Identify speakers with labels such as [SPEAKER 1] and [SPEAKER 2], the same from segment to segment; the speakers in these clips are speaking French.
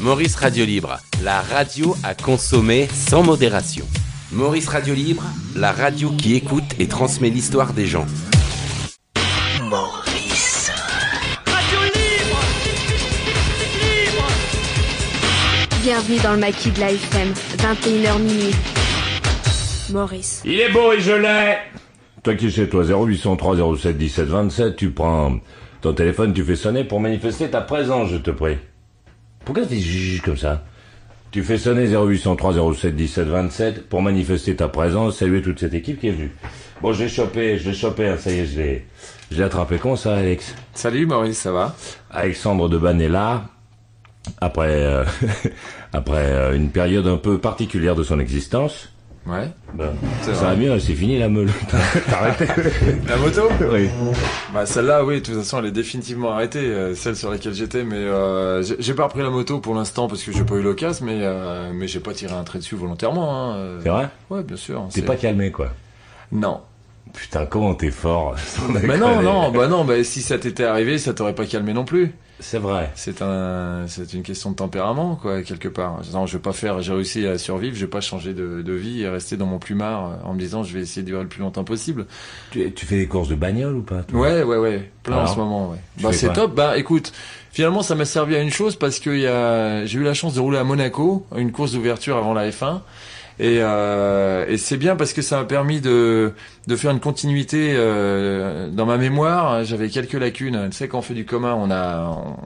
[SPEAKER 1] Maurice Radio Libre, la radio à consommer sans modération. Maurice Radio Libre, la radio qui écoute et transmet l'histoire des gens.
[SPEAKER 2] Maurice.
[SPEAKER 3] Radio libre Libre
[SPEAKER 4] Bienvenue dans le maquis de la FM, 21h minuit. Maurice.
[SPEAKER 5] Il est beau et je l'ai
[SPEAKER 6] Toi qui es chez toi, 0803 07 17 27, tu prends ton téléphone, tu fais sonner pour manifester ta présence, je te prie. Pourquoi tu fais juge comme ça Tu fais sonner 0803 07 17 27 pour manifester ta présence, saluer toute cette équipe qui est venue. Bon, je l'ai chopé, je l'ai chopé, hein, ça y est, je l'ai, je l'ai attrapé. Comment ça, Alex
[SPEAKER 7] Salut Maurice, ça va
[SPEAKER 6] Alexandre Deban est là. Après, euh, après euh, une période un peu particulière de son existence,
[SPEAKER 7] Ouais.
[SPEAKER 6] ben,
[SPEAKER 7] C'est
[SPEAKER 6] ça va
[SPEAKER 7] vrai.
[SPEAKER 6] mieux, c'est fini la meule. T'as arrêté
[SPEAKER 7] La moto
[SPEAKER 6] Oui.
[SPEAKER 7] Bah celle-là, oui, de toute façon, elle est définitivement arrêtée, euh, celle sur laquelle j'étais, mais euh, j'ai- j'ai pas repris la moto pour l'instant parce que j'ai pas eu l'occasion, mais euh, mais j'ai pas tiré un trait dessus volontairement. Hein. euh.
[SPEAKER 6] C'est vrai
[SPEAKER 7] Ouais, bien sûr. hein,
[SPEAKER 6] T'es
[SPEAKER 7] c'est-
[SPEAKER 6] pas calmé, quoi.
[SPEAKER 7] Non.
[SPEAKER 6] Putain, comment t'es fort sans
[SPEAKER 7] Mais
[SPEAKER 6] déconner.
[SPEAKER 7] non, non, bah non, bah si ça t'était arrivé, ça t'aurait pas calmé non plus.
[SPEAKER 6] C'est vrai.
[SPEAKER 7] C'est un, c'est une question de tempérament, quoi, quelque part. Non, je vais pas faire, j'ai réussi à survivre, je vais pas changer de, de vie et rester dans mon plumard euh, en me disant je vais essayer de durer le plus longtemps possible.
[SPEAKER 6] Tu, tu fais des courses de bagnole ou pas toi
[SPEAKER 7] Ouais, ouais, ouais, plein
[SPEAKER 6] Alors,
[SPEAKER 7] en ce moment, ouais.
[SPEAKER 6] tu
[SPEAKER 7] Bah,
[SPEAKER 6] fais
[SPEAKER 7] c'est
[SPEAKER 6] quoi
[SPEAKER 7] top, bah, écoute, finalement, ça m'a servi à une chose parce que il y a, j'ai eu la chance de rouler à Monaco, une course d'ouverture avant la F1. Et, euh, et c'est bien parce que ça m'a permis de, de faire une continuité euh, dans ma mémoire. J'avais quelques lacunes. hein. Tu sais, quand on fait du commun, on a,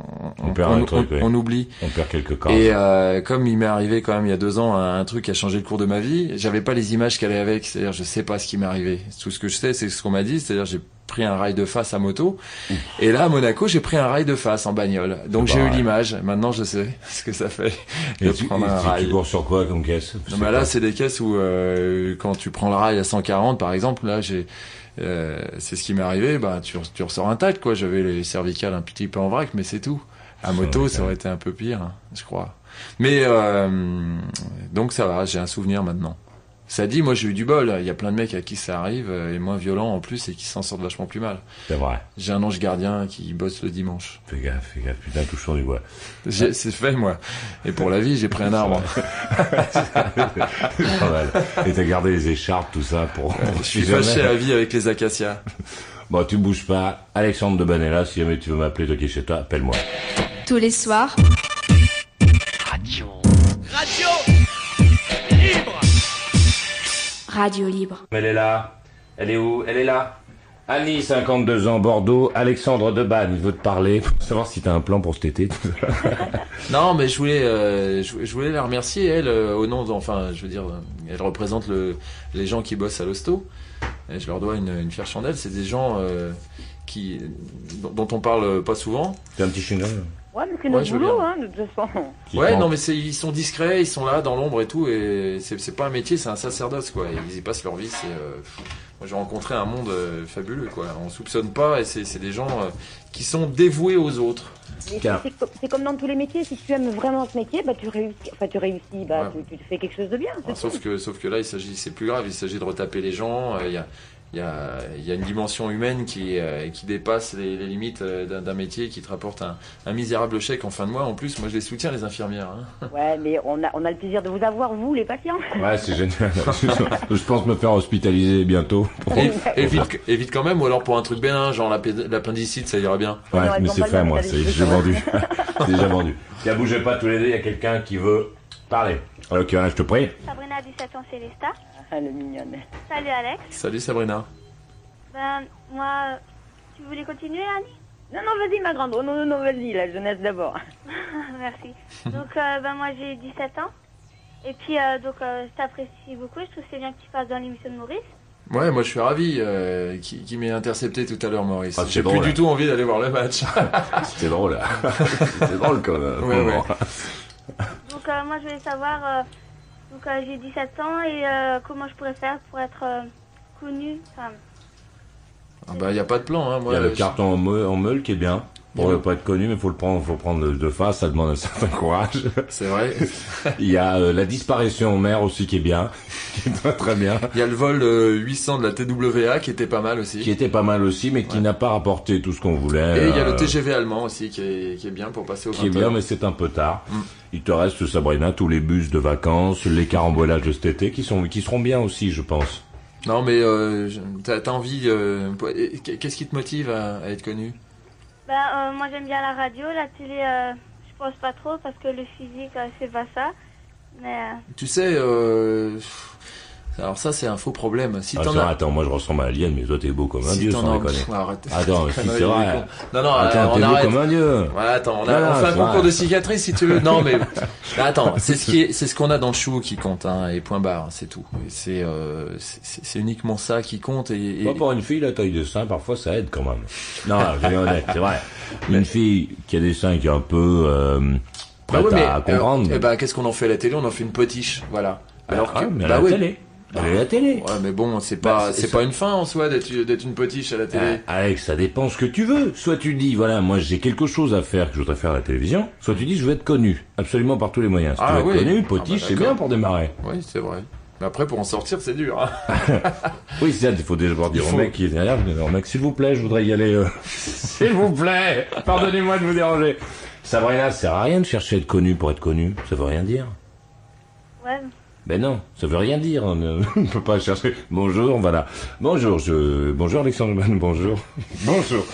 [SPEAKER 6] On perd un truc, ouais.
[SPEAKER 7] on oublie.
[SPEAKER 6] On perd quelques corps.
[SPEAKER 7] Et euh, comme il m'est arrivé quand même il y a deux ans un, un truc qui a changé le cours de ma vie, j'avais pas les images qu'elle est avec, c'est-à-dire je sais pas ce qui m'est arrivé. Tout ce que je sais, c'est ce qu'on m'a dit, c'est-à-dire j'ai pris un rail de face à moto, et là à Monaco j'ai pris un rail de face en bagnole. Donc
[SPEAKER 6] C'est
[SPEAKER 7] j'ai
[SPEAKER 6] pas
[SPEAKER 7] eu
[SPEAKER 6] vrai.
[SPEAKER 7] l'image. Maintenant je sais ce que ça fait
[SPEAKER 6] Bah
[SPEAKER 7] de
[SPEAKER 6] Et tu,
[SPEAKER 7] prendre
[SPEAKER 6] et
[SPEAKER 7] un
[SPEAKER 6] tu- tu
[SPEAKER 7] rail.
[SPEAKER 6] cours sur quoi comme caisse Je
[SPEAKER 7] Non,
[SPEAKER 6] sais
[SPEAKER 7] bah là,
[SPEAKER 6] pas.
[SPEAKER 7] c'est des caisses où euh, quand tu prends le rail à 140, par exemple, là, j'ai, euh, c'est ce qui m'est arrivé. Bah, tu, tu ressors intact, quoi. J'avais les cervicales un petit peu en vrac, mais c'est tout. À moto, ça aurait été un peu pire, hein, je crois. Mais euh, donc ça va, j'ai un souvenir maintenant. Ça dit, moi j'ai eu du bol. Il y a plein de mecs à qui ça arrive, euh, et moins violents en plus, et qui s'en sortent vachement plus mal.
[SPEAKER 6] C'est vrai.
[SPEAKER 7] J'ai un ange gardien qui bosse le dimanche.
[SPEAKER 6] Fais gaffe, fais gaffe. Putain, touche sur du bois.
[SPEAKER 7] J'ai- C'est fait, moi. Et pour la vie, j'ai pris un arbre.
[SPEAKER 6] C'est pas mal. Et t'as gardé les écharpes, tout ça pour.
[SPEAKER 7] Je suis fâché euh. à vie avec les acacias.
[SPEAKER 6] Bon, tu bouges pas. Alexandre de Banella, si jamais tu veux m'appeler, toi qui es chez toi, appelle-moi.
[SPEAKER 4] Tous les soirs,
[SPEAKER 3] Radio Libre
[SPEAKER 4] Radio Libre.
[SPEAKER 6] Elle est là. Elle est où Elle est là. Annie, 52 ans, Bordeaux. Alexandre Deban, il veut te parler. Faut savoir si t'as un plan pour cet été.
[SPEAKER 7] Non, mais je voulais, euh, je, je voulais la remercier, elle, euh, au nom de, enfin, je veux dire, euh, elle représente le, les gens qui bossent à l'hosto. Et je leur dois une, une fière chandelle. C'est des gens euh, qui, dont, dont on parle pas souvent.
[SPEAKER 6] T'as un petit chewing-gum
[SPEAKER 8] Ouais, mais c'est
[SPEAKER 7] Ouais,
[SPEAKER 8] notre
[SPEAKER 7] je veux
[SPEAKER 8] boulot,
[SPEAKER 7] bien.
[SPEAKER 8] hein, de toute façon.
[SPEAKER 6] qui
[SPEAKER 7] ouais,
[SPEAKER 6] prend-
[SPEAKER 7] non, mais c'est, ils sont discrets, ils sont là dans l'ombre et tout. Et c'est, c'est pas un métier, c'est un sacerdoce, quoi. Ils y passent leur vie. C'est, euh, pff, moi, j'ai rencontré un monde euh, fabuleux, quoi. On soupçonne pas, et c'est, c'est des gens euh, qui sont dévoués aux autres.
[SPEAKER 8] Mais
[SPEAKER 6] Car-
[SPEAKER 8] c'est- c'est co- C'est comme dans tous les métiers, si tu aimes vraiment ce métier, bah tu réussis, enfin tu réussis, bah
[SPEAKER 7] Ouais.
[SPEAKER 8] tu, tu fais quelque chose de bien. c'est
[SPEAKER 7] Hein, sauf que sauf que là il s'agit c'est plus grave il s'agit de retaper les gens euh, il y a il y a il y a une dimension humaine qui euh, qui dépasse les, les limites euh, d'un d'un métier qui te rapporte un, un misérable chèque en fin de mois en plus moi je les soutiens les infirmières hein.
[SPEAKER 8] tout. Ouais, mais on a, on a le plaisir de vous avoir, vous, les patients.
[SPEAKER 6] Ouais, c'est génial. Je pense me faire hospitaliser bientôt.
[SPEAKER 7] Et- évite évite quand même ou alors pour un truc bien genre l'appé- l'appendicite ça ira bien
[SPEAKER 8] Non,
[SPEAKER 6] Ouais,
[SPEAKER 8] elles
[SPEAKER 6] mais
[SPEAKER 8] ont
[SPEAKER 6] c'est
[SPEAKER 8] pas le
[SPEAKER 6] fait,
[SPEAKER 8] même
[SPEAKER 6] moi,
[SPEAKER 8] état
[SPEAKER 6] c'est
[SPEAKER 8] d'esprit,
[SPEAKER 6] j'ai
[SPEAKER 8] quand
[SPEAKER 6] vendu. C'est déjà vendu. Tiens, bougez pas tous les deux, il y a quelqu'un qui veut parler. Ok, là, je te prie.
[SPEAKER 9] Sabrina 17 ans Célesta.
[SPEAKER 8] Ah, le mignonne.
[SPEAKER 9] Salut Alex.
[SPEAKER 7] salut Sabrina
[SPEAKER 9] Ben moi, euh, tu voulais continuer Annie
[SPEAKER 8] Non, non, vas-y, ma grande. Oh, non, non, non, vas-y, la jeunesse d'abord.
[SPEAKER 9] Merci. Donc euh, ben moi j'ai 17 ans. Et puis euh, donc euh, je t'apprécie beaucoup, je trouve que c'est bien que tu passes dans l'émission de Maurice.
[SPEAKER 7] ouais moi je suis ravi euh, qui qui m'ait intercepté tout à l'heure Maurice
[SPEAKER 6] Ah, c'est
[SPEAKER 7] j'ai plus
[SPEAKER 6] drôle, hein.
[SPEAKER 7] du tout envie d'aller voir le match
[SPEAKER 6] C'était drôle. hein. là. C'était drôle, quand même.
[SPEAKER 7] Ouais, ouais.
[SPEAKER 9] Donc euh, moi je voulais savoir, euh, donc euh, j'ai 17 ans et euh, comment je pourrais faire pour être euh, connue. Enfin,
[SPEAKER 7] Ah bah il y a pas de plan hein
[SPEAKER 6] Il
[SPEAKER 7] moi
[SPEAKER 6] y a le
[SPEAKER 7] je-
[SPEAKER 6] carton en, meu- en meule qui est bien. Pour ne pas être connu, mais faut le prendre, faut prendre de- de face, ça demande un certain courage.
[SPEAKER 7] C'est vrai.
[SPEAKER 6] Il y a euh, la disparition en mer aussi qui est bien, qui est très très bien,
[SPEAKER 7] Il y a le vol euh, 800 de la TWA qui était pas mal aussi.
[SPEAKER 6] qui était pas mal aussi, mais qui n'a pas rapporté tout ce qu'on voulait.
[SPEAKER 7] Et il y a le
[SPEAKER 6] euh,
[SPEAKER 7] TGV allemand aussi qui est, qui est bien pour passer au
[SPEAKER 6] qui est
[SPEAKER 7] 20
[SPEAKER 6] bien,
[SPEAKER 7] heures.
[SPEAKER 6] mais c'est un peu tard. Il te reste, Sabrina, tous les bus de vacances, les carambolages de cet été, qui sont, qui seront bien aussi, je pense.
[SPEAKER 7] Non mais euh, je- t'as t'as envie. euh, pour- et Qu'est-ce qui te motive à, à être connu
[SPEAKER 9] Bah, euh, moi j'aime bien la radio, la télé, euh, je pense pas trop parce que le physique euh, c'est pas ça. Mais euh,
[SPEAKER 7] Tu sais. euh, pff, alors ça c'est un faux problème. Si t'en
[SPEAKER 6] Attends,
[SPEAKER 7] as.
[SPEAKER 6] Ah, attends, moi je ressemble à Alien, mais toi t'es beau comme un
[SPEAKER 7] si
[SPEAKER 6] dieu,
[SPEAKER 7] t'en
[SPEAKER 6] sans
[SPEAKER 7] as-
[SPEAKER 6] déconner.
[SPEAKER 7] pff, arrête.
[SPEAKER 6] Attends, mais si,
[SPEAKER 7] Conneries,
[SPEAKER 6] c'est vrai.
[SPEAKER 7] il est con. Non non,
[SPEAKER 6] Attends,
[SPEAKER 7] on
[SPEAKER 6] t'es beau
[SPEAKER 7] arrête.
[SPEAKER 6] comme un dieu.
[SPEAKER 7] Voilà, attends, on, a,
[SPEAKER 6] Voilà,
[SPEAKER 7] on fait un
[SPEAKER 6] c'est
[SPEAKER 7] concours
[SPEAKER 6] vrai.
[SPEAKER 7] de cicatrices si tu veux. Non, mais mais attends, c'est ce qui est, c'est ce qu'on a dans le chou qui compte, hein, et point barre, c'est tout. Et C'est, euh, c'est c'est uniquement ça qui compte. Et, et-
[SPEAKER 6] Moi, pour une fille, la taille des seins, parfois, ça aide quand même. Non, je vais honnête, c'est vrai. Une fille qui a des seins qui est un peu euh,
[SPEAKER 7] Bah
[SPEAKER 6] prête
[SPEAKER 7] ouais, mais,
[SPEAKER 6] à comprendre.
[SPEAKER 7] euh, eh ben, qu'est-ce qu'on en fait à la télé On en fait une potiche, voilà.
[SPEAKER 6] alors
[SPEAKER 7] que,
[SPEAKER 6] mais à
[SPEAKER 7] bah
[SPEAKER 6] la
[SPEAKER 7] ouais.
[SPEAKER 6] télé. Elle est à la télé.
[SPEAKER 7] Ouais, mais bon, c'est pas,
[SPEAKER 6] Bah, c'est-
[SPEAKER 7] c'est pas une fin en soi d'être, d'être une potiche à la télé.
[SPEAKER 6] Ah, Alex, ça dépend ce que tu veux. Soit tu dis, voilà, moi j'ai quelque chose à faire que je voudrais faire à la télévision, soit tu dis, je veux être connu, absolument par tous les moyens. Si tu
[SPEAKER 7] Ah,
[SPEAKER 6] veux
[SPEAKER 7] oui.
[SPEAKER 6] être connu,
[SPEAKER 7] Ah, bah,
[SPEAKER 6] potiche, c'est
[SPEAKER 7] d'accord.
[SPEAKER 6] bien pour démarrer.
[SPEAKER 7] Oui, c'est vrai. Mais après, pour en sortir, c'est dur. hein.
[SPEAKER 6] Oui, c'est ça, il faut d'abord dire
[SPEAKER 7] faut-
[SPEAKER 6] au mec qui est derrière, vous dire, mec, s'il vous plaît, je voudrais y aller. euh, s'il vous plaît, pardonnez-moi de vous déranger. Sabrina, ça sert à rien de chercher à être connu pour être connu, ça veut rien dire.
[SPEAKER 9] ouais,
[SPEAKER 6] Ben non, ça veut rien dire. On ne on ne peut pas chercher. Bonjour, voilà. Bonjour, je. Bonjour Alexandre Mann, bonjour. Bonjour.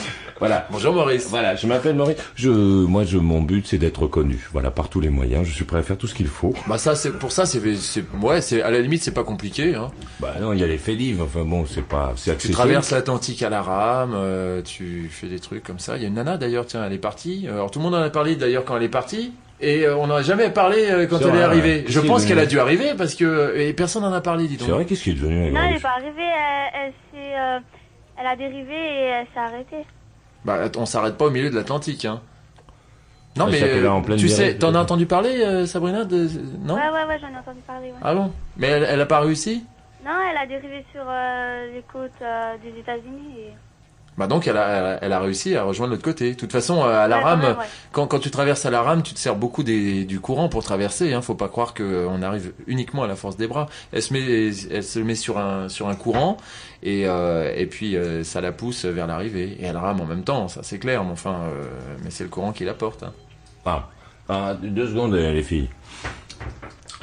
[SPEAKER 6] Voilà.
[SPEAKER 7] Bonjour Maurice.
[SPEAKER 6] Voilà, je m'appelle Maurice. Je, moi, je, mon but, c'est d'être connu. Voilà, par tous les moyens. Je suis prêt à faire tout ce qu'il faut.
[SPEAKER 7] Bah ça, c'est pour ça, c'est, c'est, ouais, c'est à la limite, c'est pas compliqué. Hein.
[SPEAKER 6] Bah non, il y a les faits livres. Enfin bon, c'est pas, c'est
[SPEAKER 7] Tu
[SPEAKER 6] accessible.
[SPEAKER 7] traverses l'Atlantique à la rame, euh, tu fais des trucs comme ça. Il y a une nana d'ailleurs, tiens, elle est partie. Euh, Alors tout le monde en a parlé d'ailleurs quand elle est partie. Et euh, on n'en a jamais parlé euh, quand
[SPEAKER 6] C'est
[SPEAKER 7] elle
[SPEAKER 6] vrai,
[SPEAKER 7] est arrivée.
[SPEAKER 6] ouais.
[SPEAKER 7] Je
[SPEAKER 6] Si,
[SPEAKER 7] pense
[SPEAKER 6] mais-
[SPEAKER 7] qu'elle a dû arriver parce que et personne n'en a parlé, dis
[SPEAKER 6] C'est
[SPEAKER 7] donc.
[SPEAKER 6] vrai, qu'est-ce qui est devenu
[SPEAKER 9] non, elle
[SPEAKER 6] Maurice
[SPEAKER 9] est pas arrivée, elle, elle s'est, euh, elle a dérivé et elle s'est arrêtée.
[SPEAKER 7] Bah, att- on s'arrête pas au milieu de l'Atlantique, hein. Non
[SPEAKER 6] Elle
[SPEAKER 7] mais
[SPEAKER 6] s'appelait
[SPEAKER 7] euh,
[SPEAKER 6] Bah, en pleine
[SPEAKER 7] tu sais,
[SPEAKER 6] direct,
[SPEAKER 7] t'en as
[SPEAKER 6] peut-être.
[SPEAKER 7] entendu parler, euh, Sabrina, de... non
[SPEAKER 9] Ouais, ouais, ouais, j'en ai entendu parler. Ouais.
[SPEAKER 7] Ah bon Mais elle, elle a pas réussi
[SPEAKER 9] Non, elle a dérivé sur euh, les côtes euh, des États-Unis. Et...
[SPEAKER 7] Bah donc elle a, elle a- elle a réussi à rejoindre l'autre côté. De toute façon, euh, à la
[SPEAKER 9] Ouais, quand
[SPEAKER 7] rame,
[SPEAKER 9] même, ouais.
[SPEAKER 7] Quand, quand tu traverses à la rame, tu te sers beaucoup des, du courant pour traverser. Hein. Faut pas croire qu'on arrive uniquement à la force des bras. Elle se met, elle se met sur un sur un courant et euh, et puis euh, ça la pousse vers l'arrivée. Et elle rame en même temps, ça c'est clair. Mais enfin, euh, mais c'est le courant qui la porte. hein.
[SPEAKER 6] Ah, ah, deux secondes, euh, les filles.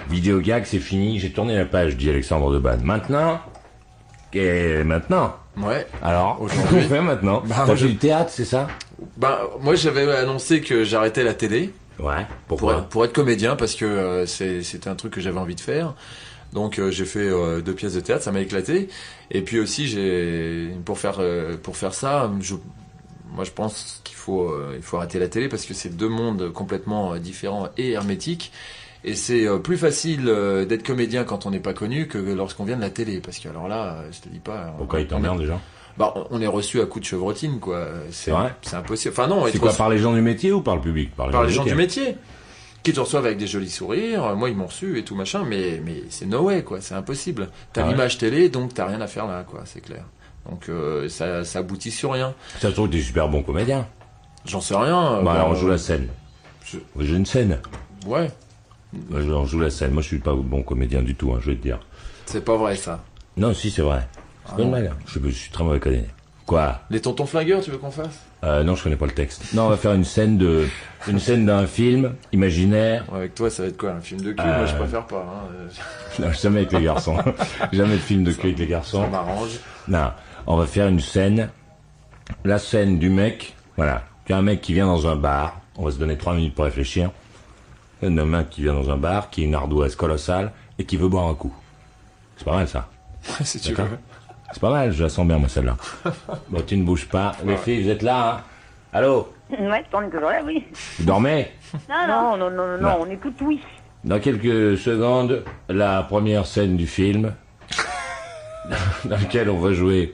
[SPEAKER 6] Vidéo gag, c'est fini. J'ai tourné la page, dit Alexandre Debanne. Maintenant, et maintenant.
[SPEAKER 7] Ouais.
[SPEAKER 6] Alors,
[SPEAKER 7] Aujourd'hui.
[SPEAKER 6] on fait maintenant.
[SPEAKER 7] Bah,
[SPEAKER 6] T'as
[SPEAKER 7] je-
[SPEAKER 6] fait le théâtre, c'est ça
[SPEAKER 7] Ben moi j'avais annoncé que j'arrêtais la télé
[SPEAKER 6] Ouais.
[SPEAKER 7] pour
[SPEAKER 6] Pourquoi
[SPEAKER 7] être, pour être comédien parce que euh, c'est c'était un truc que j'avais envie de faire. Donc euh, j'ai fait euh, deux pièces de théâtre, ça m'a éclaté. Et puis aussi j'ai pour faire euh, pour faire ça, je, moi je pense qu'il faut euh, il faut arrêter la télé parce que c'est deux mondes complètement euh, différents et hermétiques. Et c'est euh, plus facile euh, d'être comédien quand on n'est pas connu que lorsqu'on vient de la télé parce que alors là, euh, je te dis pas.
[SPEAKER 6] Pourquoi
[SPEAKER 7] on-
[SPEAKER 6] ils t'emmerdent, les gens
[SPEAKER 7] Bah on- on est reçu à coups de chevrotine quoi. Euh,
[SPEAKER 6] C'est vrai
[SPEAKER 7] C'est impossible. Enfin non,
[SPEAKER 6] C'est
[SPEAKER 7] être
[SPEAKER 6] quoi,
[SPEAKER 7] reçu-
[SPEAKER 6] par les gens du métier ou par le public
[SPEAKER 7] par les gens du métier qui te reçoivent avec des jolis sourires, euh, moi ils m'ont reçu et tout machin, mais, mais c'est no way quoi, c'est impossible. T'as
[SPEAKER 6] Ah ouais.
[SPEAKER 7] l'image télé donc t'as rien à faire là quoi, c'est clair. Donc euh, ça, ça aboutit sur rien.
[SPEAKER 6] Ça se trouve, t'es super bon comédien.
[SPEAKER 7] J'en sais rien. euh,
[SPEAKER 6] bah,
[SPEAKER 7] bon,
[SPEAKER 6] alors, on joue
[SPEAKER 7] euh,
[SPEAKER 6] la scène.
[SPEAKER 7] je-
[SPEAKER 6] Moi, J'ai une scène.
[SPEAKER 7] Ouais,
[SPEAKER 6] Moi, je- on joue la scène. Moi, je suis pas bon comédien du tout, hein, je vais te dire.
[SPEAKER 7] c'est pas vrai ça.
[SPEAKER 6] Non, si, c'est vrai. C'est pas une
[SPEAKER 7] Ah non.
[SPEAKER 6] blague. hein. Je, suis- je suis très mauvais comédien. Quoi
[SPEAKER 7] Les tontons flingueurs, tu veux qu'on fasse
[SPEAKER 6] Euh, non, je connais pas le texte. Non, on va faire une scène de, une scène d'un film imaginaire.
[SPEAKER 7] Ouais, Avec toi, ça va être quoi Un film de cul
[SPEAKER 6] Euh,
[SPEAKER 7] Moi, je préfère pas. Hein. euh,
[SPEAKER 6] Non, jamais avec les garçons. jamais de film de cul avec les
[SPEAKER 7] Ça
[SPEAKER 6] garçons.
[SPEAKER 7] m'arrange.
[SPEAKER 6] Non, on va faire une scène. La scène du mec. Voilà. Tu as un mec qui vient dans un bar. On va se donner trois minutes pour réfléchir. Un mec qui vient dans un bar, qui a une ardoise colossale et qui veut boire un coup. C'est pas mal ça.
[SPEAKER 7] si tu
[SPEAKER 6] D'accord.
[SPEAKER 7] veux.
[SPEAKER 6] C'est pas mal, je la sens bien moi celle-là. Bon, tu ne bouges pas. Les filles, vous êtes là, hein Allô
[SPEAKER 8] Ouais, tant que j'aurai, oui.
[SPEAKER 6] Vous dormez
[SPEAKER 9] Non, non,
[SPEAKER 8] Non, non, non, non,
[SPEAKER 6] Bah.
[SPEAKER 8] non, on écoute oui.
[SPEAKER 6] Dans quelques secondes, la première scène du film, dans laquelle on va jouer.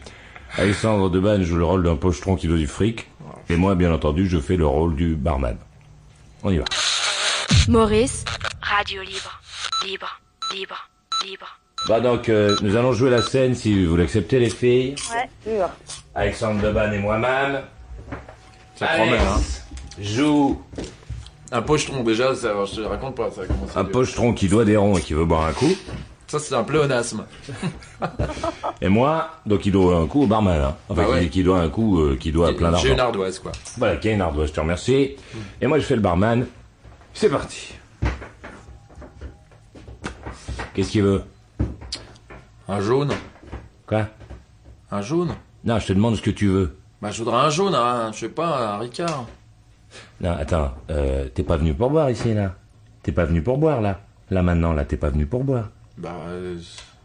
[SPEAKER 6] Alexandre Debanne joue le rôle d'un pochetron qui veut du fric, et moi, bien entendu, je fais le rôle du barman. On y va.
[SPEAKER 4] Maurice, radio libre, libre, libre, libre.
[SPEAKER 6] Bah donc, euh, nous allons jouer la scène, si vous l'acceptez, les filles.
[SPEAKER 9] ouais.
[SPEAKER 8] Sûr.
[SPEAKER 6] Alexandre Debanne et moi-même.
[SPEAKER 7] Ça promet, hein.
[SPEAKER 1] Joue
[SPEAKER 7] Un pochetron, déjà, ça, je te le raconte pas, ça a commencé.
[SPEAKER 6] Un
[SPEAKER 7] dur.
[SPEAKER 6] pochetron qui doit des ronds et qui veut boire un coup.
[SPEAKER 7] Ça, c'est un pléonasme.
[SPEAKER 6] Et moi, donc il doit un coup au barman. Hein. Enfin,
[SPEAKER 7] Bah
[SPEAKER 6] qui-
[SPEAKER 7] ouais.
[SPEAKER 6] qui, doit un coup, euh, qui doit plein
[SPEAKER 7] J'ai une
[SPEAKER 6] d'argent.
[SPEAKER 7] ardoise, quoi.
[SPEAKER 6] Voilà, qui a une ardoise, je te remercie. Et moi, je fais le barman. C'est parti. Qu'est-ce qu'il veut
[SPEAKER 7] Un jaune.
[SPEAKER 6] Quoi
[SPEAKER 7] Un jaune
[SPEAKER 6] Non, je te demande ce que tu veux.
[SPEAKER 7] Bah, je voudrais un jaune, hein, je sais pas, un Ricard.
[SPEAKER 6] Non, attends, euh, t'es pas venu pour boire ici, là T'es pas venu pour boire, là Là, maintenant, là, t'es pas venu pour boire.
[SPEAKER 7] Bah, euh,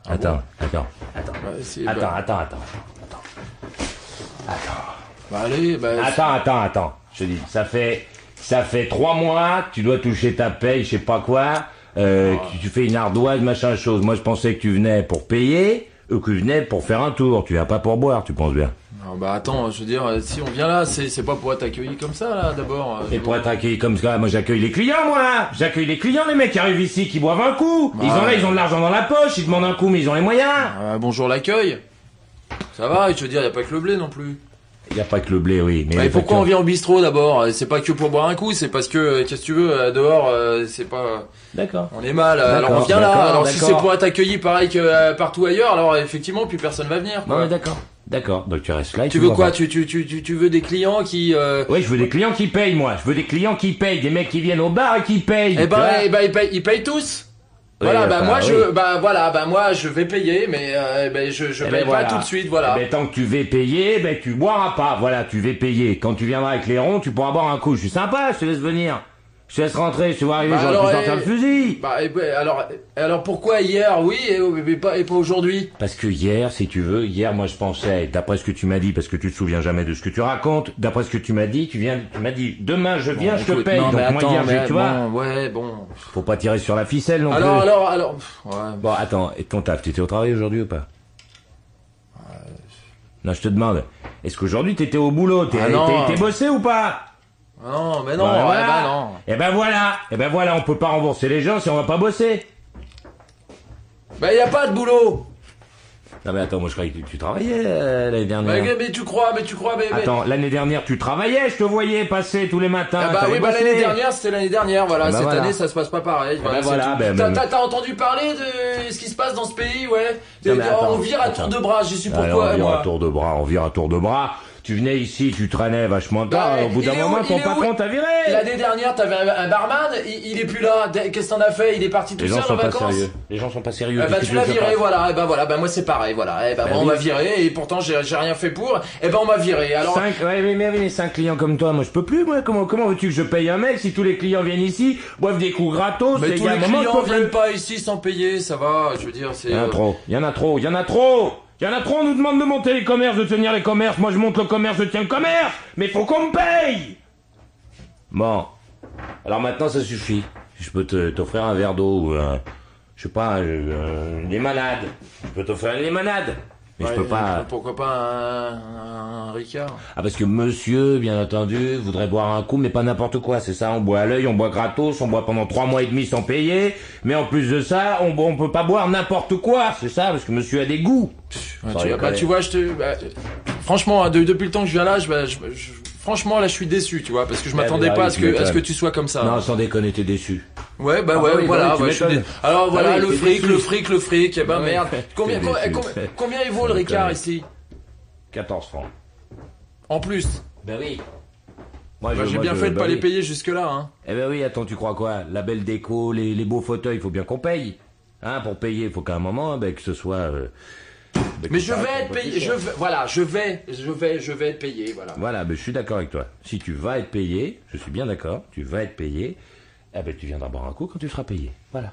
[SPEAKER 7] ah
[SPEAKER 6] Attends, attends, attends.
[SPEAKER 7] bon Bah, si, bah-
[SPEAKER 6] Attends, attends, attends.
[SPEAKER 7] bah, allez, bah,
[SPEAKER 6] Attends, attends, attends. Je te dis, ça fait, ça fait trois mois, tu dois toucher ta paye, je sais pas quoi. euh,
[SPEAKER 7] Ah.
[SPEAKER 6] tu, tu fais une ardoise, machin chose. Moi, je pensais que tu venais pour payer ou que tu venais pour faire un tour. Tu viens pas pour boire, tu penses bien.
[SPEAKER 7] Ah bah attends, je veux dire, euh, si on vient là, c'est c'est pas pour être accueilli comme ça là d'abord. euh,
[SPEAKER 6] Et
[SPEAKER 7] je-
[SPEAKER 6] pour être accueilli comme ça, moi j'accueille les clients, moi J'accueille les clients, les mecs qui arrivent ici, qui boivent un coup Ils ont là, ils ont de l'argent dans la poche, ils demandent un coup, mais ils ont les moyens
[SPEAKER 7] Ah, bonjour l'accueil. Ça va, et je veux dire, y a pas que le blé non plus.
[SPEAKER 6] Il n'y a pas que le blé, oui, mais...
[SPEAKER 7] Bah,
[SPEAKER 6] les
[SPEAKER 7] et pourquoi
[SPEAKER 6] factures-
[SPEAKER 7] on vient au bistrot d'abord C'est pas que pour boire un coup, c'est parce que euh, qu'est-ce que tu veux euh, dehors, euh, c'est pas,
[SPEAKER 6] D'accord.
[SPEAKER 7] on est mal. euh, Alors
[SPEAKER 6] D'accord,
[SPEAKER 7] on vient là.
[SPEAKER 6] d'accord,
[SPEAKER 7] Alors si c'est
[SPEAKER 6] d'accord.
[SPEAKER 7] pour être accueilli pareil que euh, partout ailleurs, alors effectivement plus personne va venir.
[SPEAKER 6] Non,
[SPEAKER 7] quoi.
[SPEAKER 6] mais d'accord. D'accord, donc tu restes là et
[SPEAKER 7] tu veux
[SPEAKER 6] bois
[SPEAKER 7] quoi
[SPEAKER 6] pas.
[SPEAKER 7] tu, tu tu tu tu veux des clients qui euh,
[SPEAKER 6] Oui, je veux des clients qui payent, moi. Je veux des clients qui payent, des mecs qui viennent au bar et qui payent.
[SPEAKER 7] Eh
[SPEAKER 6] tu vois.
[SPEAKER 7] ben, eh ben, ils payent, ils payent tous.
[SPEAKER 6] Oui,
[SPEAKER 7] Voilà, bah,
[SPEAKER 6] enfin,
[SPEAKER 7] moi,
[SPEAKER 6] oui.
[SPEAKER 7] je, bah, voilà, bah, moi, je vais payer, mais, euh, eh ben, je, je
[SPEAKER 6] Eh
[SPEAKER 7] paye
[SPEAKER 6] ben,
[SPEAKER 7] pas
[SPEAKER 6] voilà.
[SPEAKER 7] tout de suite, voilà.
[SPEAKER 6] Eh ben, tant que tu vas payer, ben, tu boiras pas. Voilà, tu vas payer. Quand tu viendras avec les ronds, tu pourras boire un coup. Je suis sympa, je te laisse venir. Je te laisse rentrer, je te vois arriver,
[SPEAKER 7] Bah,
[SPEAKER 6] j'aurais
[SPEAKER 7] alors,
[SPEAKER 6] pu sortir
[SPEAKER 7] eh,
[SPEAKER 6] le fusil.
[SPEAKER 7] Bah, eh ben, alors, alors, pourquoi hier, oui, et, et pas, et pas aujourd'hui?
[SPEAKER 6] Parce que hier, si tu veux, hier, moi, je pensais, d'après ce que tu m'as dit, parce que tu te souviens jamais de ce que tu racontes, d'après ce que tu m'as dit, tu viens, tu m'as dit, demain, je viens, je te
[SPEAKER 7] Écoute,
[SPEAKER 6] paye.
[SPEAKER 7] non,
[SPEAKER 6] Donc,
[SPEAKER 7] mais
[SPEAKER 6] moi,
[SPEAKER 7] attends,
[SPEAKER 6] hier, j'ai-
[SPEAKER 7] mais
[SPEAKER 6] tu vois,
[SPEAKER 7] bon, ouais, bon.
[SPEAKER 6] faut pas tirer sur la ficelle non
[SPEAKER 7] Alors,
[SPEAKER 6] plus.
[SPEAKER 7] alors, alors, pff, ouais.
[SPEAKER 6] Bon, attends, et ton taf, t'étais au travail aujourd'hui ou pas Non, je te demande, est-ce qu'aujourd'hui, t'étais au boulot T'es
[SPEAKER 7] Ah non.
[SPEAKER 6] t'es- t'es bossé ou pas
[SPEAKER 7] Ah Non, mais non,
[SPEAKER 6] Bah,
[SPEAKER 7] ouais,
[SPEAKER 6] voilà.
[SPEAKER 7] bah, non.
[SPEAKER 6] Et ben voilà, et ben voilà, on peut pas rembourser les gens si on va pas bosser.
[SPEAKER 7] Bah, y a pas de boulot.
[SPEAKER 6] Non mais attends, moi je croyais que tu, tu travaillais euh, l'année
[SPEAKER 7] Bah,
[SPEAKER 6] dernière.
[SPEAKER 7] mais tu crois, mais tu crois, mais, mais-
[SPEAKER 6] Attends, l'année dernière tu travaillais, je te voyais passer tous les matins.
[SPEAKER 7] Ah bah
[SPEAKER 6] t'allais
[SPEAKER 7] oui, bah
[SPEAKER 6] bosser.
[SPEAKER 7] l'année dernière, c'était l'année dernière, voilà.
[SPEAKER 6] Ah bah
[SPEAKER 7] Cette
[SPEAKER 6] voilà.
[SPEAKER 7] année, ça se passe pas pareil.
[SPEAKER 6] bah
[SPEAKER 7] c'est
[SPEAKER 6] voilà,
[SPEAKER 7] tout.
[SPEAKER 6] bah
[SPEAKER 7] T'as-
[SPEAKER 6] même.
[SPEAKER 7] t'as- T'as entendu parler de ce qui se passe dans ce pays, ouais
[SPEAKER 6] Non, mais
[SPEAKER 7] Oh, On
[SPEAKER 6] attends,
[SPEAKER 7] vire à tour
[SPEAKER 6] attends.
[SPEAKER 7] de bras, j'y suis
[SPEAKER 6] Allez,
[SPEAKER 7] pourquoi,
[SPEAKER 6] Ah, on vire
[SPEAKER 7] moi.
[SPEAKER 6] à tour de bras, on vire à tour de bras. Tu venais ici, tu traînais vachement tard,
[SPEAKER 7] Bah,
[SPEAKER 6] et au bout
[SPEAKER 7] il
[SPEAKER 6] d'un
[SPEAKER 7] est où-
[SPEAKER 6] moment
[SPEAKER 7] il
[SPEAKER 6] ton
[SPEAKER 7] est
[SPEAKER 6] patron
[SPEAKER 7] où
[SPEAKER 6] t'a viré.
[SPEAKER 7] L'année dernière, t'avais un, un barman, il, il est plus là. D'a- Qu'est-ce que t'en as fait Il est parti tout
[SPEAKER 6] Les gens
[SPEAKER 7] seul en
[SPEAKER 6] sont pas
[SPEAKER 7] vacances.
[SPEAKER 6] sérieux. Les gens sont pas sérieux.
[SPEAKER 7] Eh bah
[SPEAKER 6] Qu'est-ce
[SPEAKER 7] tu
[SPEAKER 6] que
[SPEAKER 7] l'as
[SPEAKER 6] veux que je
[SPEAKER 7] viré,
[SPEAKER 6] fasse
[SPEAKER 7] voilà. Et bah voilà, bah moi c'est pareil, voilà. Et bah,
[SPEAKER 6] Bah
[SPEAKER 7] moi, on
[SPEAKER 6] oui.
[SPEAKER 7] m'a viré et pourtant j'ai j'ai rien fait pour. Et bah on m'a viré. Alors
[SPEAKER 6] Cinq, ouais, mais, mais, mais cinq clients comme toi, moi je peux plus, moi. Comment, comment veux-tu que je paye un mec si tous les clients viennent ici, boivent des coups gratos,
[SPEAKER 7] mais
[SPEAKER 6] et il
[SPEAKER 7] tous
[SPEAKER 6] y a
[SPEAKER 7] les
[SPEAKER 6] un moment, je
[SPEAKER 7] clients
[SPEAKER 6] peux plus.
[SPEAKER 7] viennent pas ici sans payer, ça va. Je veux dire, c'est.
[SPEAKER 6] Il y en a trop, il y en a trop, il y en a trop Il y en a trop, on nous demande de monter les commerces, de tenir les commerces, moi je monte le commerce, je tiens le commerce, mais faut qu'on me paye Bon, alors maintenant ça suffit. Je peux te- t'offrir un verre d'eau ou un... Je sais pas, euh, une limonade. Je peux t'offrir une limonade. Mais je
[SPEAKER 7] euh, Ouais,
[SPEAKER 6] peux pas...
[SPEAKER 7] Pourquoi pas un, un Ricard
[SPEAKER 6] Ah parce que monsieur, bien entendu, voudrait boire un coup, mais pas n'importe quoi, c'est ça, on boit à l'œil, on boit gratos, on boit pendant trois mois et demi sans payer, mais en plus de ça, on, on peut pas boire n'importe quoi, c'est ça, parce que monsieur a des goûts.
[SPEAKER 7] Ouais,
[SPEAKER 6] Sans
[SPEAKER 7] tu, vois,
[SPEAKER 6] rigoler.
[SPEAKER 7] bah, tu vois, je te, bah, euh, franchement, hein, de- depuis le temps que je viens là, je, bah, je- je- franchement, là, je suis déçu, tu vois, parce que je
[SPEAKER 6] Ouais,
[SPEAKER 7] m'attendais
[SPEAKER 6] Eh, mais
[SPEAKER 7] pas
[SPEAKER 6] là,
[SPEAKER 7] à ce
[SPEAKER 6] tu
[SPEAKER 7] que, à ce
[SPEAKER 6] m'étonnes.
[SPEAKER 7] que tu sois comme ça.
[SPEAKER 6] Non, sans déconner, t'es déçu.
[SPEAKER 7] ouais, bah,
[SPEAKER 6] Ah,
[SPEAKER 7] ouais,
[SPEAKER 6] oui,
[SPEAKER 7] voilà.
[SPEAKER 6] bah oui, tu
[SPEAKER 7] ouais, je suis
[SPEAKER 6] m'étonnes.
[SPEAKER 7] dé- Alors voilà,
[SPEAKER 6] oui,
[SPEAKER 7] le
[SPEAKER 6] t'es
[SPEAKER 7] fric,
[SPEAKER 6] déçu.
[SPEAKER 7] le fric, le fric. Eh ben
[SPEAKER 6] Ouais,
[SPEAKER 7] merde.
[SPEAKER 6] t'es
[SPEAKER 7] Combien,
[SPEAKER 6] déçu.
[SPEAKER 7] combien, combien, combien il vaut le
[SPEAKER 6] Tu
[SPEAKER 7] Ricard
[SPEAKER 6] m'étonnes.
[SPEAKER 7] ici
[SPEAKER 6] 14 francs.
[SPEAKER 7] En plus,
[SPEAKER 6] Ben oui. Moi,
[SPEAKER 7] Bah,
[SPEAKER 6] je-
[SPEAKER 7] j'ai
[SPEAKER 6] moi,
[SPEAKER 7] bien
[SPEAKER 6] je-
[SPEAKER 7] fait de
[SPEAKER 6] bah
[SPEAKER 7] pas
[SPEAKER 6] oui.
[SPEAKER 7] les payer jusque là. Hein.
[SPEAKER 6] Eh ben oui, attends, tu crois quoi La belle déco, les, les beaux fauteuils, faut bien qu'on paye. Hein, pour payer, faut qu'à un moment, ben, que ce soit... euh, ben, que
[SPEAKER 7] Mais
[SPEAKER 6] ça
[SPEAKER 7] je
[SPEAKER 6] reste un
[SPEAKER 7] vais être
[SPEAKER 6] peu
[SPEAKER 7] payé.
[SPEAKER 6] plus
[SPEAKER 7] Je
[SPEAKER 6] cher.
[SPEAKER 7] vais, voilà, je vais, je vais, je vais être payé. Voilà.
[SPEAKER 6] Voilà, ben, je suis d'accord avec toi. Si tu vas être payé, je suis bien d'accord, tu vas être payé, eh ben tu viendras boire un coup quand tu seras payé. Voilà.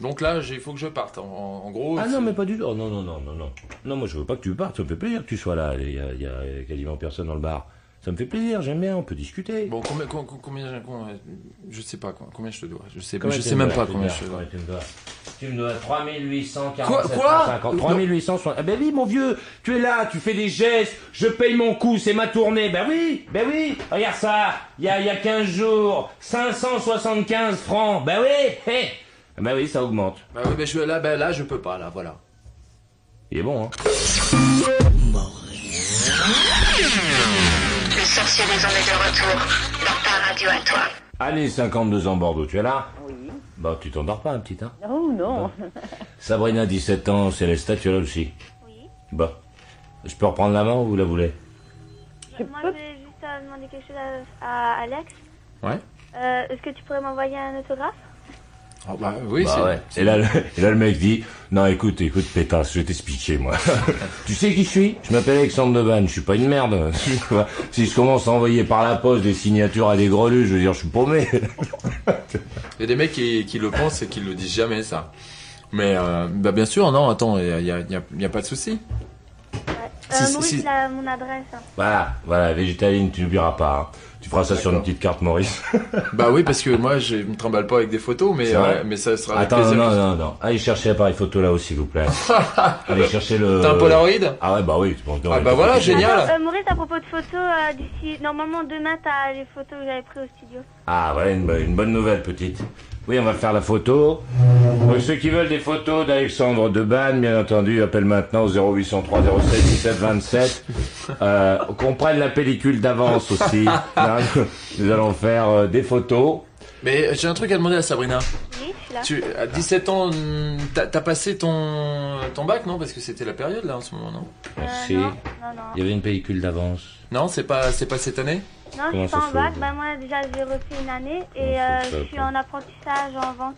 [SPEAKER 7] Donc là, j'ai- il faut que je parte. En, en- en gros.
[SPEAKER 6] Ah
[SPEAKER 7] c'est-
[SPEAKER 6] non, mais pas du tout. Oh, non, non, non, non, non. Non, moi je veux pas que tu partes, ça me fait plaisir que tu sois là. Il y a, il y a quasiment personne dans le bar. Ça me fait plaisir, j'aime bien, on peut discuter.
[SPEAKER 7] Bon, combien, com- com- combien, combien- je sais pas quoi, combien je te dois, je sais,
[SPEAKER 6] Combien
[SPEAKER 7] je
[SPEAKER 6] tu
[SPEAKER 7] sais
[SPEAKER 6] me
[SPEAKER 7] même
[SPEAKER 6] dois,
[SPEAKER 7] pas
[SPEAKER 6] tu
[SPEAKER 7] combien
[SPEAKER 6] me
[SPEAKER 7] je te
[SPEAKER 6] dois,
[SPEAKER 7] dois.
[SPEAKER 6] tu me dois. Tu me dois 3847
[SPEAKER 7] Quoi- quoi
[SPEAKER 6] 50, 3860. Ah ben oui, mon vieux, tu es là, tu fais des gestes, je paye mon coup, c'est ma tournée. Ben oui, ben oui, regarde ça, il y a, il y a 15 jours, 575 francs. Ben oui, hé. Ben oui, ça augmente.
[SPEAKER 7] Bah oui, mais je, là, bah, là, je peux pas, là, voilà.
[SPEAKER 6] Il est bon, hein.
[SPEAKER 2] sorcier des ondes est de retour dans ta radio à toi.
[SPEAKER 6] Allez, 52 ans Bordeaux, tu es là
[SPEAKER 8] Oui.
[SPEAKER 6] Bah, tu t'endors pas, petit, hein
[SPEAKER 8] Oh non.
[SPEAKER 6] Sabrina, 17 ans, Célestat, tu es là aussi
[SPEAKER 9] Oui.
[SPEAKER 6] Bah, je peux reprendre la main ou vous la voulez
[SPEAKER 9] Moi, je voulais juste euh, demander quelque chose à, à Alex.
[SPEAKER 7] Ouais.
[SPEAKER 9] Euh, Est-ce que tu pourrais m'envoyer un autographe
[SPEAKER 7] Oh, bah oui,
[SPEAKER 6] Bah
[SPEAKER 7] c'est
[SPEAKER 6] ouais. Et là, le, et là, le mec dit Non, écoute, écoute, pétasse, je vais t'expliquer, moi. tu sais qui je suis Je m'appelle Alexandre Devanne, je suis pas une merde. Tu vois, si je commence à envoyer par la poste des signatures à des grelus, je veux dire, je suis paumé.
[SPEAKER 7] Il y a des mecs qui, qui le pensent et qui le disent jamais ça. Mais euh, bah bien sûr, non, attends, il n'y a, il y a- il y a pas de souci.
[SPEAKER 9] euh,
[SPEAKER 7] Si, si,
[SPEAKER 9] Maurice,
[SPEAKER 7] si.
[SPEAKER 9] il a mon adresse. hein.
[SPEAKER 6] voilà, voilà, Végétaline, tu n'oublieras pas. hein. Tu feras ça sur une petite carte, Maurice.
[SPEAKER 7] Bah oui, parce que moi, je me trimballe pas avec des photos, mais,
[SPEAKER 6] C'est vrai
[SPEAKER 7] euh, mais ça sera avec
[SPEAKER 6] Attends, non,
[SPEAKER 7] plaisir.
[SPEAKER 6] non, non, non. Allez chercher l'appareil photo là-haut, s'il vous plaît. Allez chercher le.
[SPEAKER 7] T'as un Polaroid
[SPEAKER 6] Ah ouais, bah oui. Bon,
[SPEAKER 7] Ah bah voilà, génial.
[SPEAKER 9] Attends, euh, Maurice, à propos de photos, euh, d'ici normalement demain, t'as les photos que j'avais prises au studio.
[SPEAKER 6] Ah, voilà une, bo- une bonne nouvelle, petite. Oui, on va faire la photo. Donc, ceux qui veulent des photos d'Alexandre Debanne, bien entendu, appellent maintenant au 0803 07 17 27. Euh, qu'on prenne la pellicule d'avance aussi. Hein, nous allons faire euh, des photos.
[SPEAKER 7] Mais j'ai un truc à demander à Sabrina.
[SPEAKER 9] Oui, je suis là.
[SPEAKER 7] Tu, à 17 ans, hum, t'as t'as passé ton, ton bac, non Parce que c'était la période, là, en ce moment, non
[SPEAKER 9] Euh,
[SPEAKER 6] Merci.
[SPEAKER 9] non, non, non.
[SPEAKER 6] Il y avait une pellicule d'avance.
[SPEAKER 7] Non, c'est pas, c'est pas cette année
[SPEAKER 9] Non, je
[SPEAKER 6] Comment
[SPEAKER 9] suis
[SPEAKER 6] ça
[SPEAKER 9] pas
[SPEAKER 6] se
[SPEAKER 9] en bac.
[SPEAKER 6] fait
[SPEAKER 9] Bah, moi, déjà, j'ai refait une année et
[SPEAKER 6] Comment ça
[SPEAKER 9] euh,
[SPEAKER 6] se fait,
[SPEAKER 9] je suis
[SPEAKER 6] après
[SPEAKER 9] en apprentissage en vente.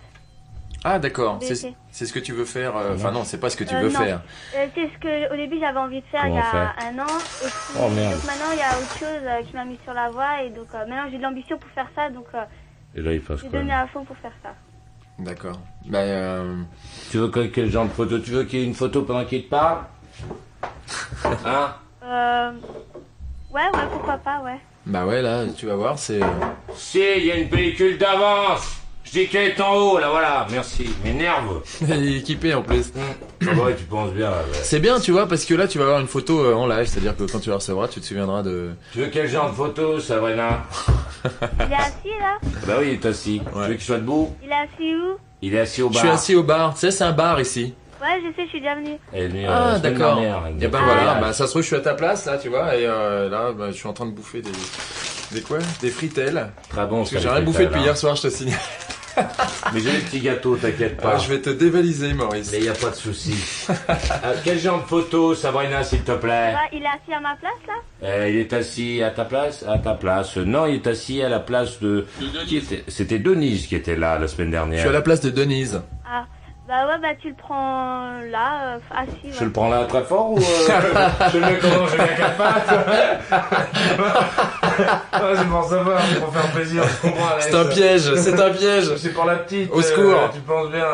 [SPEAKER 7] Ah, d'accord.
[SPEAKER 9] BT.
[SPEAKER 7] C'est c'est ce que tu veux faire. euh, Enfin, non, c'est pas ce que tu
[SPEAKER 9] Euh,
[SPEAKER 7] veux
[SPEAKER 9] non.
[SPEAKER 7] faire.
[SPEAKER 9] Euh, c'est ce que, au début, j'avais envie de faire
[SPEAKER 6] Comment
[SPEAKER 9] il y a
[SPEAKER 6] faire
[SPEAKER 9] un an. Et puis,
[SPEAKER 6] Oh, merde.
[SPEAKER 9] donc maintenant, il y a autre chose euh, qui m'a mis sur la voie. Et donc, euh, maintenant, j'ai de l'ambition pour faire ça. Donc, euh,
[SPEAKER 6] Et là, il passe
[SPEAKER 9] j'ai
[SPEAKER 6] quoi
[SPEAKER 9] donné à fond pour faire ça.
[SPEAKER 7] D'accord. Bah, euh,
[SPEAKER 6] Tu veux que- quel genre de photo Tu veux qu'il y ait une photo pendant qu'il te parle Hein
[SPEAKER 9] Euh... Ouais, ouais, pourquoi pas, ouais.
[SPEAKER 7] bah ouais, là, tu vas voir, c'est. euh,
[SPEAKER 6] Si, il y a une pellicule d'avance Je dis qu'elle est en haut, là, voilà. Merci. M'énerve.
[SPEAKER 7] Il est équipé en plus.
[SPEAKER 6] Ah ouais, tu penses bien. ouais.
[SPEAKER 7] C'est bien, tu vois, parce que là, tu vas avoir une photo euh, en live, c'est-à-dire que quand tu la recevras, tu te souviendras de.
[SPEAKER 6] Tu veux quel genre de photo, Sabrina
[SPEAKER 9] Il est assis, là
[SPEAKER 6] Bah oui, il est assis. Tu veux qu'il soit debout
[SPEAKER 9] Il est assis où
[SPEAKER 6] Il est assis au
[SPEAKER 7] Je
[SPEAKER 6] bar.
[SPEAKER 7] suis assis au bar, tu sais, c'est un bar ici.
[SPEAKER 9] Ouais, je sais, je suis déjà venue.
[SPEAKER 6] Elle est venue, euh,
[SPEAKER 7] Ah,
[SPEAKER 6] la semaine
[SPEAKER 7] d'accord.
[SPEAKER 6] dernière. Elle
[SPEAKER 7] Et ben
[SPEAKER 6] nous a fait
[SPEAKER 7] voilà,
[SPEAKER 6] la-
[SPEAKER 7] bah, ça se trouve, je suis à ta place, là, tu vois, et euh, là, bah, je suis en train de bouffer des. Des quoi Des fritelles.
[SPEAKER 6] Très bon,
[SPEAKER 7] Parce que j'ai rien bouffé depuis
[SPEAKER 6] là.
[SPEAKER 7] hier soir, je te signale.
[SPEAKER 6] Mais j'ai le petit gâteau, t'inquiète pas.
[SPEAKER 7] Ah, je vais te dévaliser, Maurice.
[SPEAKER 6] Mais il n'y a pas de souci. Euh, quel genre de photo, Sabrina, s'il te plaît
[SPEAKER 9] Ouais, il est assis à ma place, là
[SPEAKER 6] Euh, Il est assis à ta place À ta place. Non, il est assis à la place de... Qui était- C'était Denise qui était là la semaine
[SPEAKER 7] Je
[SPEAKER 6] dernière.
[SPEAKER 7] suis à la place de
[SPEAKER 6] euh,
[SPEAKER 7] Denise.
[SPEAKER 9] Ah, bah ouais, bah tu le prends là, euh, assis,
[SPEAKER 6] Je
[SPEAKER 9] ouais.
[SPEAKER 6] le prends là très fort ou euh, je le mets comment je mets la ouais, C'est pour savoir, c'est pour faire plaisir, je comprends. Alex.
[SPEAKER 7] C'est un piège, c'est un piège.
[SPEAKER 6] C'est pour la petite. euh,
[SPEAKER 7] Au secours.
[SPEAKER 6] Tu penses bien.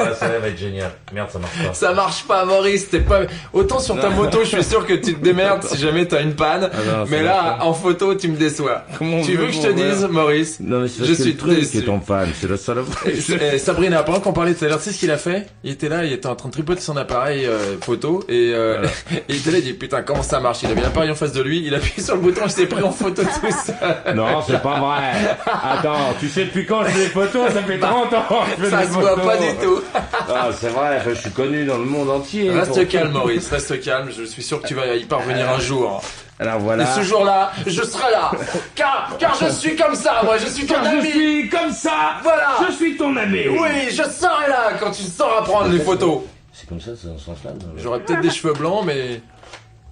[SPEAKER 6] Ah, ça va être génial. Merde, ça marche pas.
[SPEAKER 7] Ça marche pas, Maurice. T'es pas autant sur ta moto, je suis sûr que tu te démerdes si jamais t'as une panne.
[SPEAKER 6] non, Ah, ça
[SPEAKER 7] mais là, en photo, tu me déçois.
[SPEAKER 6] Comment
[SPEAKER 7] tu
[SPEAKER 6] on veut
[SPEAKER 7] veux que je te
[SPEAKER 6] qu'on voit
[SPEAKER 7] dise, Maurice
[SPEAKER 6] Non, mais c'est parce
[SPEAKER 7] Je
[SPEAKER 6] que
[SPEAKER 7] suis
[SPEAKER 6] le truc
[SPEAKER 7] déçu.
[SPEAKER 6] qui est ton fan, c'est la saloperie.
[SPEAKER 7] Eh, Sabrina, pendant qu'on parlait de Taylor, tu sais ce qu'il a fait Il était là, il était en train de tripoter son appareil euh, photo et euh, il était là, il dit putain comment ça marche Il avait l'appareil en face de lui, il appuyé sur le bouton, je t'ai pris en photo tout seul.
[SPEAKER 6] Non, c'est pas vrai. Attends, tu sais depuis quand je fais des photos Ça fait 30 ans que je fais
[SPEAKER 7] Bah,
[SPEAKER 6] des
[SPEAKER 7] Ça se voit
[SPEAKER 6] photos.
[SPEAKER 7] pas du tout.
[SPEAKER 6] Ah, c'est vrai, je suis connu dans le Euh, monde entier.
[SPEAKER 7] Reste
[SPEAKER 6] Pour-
[SPEAKER 7] calme, Maurice, reste calme. Je suis sûr que tu vas y parvenir un jour.
[SPEAKER 6] Alors voilà.
[SPEAKER 7] Et ce jour-là, je serai là, car car je suis comme ça, moi, je suis ton
[SPEAKER 6] Je
[SPEAKER 7] ami.
[SPEAKER 6] suis comme ça
[SPEAKER 7] Voilà.
[SPEAKER 6] Je suis ton ami
[SPEAKER 7] Oui, je serai là quand tu sauras prendre les photos.
[SPEAKER 6] C'est comme ça, c'est dans ce sens-là non
[SPEAKER 7] J'aurais peut-être des cheveux blancs, mais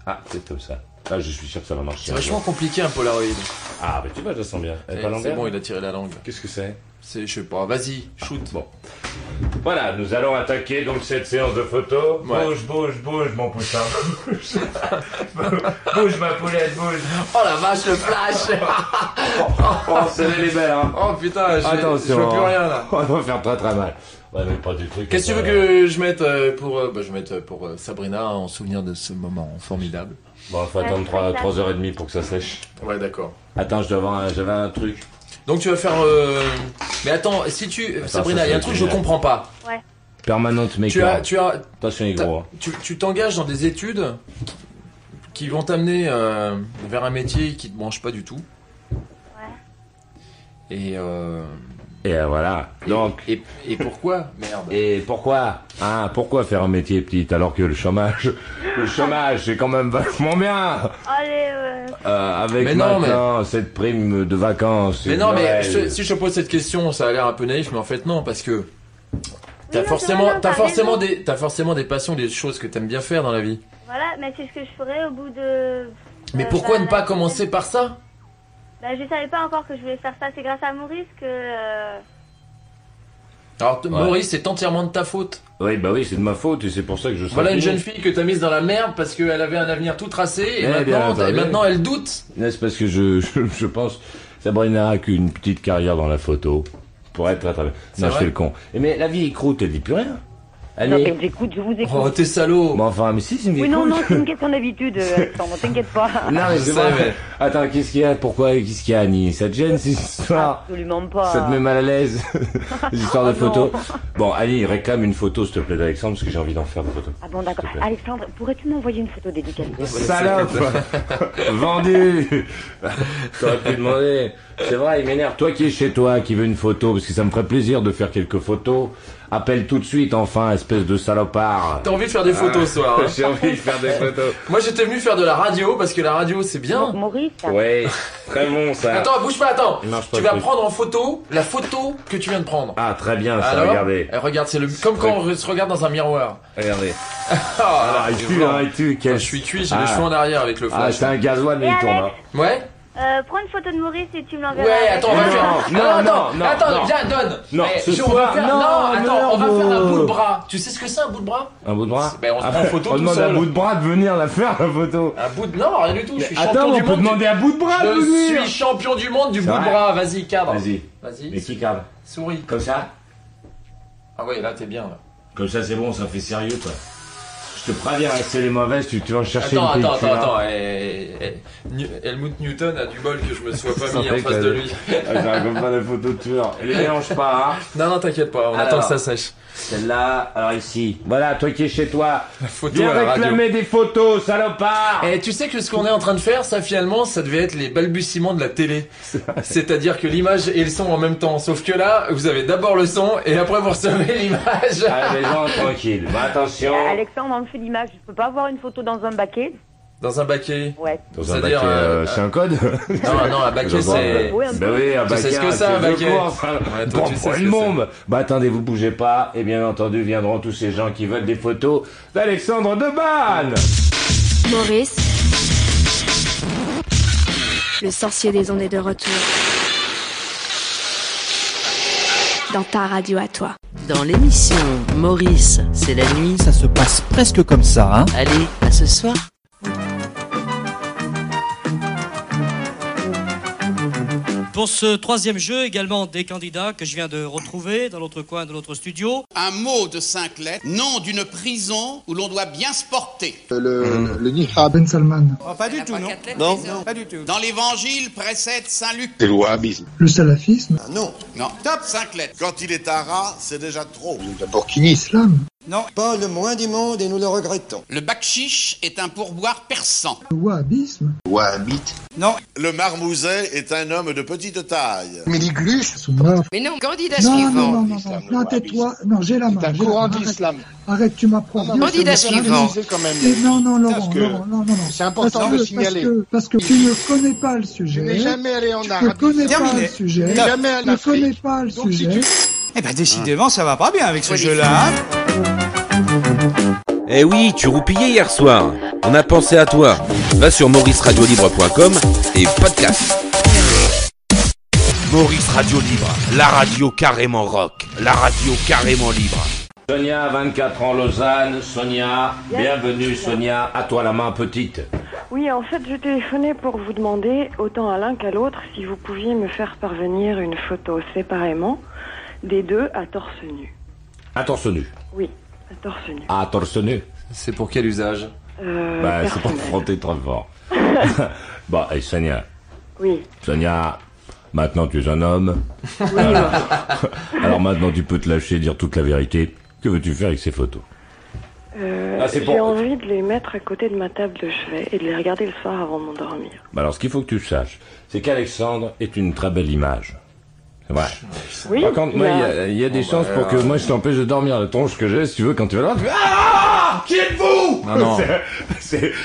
[SPEAKER 6] Ah, c'est comme ça. Là, je suis sûr que ça va marcher.
[SPEAKER 7] c'est vachement compliqué un Polaroid.
[SPEAKER 6] Ah, bah tu vois, je la sens bien. Elle est pas
[SPEAKER 7] Eh, C'est
[SPEAKER 6] lambert
[SPEAKER 7] bon, il a tiré la langue.
[SPEAKER 6] Qu'est-ce que c'est Ah,
[SPEAKER 7] C'est, je sais pas, vas-y, shoot.
[SPEAKER 6] Bon. Voilà, nous allons attaquer donc cette séance de photos.
[SPEAKER 7] Ouais.
[SPEAKER 6] Bouge, bouge, bouge, mon poussin. Bouge. bouge, ma poulette, bouge.
[SPEAKER 7] Oh la vache, le flash
[SPEAKER 6] Oh, celle-là, elle est belle, hein.
[SPEAKER 7] Oh putain, je, je
[SPEAKER 6] Attention. hein.
[SPEAKER 7] vois plus rien là.
[SPEAKER 6] On va faire très très mal. Ouais, mais pas du truc.
[SPEAKER 7] Qu'est-ce que tu veux
[SPEAKER 6] euh,
[SPEAKER 7] que je mette euh, pour... euh, Bah, je vais mettre euh, pour euh, Sabrina en souvenir de ce moment formidable.
[SPEAKER 6] Bon, faut attendre 3, heures et demie pour que ça sèche.
[SPEAKER 7] Ouais, d'accord.
[SPEAKER 6] Attends, je dois avoir un- j'avais un truc.
[SPEAKER 7] Donc tu vas faire... euh, Mais attends, si tu...
[SPEAKER 6] Attends,
[SPEAKER 7] Sabrina,
[SPEAKER 6] ça,
[SPEAKER 7] il y a un
[SPEAKER 6] c'est
[SPEAKER 7] truc que je
[SPEAKER 6] génial.
[SPEAKER 7] comprends pas.
[SPEAKER 6] Permanente make
[SPEAKER 7] Tu as... Tu as...
[SPEAKER 6] Attention, les
[SPEAKER 7] t'as-
[SPEAKER 6] gros. hein.
[SPEAKER 7] Tu tu t'engages dans des études qui vont t'amener euh, vers un métier qui te branche pas du tout.
[SPEAKER 9] Ouais.
[SPEAKER 7] Et... euh,
[SPEAKER 6] Et euh, voilà. Donc,
[SPEAKER 7] Et, et pourquoi Merde.
[SPEAKER 6] et pourquoi Ah, pourquoi faire un métier petit alors que le chômage, le chômage, c'est quand même vachement bien
[SPEAKER 9] Allez, euh,
[SPEAKER 6] Euh, Avec
[SPEAKER 7] Mais non, mais-
[SPEAKER 6] maintenant cette prime de vacances.
[SPEAKER 7] Mais
[SPEAKER 6] et
[SPEAKER 7] non, mais
[SPEAKER 6] Noël.
[SPEAKER 7] je- si je te pose cette question, ça a l'air un peu naïf, mais en fait non, parce que
[SPEAKER 9] non,
[SPEAKER 7] t'as
[SPEAKER 9] c'est
[SPEAKER 7] forcément,
[SPEAKER 9] vrai, non,
[SPEAKER 7] t'as
[SPEAKER 9] t'as
[SPEAKER 7] forcément
[SPEAKER 9] raison. Euh,
[SPEAKER 7] des, t'as forcément des passions, des choses que t'aimes bien faire dans la vie.
[SPEAKER 9] voilà, mais c'est ce que je ferais au bout de.
[SPEAKER 7] Mais
[SPEAKER 9] euh,
[SPEAKER 7] pourquoi
[SPEAKER 9] bah,
[SPEAKER 7] ne pas
[SPEAKER 9] la-
[SPEAKER 7] commencer par ça
[SPEAKER 9] Bah, je savais pas encore que je voulais faire ça. C'est grâce à Maurice que. euh,
[SPEAKER 7] Alors t-
[SPEAKER 6] Ouais.
[SPEAKER 7] Maurice, c'est entièrement de ta faute.
[SPEAKER 6] Oui, bah oui, c'est de ma faute et c'est pour ça que je. serai
[SPEAKER 7] Voilà une
[SPEAKER 6] puni.
[SPEAKER 7] jeune fille que t'as mise dans la merde parce qu'elle avait un avenir tout tracé et,
[SPEAKER 6] Eh bien,
[SPEAKER 7] maintenant,
[SPEAKER 6] attendez.
[SPEAKER 7] et maintenant elle doute.
[SPEAKER 6] N'est-ce parce que je, je, je pense Sabrina a qu'une petite carrière dans la photo pour être très bien.
[SPEAKER 7] C'est
[SPEAKER 6] Non, je
[SPEAKER 7] vrai
[SPEAKER 6] fais le con. Et mais la vieille croûte, elle dit plus rien. Elle
[SPEAKER 8] Non,
[SPEAKER 6] est-
[SPEAKER 8] mais je vous écoute, je vous écoute.
[SPEAKER 7] Oh t'es salaud.
[SPEAKER 6] Bon, enfin, mais si, c'est une vieille
[SPEAKER 8] oui, non,
[SPEAKER 6] croûte.
[SPEAKER 8] non, c'est une question d'habitude, euh, Alexandre, t'inquiète pas.
[SPEAKER 6] Non, mais
[SPEAKER 7] Je
[SPEAKER 6] c'est
[SPEAKER 7] sais,
[SPEAKER 6] vrai.
[SPEAKER 7] mais-
[SPEAKER 6] Attends, qu'est-ce qu'il y a Pourquoi Qu'est-ce qu'il y a, Annie Ça te gêne, cette histoire
[SPEAKER 8] Absolument pas.
[SPEAKER 6] Ça te met mal à l'aise, les histoires de
[SPEAKER 8] Oh, non.
[SPEAKER 6] photos. Bon, Annie, réclame une photo, s'il te plaît, d'Alexandre, parce que j'ai envie d'en faire des photos.
[SPEAKER 8] Ah bon, d'accord.
[SPEAKER 6] S'il te plaît.
[SPEAKER 8] Alexandre, pourrais-tu m'envoyer une photo dédicacée
[SPEAKER 6] Salope Vendu T'aurais pu demander. C'est vrai, il m'énerve. Toi qui es chez toi, qui veux une photo, parce que ça me ferait plaisir de faire quelques photos, appelle tout de suite, enfin, espèce de salopard.
[SPEAKER 7] T'as envie de faire des photos ce soir. hein.
[SPEAKER 6] J'ai envie de faire des photos.
[SPEAKER 7] Moi j'étais venu faire de la radio parce que la radio c'est bien.
[SPEAKER 8] Maurice
[SPEAKER 6] Ouais, très bon ça.
[SPEAKER 7] Attends, bouge pas, attends.
[SPEAKER 6] Il marche pas,
[SPEAKER 7] tu
[SPEAKER 6] le
[SPEAKER 7] vas
[SPEAKER 6] truc.
[SPEAKER 7] prendre en photo la photo que tu viens de prendre.
[SPEAKER 6] Ah, très bien ça,
[SPEAKER 7] Alors
[SPEAKER 6] regardez.
[SPEAKER 7] Eh, Regarde, c'est le comme quand on se regarde dans un miroir.
[SPEAKER 6] Regardez.
[SPEAKER 7] Ah,
[SPEAKER 6] Ah, il
[SPEAKER 7] t'es
[SPEAKER 6] tue,
[SPEAKER 7] blanc.
[SPEAKER 6] hein, il tue.
[SPEAKER 7] Ah,
[SPEAKER 6] Quel...
[SPEAKER 7] je suis cuit, j'ai les
[SPEAKER 6] Ah.
[SPEAKER 7] cheveux en arrière avec le
[SPEAKER 6] Ah,
[SPEAKER 7] flash.
[SPEAKER 6] c'est un gasoil, mais
[SPEAKER 9] Et
[SPEAKER 6] il tourne. hein.
[SPEAKER 9] Alex
[SPEAKER 7] ouais
[SPEAKER 9] euh, prends une photo de Maurice et tu me l'enverras.
[SPEAKER 7] Ouais, attends, on va
[SPEAKER 6] Non,
[SPEAKER 7] faire.
[SPEAKER 6] non,
[SPEAKER 7] attends,
[SPEAKER 6] non,
[SPEAKER 7] attends,
[SPEAKER 6] non.
[SPEAKER 7] viens, donne.
[SPEAKER 6] Non,
[SPEAKER 7] Eh,
[SPEAKER 6] ce
[SPEAKER 7] je- on va
[SPEAKER 6] soir,
[SPEAKER 7] faire-
[SPEAKER 6] non,
[SPEAKER 7] attends, on va
[SPEAKER 6] merde.
[SPEAKER 7] faire un bout de bras. Tu sais ce que c'est un bout de bras
[SPEAKER 6] Un bout de bras Ah,
[SPEAKER 7] Ben, on se prend en photo
[SPEAKER 6] On
[SPEAKER 7] tout
[SPEAKER 6] demande à
[SPEAKER 7] seul.
[SPEAKER 6] bout de bras de venir la faire, la photo.
[SPEAKER 7] Un bout de. Non, rien du tout, je suis
[SPEAKER 6] Attends,
[SPEAKER 7] champion
[SPEAKER 6] on
[SPEAKER 7] du
[SPEAKER 6] peut
[SPEAKER 7] monde.
[SPEAKER 6] demander à bout de bras de
[SPEAKER 7] Je
[SPEAKER 6] venir.
[SPEAKER 7] suis champion du monde du bout de
[SPEAKER 6] vrai.
[SPEAKER 7] bras. Vas-y, cadre.
[SPEAKER 6] Vas-y. Mais
[SPEAKER 7] Vas-y,
[SPEAKER 6] qui cadre
[SPEAKER 7] souris.
[SPEAKER 6] Comme ça
[SPEAKER 7] Ah ouais, là t'es bien là.
[SPEAKER 6] Comme ça, c'est bon, ça fait sérieux, quoi. Je te préviens, hein, c'est les mauvaises, tu, tu vas chercher
[SPEAKER 7] Attends,
[SPEAKER 6] une
[SPEAKER 7] attends,
[SPEAKER 6] pellicule,
[SPEAKER 7] attends, attends.
[SPEAKER 6] hein.
[SPEAKER 7] eh, eh, eh, New- Helmut Newton a du bol que je me sois pas
[SPEAKER 6] Ça
[SPEAKER 7] mis en
[SPEAKER 6] fait
[SPEAKER 7] face
[SPEAKER 6] que-
[SPEAKER 7] de lui.
[SPEAKER 6] Ah, J'arrive comme pas la photo de tueur. Et les mélange pas, hein.
[SPEAKER 7] Non, non, t'inquiète pas, on
[SPEAKER 6] Alors.
[SPEAKER 7] attend que ça sèche.
[SPEAKER 6] Celle-là, alors ici. Voilà, toi qui es chez toi.
[SPEAKER 7] La photo
[SPEAKER 6] Viens
[SPEAKER 7] à la radio. Eh.
[SPEAKER 6] réclamer des photos, salopard
[SPEAKER 7] Et tu sais que ce qu'on est en train de faire, ça finalement, ça devait être les balbutiements de la télé. C'est-à-dire que l'image et le son en même temps. Sauf que là, vous avez d'abord le son et après vous recevez l'image.
[SPEAKER 6] Allez, les gens, tranquille. Bah, attention.
[SPEAKER 8] Euh, Alexandre, on me fait l'image. Je peux pas avoir une photo dans un baquet
[SPEAKER 7] Dans un baquet.
[SPEAKER 8] Ouais.
[SPEAKER 6] Dans un
[SPEAKER 7] C'est-à-dire,
[SPEAKER 6] baquet, euh,
[SPEAKER 7] euh,
[SPEAKER 6] c'est un code
[SPEAKER 7] Non, non, un baquet c'est...
[SPEAKER 8] Ouais, un
[SPEAKER 6] Bah oui, un
[SPEAKER 7] Tu sais
[SPEAKER 6] baquet,
[SPEAKER 7] ce que c'est, un
[SPEAKER 6] c'est
[SPEAKER 7] baquet
[SPEAKER 6] deux courses.
[SPEAKER 7] Ouais, toi,
[SPEAKER 6] Bon,
[SPEAKER 7] tu sais
[SPEAKER 6] pour
[SPEAKER 7] ce
[SPEAKER 6] le
[SPEAKER 7] que
[SPEAKER 6] môme. Bah attendez, vous bougez pas, et bien entendu viendront tous ces gens qui veulent des photos d'Alexandre Deban
[SPEAKER 4] Maurice. Le sorcier des ondes est de retour. Dans ta radio à toi.
[SPEAKER 5] Dans l'émission Maurice, c'est la nuit.
[SPEAKER 10] Ça se passe presque comme ça, hein
[SPEAKER 5] Allez, à ce soir.
[SPEAKER 11] Pour ce troisième jeu, également des candidats que je viens de retrouver dans l'autre coin de l'autre studio.
[SPEAKER 3] Un mot de cinq lettres, nom d'une prison où l'on doit bien se porter.
[SPEAKER 10] Euh,
[SPEAKER 12] Euh, Ah, Ben
[SPEAKER 11] Oh, pas du tout, non Non, pas du tout.
[SPEAKER 3] Dans l'évangile précède Saint-Luc.
[SPEAKER 12] C'est le wahhabisme. Ah,
[SPEAKER 10] Le salafisme
[SPEAKER 12] Non.
[SPEAKER 3] Non, top cinq lettres.
[SPEAKER 12] Quand il est ara, c'est déjà trop. D'abord qui L'islam.
[SPEAKER 11] Non.
[SPEAKER 12] Pas le moins du monde et nous le regrettons.
[SPEAKER 3] Le bakchich est un pourboire persan.
[SPEAKER 10] Le wahhabisme
[SPEAKER 12] Wahhabite.
[SPEAKER 11] Non.
[SPEAKER 12] Le marmouset est un homme de petite taille.
[SPEAKER 10] Mais les gluches sont morts.
[SPEAKER 5] Mais non, candidat
[SPEAKER 10] Non,
[SPEAKER 5] suivant.
[SPEAKER 10] non, non, non, non,
[SPEAKER 12] L'islam, le
[SPEAKER 10] non, tais-toi. Non, j'ai la main. j'ai la main. Arrête,
[SPEAKER 12] d'islam.
[SPEAKER 10] arrête, tu m'apprends. bien, je
[SPEAKER 5] Candidat
[SPEAKER 10] me fais
[SPEAKER 5] suivant.
[SPEAKER 10] analyser. Et non, non, Laurent,
[SPEAKER 12] Parce que-
[SPEAKER 10] Laurent, non, non, non.
[SPEAKER 12] C'est important
[SPEAKER 10] Parce
[SPEAKER 12] de
[SPEAKER 10] que-
[SPEAKER 12] signaler.
[SPEAKER 10] Parce que, parce que tu ne connais pas le
[SPEAKER 12] Je
[SPEAKER 10] sujet.
[SPEAKER 12] n'ai jamais allé en
[SPEAKER 10] tu ne
[SPEAKER 12] Arabie.
[SPEAKER 10] connais pas
[SPEAKER 11] Terminé.
[SPEAKER 10] le sujet.
[SPEAKER 12] Terminé. Jamais en
[SPEAKER 10] Tu ne connais
[SPEAKER 12] Afrique.
[SPEAKER 10] pas le
[SPEAKER 12] Donc, si
[SPEAKER 10] sujet.
[SPEAKER 12] tu-
[SPEAKER 11] Eh ben décidément, ça va pas bien avec ce jeu-là.
[SPEAKER 1] Eh oui, tu roupillais hier soir. On a pensé à toi. Va sur mauriceradiolibre.com et podcast. Maurice Radio Libre, la radio carrément rock, la radio carrément libre.
[SPEAKER 6] Sonia, 24 ans, Lausanne. Sonia,
[SPEAKER 8] Yes.
[SPEAKER 6] bienvenue Sonia. À toi la main petite.
[SPEAKER 8] Oui, en fait, je téléphonais pour vous demander, autant à l'un qu'à l'autre, si vous pouviez me faire parvenir une photo séparément des deux à torse nu.
[SPEAKER 6] À torse nu.
[SPEAKER 8] Oui, à torse nu.
[SPEAKER 6] À torse nu.
[SPEAKER 7] C'est pour quel usage
[SPEAKER 8] Euh,
[SPEAKER 6] bah, c'est pas
[SPEAKER 8] personnel.
[SPEAKER 6] fronter trop fort. bon, et Sonia.
[SPEAKER 8] Oui.
[SPEAKER 6] Sonia, maintenant tu es un homme. Alors, alors maintenant tu peux te lâcher, dire toute la vérité. Que veux-tu faire avec ces photos
[SPEAKER 8] Euh,
[SPEAKER 6] Ah, c'est
[SPEAKER 8] j'ai
[SPEAKER 6] pour-
[SPEAKER 8] envie de les mettre à côté de ma table de chevet et de les regarder le soir avant de m'endormir.
[SPEAKER 6] Bah alors, ce qu'il faut que tu saches, c'est qu'Alexandre est une très belle image. C'est vrai.
[SPEAKER 10] Oui,
[SPEAKER 6] Par contre, moi, il y a, il y a des chances pour que moi je t'empêche de dormir. La tronche que j'ai, si tu veux, quand tu vas là, tu fais, Ah Qui êtes-vous
[SPEAKER 7] Non, non.
[SPEAKER 6] C'est-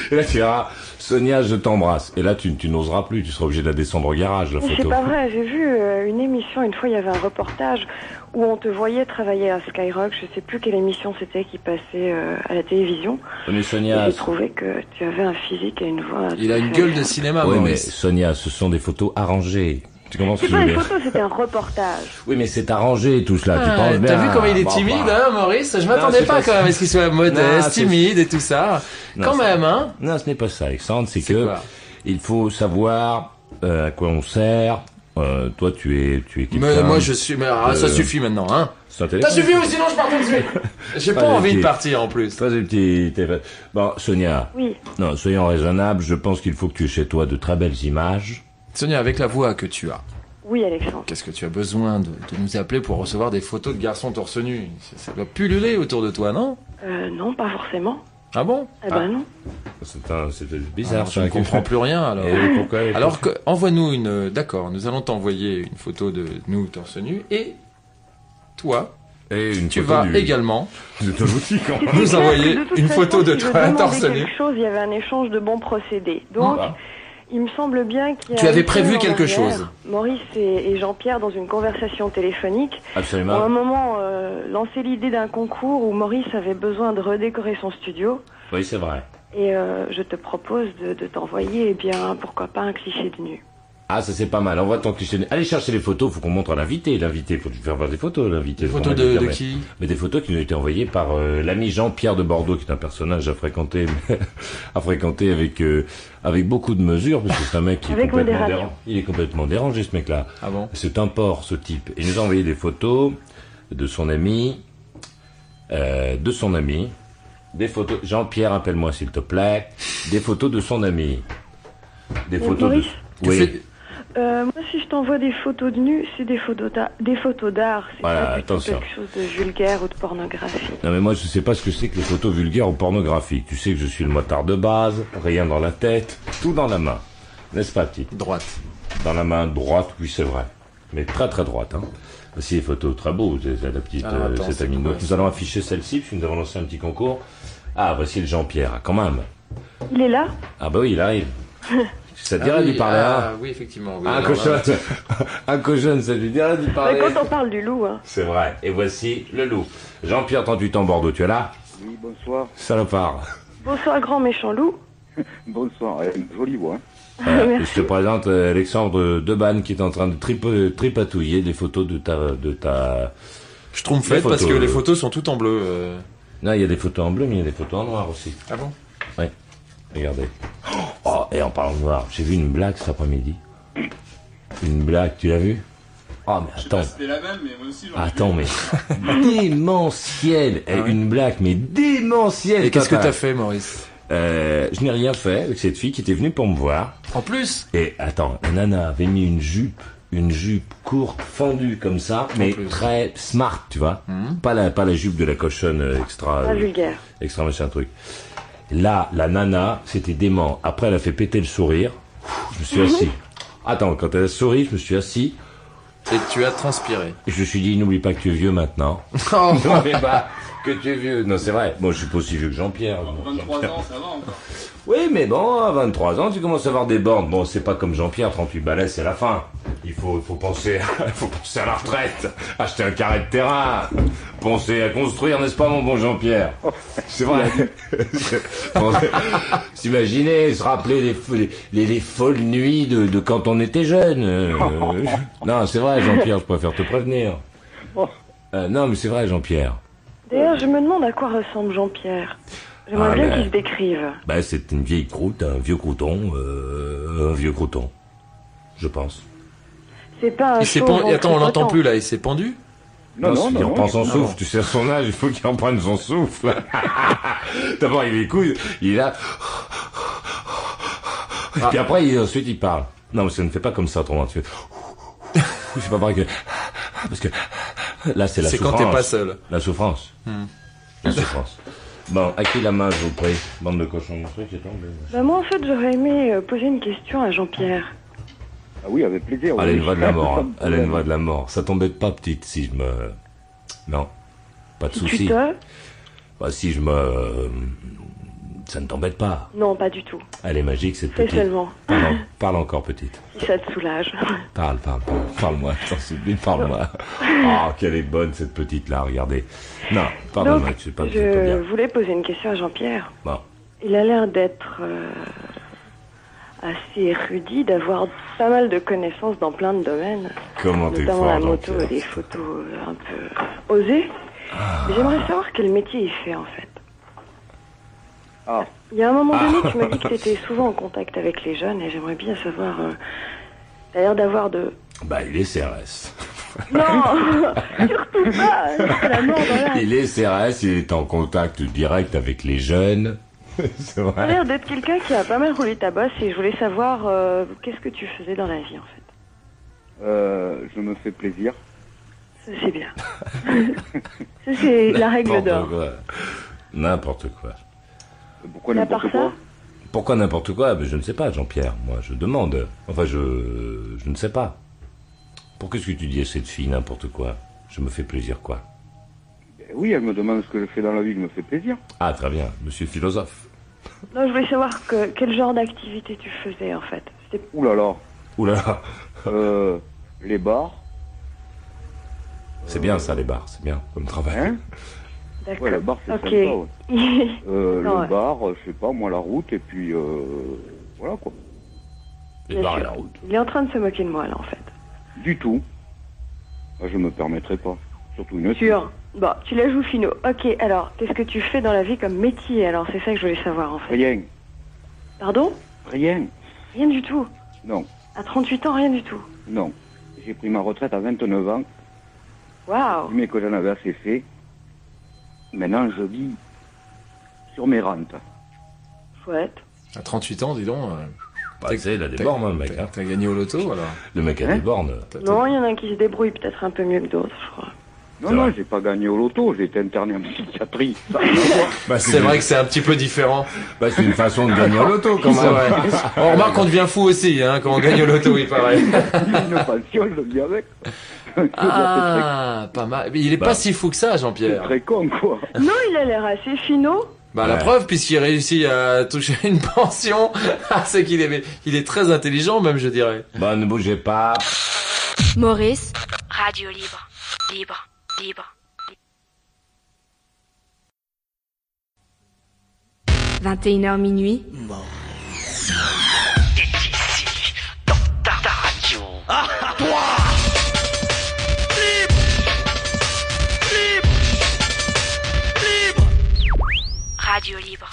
[SPEAKER 6] c'est- Là, tu verras, Sonia, je t'embrasse. Et là, tu, tu n'oseras plus. Tu seras obligé de la descendre au garage, la
[SPEAKER 10] Mais C'est
[SPEAKER 6] photo.
[SPEAKER 10] pas vrai, j'ai vu euh, une émission, une fois il y avait un reportage où on te voyait travailler à Skyrock, je sais plus quelle émission c'était qui passait euh, à la télévision.
[SPEAKER 6] Mais Sonia,
[SPEAKER 10] Et j'ai trouvé que tu avais un physique et une voix. tout à fait-
[SPEAKER 7] cinéma,
[SPEAKER 6] Oui, mais
[SPEAKER 7] Maurice.
[SPEAKER 6] Sonia, ce sont des photos arrangées. Tu commences
[SPEAKER 10] C'est
[SPEAKER 6] tu
[SPEAKER 10] pas
[SPEAKER 6] veux
[SPEAKER 10] une
[SPEAKER 6] dire.
[SPEAKER 10] photo, c'était un reportage.
[SPEAKER 6] Oui, mais c'est arrangé tout cela. tu penses
[SPEAKER 7] Ah,
[SPEAKER 6] bien.
[SPEAKER 7] T'as vu comment il est
[SPEAKER 6] Bah,
[SPEAKER 7] timide,
[SPEAKER 6] bah.
[SPEAKER 7] hein, Maurice Je
[SPEAKER 6] Non,
[SPEAKER 7] m'attendais
[SPEAKER 6] c'est
[SPEAKER 7] pas
[SPEAKER 6] pas
[SPEAKER 7] quand
[SPEAKER 6] ça.
[SPEAKER 7] même à ce qu'il soit
[SPEAKER 6] Non,
[SPEAKER 7] modeste,
[SPEAKER 6] c'est-
[SPEAKER 7] timide et tout ça.
[SPEAKER 6] Non,
[SPEAKER 7] Quand
[SPEAKER 6] c'est-
[SPEAKER 7] même, hein
[SPEAKER 6] Non, ce n'est pas ça, Alexandre. C'est que il faut savoir euh, à quoi on sert. Euh, toi, tu es, tu es.
[SPEAKER 7] Mais moi je suis. Mais ah, ça
[SPEAKER 6] Euh,
[SPEAKER 7] suffit maintenant, hein
[SPEAKER 6] Ça
[SPEAKER 7] Ça suffit ou sinon je pars tout de suite J'ai pas envie de partir. en plus.
[SPEAKER 6] Très petit. téléphone. Bon, Sonia.
[SPEAKER 10] Oui.
[SPEAKER 6] Non, soyons raisonnables. Je pense qu'il faut que tu aies chez toi de très belles images.
[SPEAKER 7] Sonia, avec la voix que tu as,
[SPEAKER 10] Oui, Alexandre.
[SPEAKER 7] qu'est-ce que tu as besoin de, de nous appeler pour recevoir des photos de garçons torse nu ça, ça doit pulluler autour de toi, non
[SPEAKER 10] Euh, non, pas forcément.
[SPEAKER 7] Ah bon
[SPEAKER 10] Eh ben non.
[SPEAKER 6] C'est un- c'est bizarre.
[SPEAKER 7] Alors, je
[SPEAKER 6] ça,
[SPEAKER 7] ne
[SPEAKER 6] qu'est-ce
[SPEAKER 7] comprends
[SPEAKER 6] que-
[SPEAKER 7] plus rien alors.
[SPEAKER 6] Et Eh pourquoi elle est
[SPEAKER 7] alors que- envoie-nous une. euh, D'accord, nous allons t'envoyer une photo de nous torse nu et toi.
[SPEAKER 6] Et une
[SPEAKER 7] tu
[SPEAKER 6] photo
[SPEAKER 7] vas
[SPEAKER 6] du-
[SPEAKER 7] également
[SPEAKER 6] de ton hein. outil quand
[SPEAKER 10] C'était
[SPEAKER 7] nous
[SPEAKER 10] clair
[SPEAKER 7] envoyer
[SPEAKER 10] que de toute
[SPEAKER 7] une
[SPEAKER 10] façon,
[SPEAKER 7] photo de
[SPEAKER 10] si je
[SPEAKER 7] toi
[SPEAKER 10] demandais
[SPEAKER 7] torse nu.
[SPEAKER 10] quelque chose, il y avait un échange de bons procédés. Donc,
[SPEAKER 7] Ah.
[SPEAKER 10] il me semble bien qu'il y a
[SPEAKER 7] Tu avais
[SPEAKER 10] une
[SPEAKER 7] prévu
[SPEAKER 10] semaine en
[SPEAKER 7] quelque
[SPEAKER 10] arrière,
[SPEAKER 7] chose.
[SPEAKER 10] Maurice et, et Jean-Pierre, dans une conversation téléphonique,
[SPEAKER 6] Absolument.
[SPEAKER 10] ont à un moment euh, lancé l'idée d'un concours où Maurice avait besoin de redécorer son studio.
[SPEAKER 6] Oui, c'est vrai.
[SPEAKER 10] Et euh, je te propose de, de t'envoyer, eh bien, pourquoi pas un cliché de nu.
[SPEAKER 6] Ah, ça c'est pas mal. Envoie ton cliché. Allez chercher les photos. Faut qu'on montre à l'invité. L'invité, faut lui faire voir des photos. L'invité.
[SPEAKER 7] Des
[SPEAKER 6] Faut
[SPEAKER 7] photos
[SPEAKER 6] qu'on lui
[SPEAKER 7] de-
[SPEAKER 6] dise,
[SPEAKER 7] de
[SPEAKER 6] mais-
[SPEAKER 7] qui
[SPEAKER 6] Mais des photos qui nous ont été envoyées par euh, l'ami Jean-Pierre de Bordeaux, qui est un personnage à fréquenter, à fréquenter avec euh, avec beaucoup de mesures, parce que c'est un mec qui est
[SPEAKER 10] Avec
[SPEAKER 6] complètement
[SPEAKER 10] modération.
[SPEAKER 6] dérangé. Il est complètement dérangé, ce mec-là.
[SPEAKER 7] Ah bon
[SPEAKER 6] C'est un porc, ce type. Et il nous a envoyé des photos de son ami, euh, de son ami, des photos. Jean-Pierre, appelle-moi s'il te plaît. Des photos de son ami, des
[SPEAKER 10] Mon
[SPEAKER 6] photos
[SPEAKER 10] Maurice
[SPEAKER 6] de. Oui.
[SPEAKER 10] Euh, moi, si je t'envoie des photos de nu, c'est des photos d'a- des photos d'art. C'est
[SPEAKER 6] Voilà,
[SPEAKER 10] pas du tout
[SPEAKER 6] attention.
[SPEAKER 10] quelque chose de vulgaire ou de pornographique.
[SPEAKER 6] Non mais moi je sais pas ce que c'est que les photos vulgaires ou pornographiques. Tu sais que je suis le motard de base, rien dans la tête, tout dans la main. N'est-ce pas petit
[SPEAKER 7] Droite.
[SPEAKER 6] Dans la main droite, oui c'est vrai. Mais très très droite. Hein. Voici les photos très beaux, c'est la petite,
[SPEAKER 7] Ah,
[SPEAKER 6] euh,
[SPEAKER 7] attends,
[SPEAKER 6] cette
[SPEAKER 7] c'est
[SPEAKER 6] amie de
[SPEAKER 7] quoi,
[SPEAKER 6] nous. Nous
[SPEAKER 7] ça
[SPEAKER 6] allons afficher celle-ci, puis nous avons lancé un petit concours. Ah voici le Jean-Pierre, ah, quand même.
[SPEAKER 10] Il est là
[SPEAKER 6] Ah bah oui, il arrive. Ça te
[SPEAKER 7] Ah
[SPEAKER 6] dirait
[SPEAKER 7] oui,
[SPEAKER 6] d'y parler à
[SPEAKER 7] ah oui, effectivement. oui,
[SPEAKER 6] un
[SPEAKER 7] alors euh,
[SPEAKER 6] cochon.
[SPEAKER 7] là-
[SPEAKER 6] un cochon, ça te dirait d'y
[SPEAKER 10] Mais
[SPEAKER 6] parler
[SPEAKER 10] quand on parle du loup, hein.
[SPEAKER 6] C'est vrai. Et voici le loup. Jean-Pierre, 38 ans, Bordeaux, tu es là
[SPEAKER 13] Oui, bonsoir.
[SPEAKER 6] Salopard.
[SPEAKER 10] Bonsoir, grand méchant loup.
[SPEAKER 13] Bonsoir, eh, jolie voix. hein.
[SPEAKER 6] Voilà.
[SPEAKER 10] Merci.
[SPEAKER 6] je te présente euh, Alexandre Deban qui est en train de tripe- tripatouiller des photos de ta de ta.
[SPEAKER 7] Je trompe fait parce que les photos sont toutes en bleu. euh.
[SPEAKER 6] Non, il y a des photos en bleu, mais il y a des photos en noir aussi.
[SPEAKER 7] Ah bon
[SPEAKER 6] Oui. Regardez. Oh, et en parlant de noir, j'ai vu une blague cet après-midi. Une blague, tu l'as vue Oh, mais attends.
[SPEAKER 14] C'était la même, mais moi aussi j'en ai
[SPEAKER 6] Attends, mais démentielle Eh, Une blague, mais démentielle
[SPEAKER 7] Ah Et qu'est-ce que
[SPEAKER 6] papa.
[SPEAKER 7] t'as fait, Maurice
[SPEAKER 6] Euh, je n'ai rien fait avec cette fille qui était venue pour me voir.
[SPEAKER 7] En plus
[SPEAKER 6] Et attends, la nana avait mis une jupe, une jupe courte, fendue comme ça, mais
[SPEAKER 7] plus. Mhm.
[SPEAKER 6] très smart, tu vois. Pas, la, pas la jupe de la cochonne euh, extra...
[SPEAKER 10] Pas
[SPEAKER 6] euh,
[SPEAKER 10] vulgaire.
[SPEAKER 6] Extra machin truc. Là, la nana, c'était dément. Après, elle a fait péter le sourire. Je me suis assis. Attends, quand elle a souri, je me suis assis.
[SPEAKER 7] Et tu as transpiré.
[SPEAKER 6] Et je me suis dit, n'oublie pas que tu es vieux maintenant.
[SPEAKER 7] Oh.
[SPEAKER 6] non, mais bah, que tu es vieux. Non, c'est vrai. Moi, je suis pas aussi vieux que Jean-Pierre. Bon,
[SPEAKER 14] 23
[SPEAKER 6] Jean-Pierre.
[SPEAKER 14] ans, ça va encore.
[SPEAKER 6] Oui, mais bon, à 23 ans, tu commences à avoir des bornes. Bon, c'est pas comme Jean-Pierre, 38 balais, c'est la fin. Il faut, il faut penser, il faut penser à la retraite, acheter un carré de terrain, penser à construire, n'est-ce pas, mon bon Jean-Pierre C'est vrai. Penser- S'imaginer, se rappeler les, fo- les, les- les folles nuits de, de quand on était jeune. Euh, non, c'est vrai, Jean-Pierre, je préfère te prévenir.
[SPEAKER 10] Oh.
[SPEAKER 6] Euh, non, mais c'est vrai, Jean-Pierre.
[SPEAKER 10] D'ailleurs, je me demande à quoi ressemble Jean-Pierre. J'aimerais
[SPEAKER 6] Ah,
[SPEAKER 10] bien
[SPEAKER 6] ben.
[SPEAKER 10] qu'il se décrive.
[SPEAKER 6] Bah, c'est une vieille croûte, un vieux crouton, euh, un vieux crouton, je pense.
[SPEAKER 10] C'est pas un
[SPEAKER 7] Il s'est
[SPEAKER 10] chauve
[SPEAKER 7] pendu.
[SPEAKER 10] en
[SPEAKER 7] Attends, on l'entend
[SPEAKER 10] tricotant.
[SPEAKER 7] plus là, il s'est pendu
[SPEAKER 6] Non, non, il
[SPEAKER 7] non,
[SPEAKER 6] reprend
[SPEAKER 7] non,
[SPEAKER 6] son
[SPEAKER 7] non.
[SPEAKER 6] souffle. Tu sais, à son âge, il faut qu'il reprenne son souffle. D'abord, il écoute, il est là. Et puis après, il, ensuite, il parle. Non, mais ça ne fait pas comme ça, autrement. Tu fais... Je sais pas pareil que... Parce que là, c'est la
[SPEAKER 7] C'est quand
[SPEAKER 6] souffrance.
[SPEAKER 7] t'es pas seul.
[SPEAKER 6] La souffrance.
[SPEAKER 7] Hmm.
[SPEAKER 6] La souffrance. Bon, à qui la main, je vous prie Bande de cochons, mon truc est tombé.
[SPEAKER 10] Bah, moi, en fait, j'aurais aimé euh, poser une question à Jean-Pierre.
[SPEAKER 13] Ah oui, avec plaisir.
[SPEAKER 6] Elle a
[SPEAKER 13] oui.
[SPEAKER 6] une voix de la mort. hein.
[SPEAKER 13] Sans
[SPEAKER 6] Elle a une
[SPEAKER 13] problème.
[SPEAKER 6] voix de la mort. Ça tombait pas petite si je me. Non, pas de
[SPEAKER 10] Tu
[SPEAKER 6] souci.
[SPEAKER 10] te-
[SPEAKER 6] Bah, si je me. Ça ne t'embête pas.
[SPEAKER 10] Non, pas du tout.
[SPEAKER 6] Elle est magique cette
[SPEAKER 10] C'est
[SPEAKER 6] petite.
[SPEAKER 10] seulement
[SPEAKER 6] Parle, en- parle encore petite.
[SPEAKER 10] si ça te soulage.
[SPEAKER 6] Parle, parle, parle. Parle-moi, je t'en supplie, parle-moi. Oh, qu'elle est bonne cette petite là, regardez. Non, pardon,
[SPEAKER 10] Donc,
[SPEAKER 6] je sais pas, vous êtes pas
[SPEAKER 10] je
[SPEAKER 6] bien.
[SPEAKER 10] voulais poser une question à Jean-Pierre.
[SPEAKER 6] Bon.
[SPEAKER 10] Il a l'air d'être euh, assez érudit, d'avoir pas mal de connaissances dans plein de domaines.
[SPEAKER 6] Comment t'es
[SPEAKER 10] Notamment
[SPEAKER 6] fort,
[SPEAKER 10] la moto
[SPEAKER 6] Jean-Pierre.
[SPEAKER 10] et des photos euh, un peu osées. Mais J'aimerais savoir quel métier il fait en fait.
[SPEAKER 13] Ah.
[SPEAKER 10] Il y a un moment donné,
[SPEAKER 13] Ah.
[SPEAKER 10] tu m'as dit que tu étais souvent en contact avec les jeunes et j'aimerais bien savoir. euh, T'as l'air d'avoir de.
[SPEAKER 6] Bah, il est CRS.
[SPEAKER 10] Non Surtout pas C'est la mort dans l'âme.
[SPEAKER 6] Il est CRS, il est en contact direct avec les jeunes. C'est
[SPEAKER 10] T'as
[SPEAKER 6] vrai.
[SPEAKER 10] l'air d'être quelqu'un qui a pas mal roulé ta bosse et je voulais savoir euh, qu'est-ce que tu faisais dans la vie en fait.
[SPEAKER 13] Euh, je me fais plaisir.
[SPEAKER 10] Ça, C'est bien. Ça, c'est la règle
[SPEAKER 6] N'importe
[SPEAKER 10] d'or.
[SPEAKER 6] quoi. N'importe quoi.
[SPEAKER 13] Pourquoi
[SPEAKER 10] Et à part ça,
[SPEAKER 6] Pourquoi n'importe quoi Mais Je ne sais pas, Jean-Pierre. Moi, je demande. Enfin, je, je ne sais pas. Pourquoi est-ce que tu dis à cette fille n'importe quoi Je me fais plaisir quoi
[SPEAKER 13] Eh Oui, elle me demande ce que je fais dans la vie, je me fais plaisir.
[SPEAKER 6] Ah, très bien, monsieur philosophe.
[SPEAKER 10] non, je voulais savoir que, quel genre d'activité tu faisais en fait. C'était
[SPEAKER 13] Ouh là là.
[SPEAKER 6] Ouh là là.
[SPEAKER 13] Euh, les bars. Euh,
[SPEAKER 6] C'est bien ça, les bars, c'est bien comme travail.
[SPEAKER 13] hein
[SPEAKER 10] D'accord.
[SPEAKER 13] Ouais, le bar, c'est
[SPEAKER 10] Ok.
[SPEAKER 13] sympa, ouais. Euh,
[SPEAKER 10] Non,
[SPEAKER 13] le
[SPEAKER 10] ouais.
[SPEAKER 13] bar, euh, je sais pas, moi, la route, et puis, euh, voilà, quoi.
[SPEAKER 10] Bien sûr. Il est en train de se moquer de moi là en fait.
[SPEAKER 13] Du tout. Ah, je me permettrai pas. Surtout une fille.
[SPEAKER 10] Sûr. Bon, tu la joues finot. Ok, alors, qu'est-ce que tu fais dans la vie comme métier Alors, c'est ça que je voulais savoir en fait.
[SPEAKER 13] Rien.
[SPEAKER 10] Pardon
[SPEAKER 13] Rien.
[SPEAKER 10] Rien du tout.
[SPEAKER 13] Non.
[SPEAKER 10] À 38 ans, rien du tout.
[SPEAKER 13] Non. J'ai pris ma retraite à 29 ans.
[SPEAKER 10] Waouh
[SPEAKER 13] Mais que j'en avais assez fait. Maintenant, je vis sur mes rentes.
[SPEAKER 10] Chouette.
[SPEAKER 7] À 38 ans, dis donc. euh, t'as-
[SPEAKER 6] il a des
[SPEAKER 7] t'as-
[SPEAKER 6] bornes, hein, le mec.
[SPEAKER 7] t'as- T'as gagné au loto, alors.
[SPEAKER 6] Le mec a
[SPEAKER 13] Hein
[SPEAKER 6] des bornes.
[SPEAKER 10] Non, il y en a qui se débrouillent peut-être un peu mieux que d'autres, je crois.
[SPEAKER 13] Non, non, j'ai pas gagné au loto, j'ai été interné en psychiatrie. Ça,
[SPEAKER 7] Bah, c'est vrai que c'est un petit peu différent.
[SPEAKER 6] Bah, c'est une façon de gagner au loto, quand
[SPEAKER 7] C'est
[SPEAKER 6] même.
[SPEAKER 7] vrai. On remarque qu'on devient fou aussi, hein, quand on gagne au loto, il paraît.
[SPEAKER 13] Une passion, je vis avec.
[SPEAKER 7] Ah, pas mal. Mais il est
[SPEAKER 13] Bah,
[SPEAKER 7] pas si fou que ça, Jean-Pierre.
[SPEAKER 13] C'est très con, quoi.
[SPEAKER 10] Non, il a l'air assez finot.
[SPEAKER 7] Bah, la
[SPEAKER 13] Ouais.
[SPEAKER 7] preuve, puisqu'il réussit à toucher une pension, ah, c'est qu'il est, il est très intelligent, même, je dirais.
[SPEAKER 6] Bah, ne bougez pas.
[SPEAKER 4] Maurice,
[SPEAKER 2] Radio libre. Libre. Libre.
[SPEAKER 4] 21h minuit.
[SPEAKER 2] Ah, toi Libre Libre Libre Radio libre.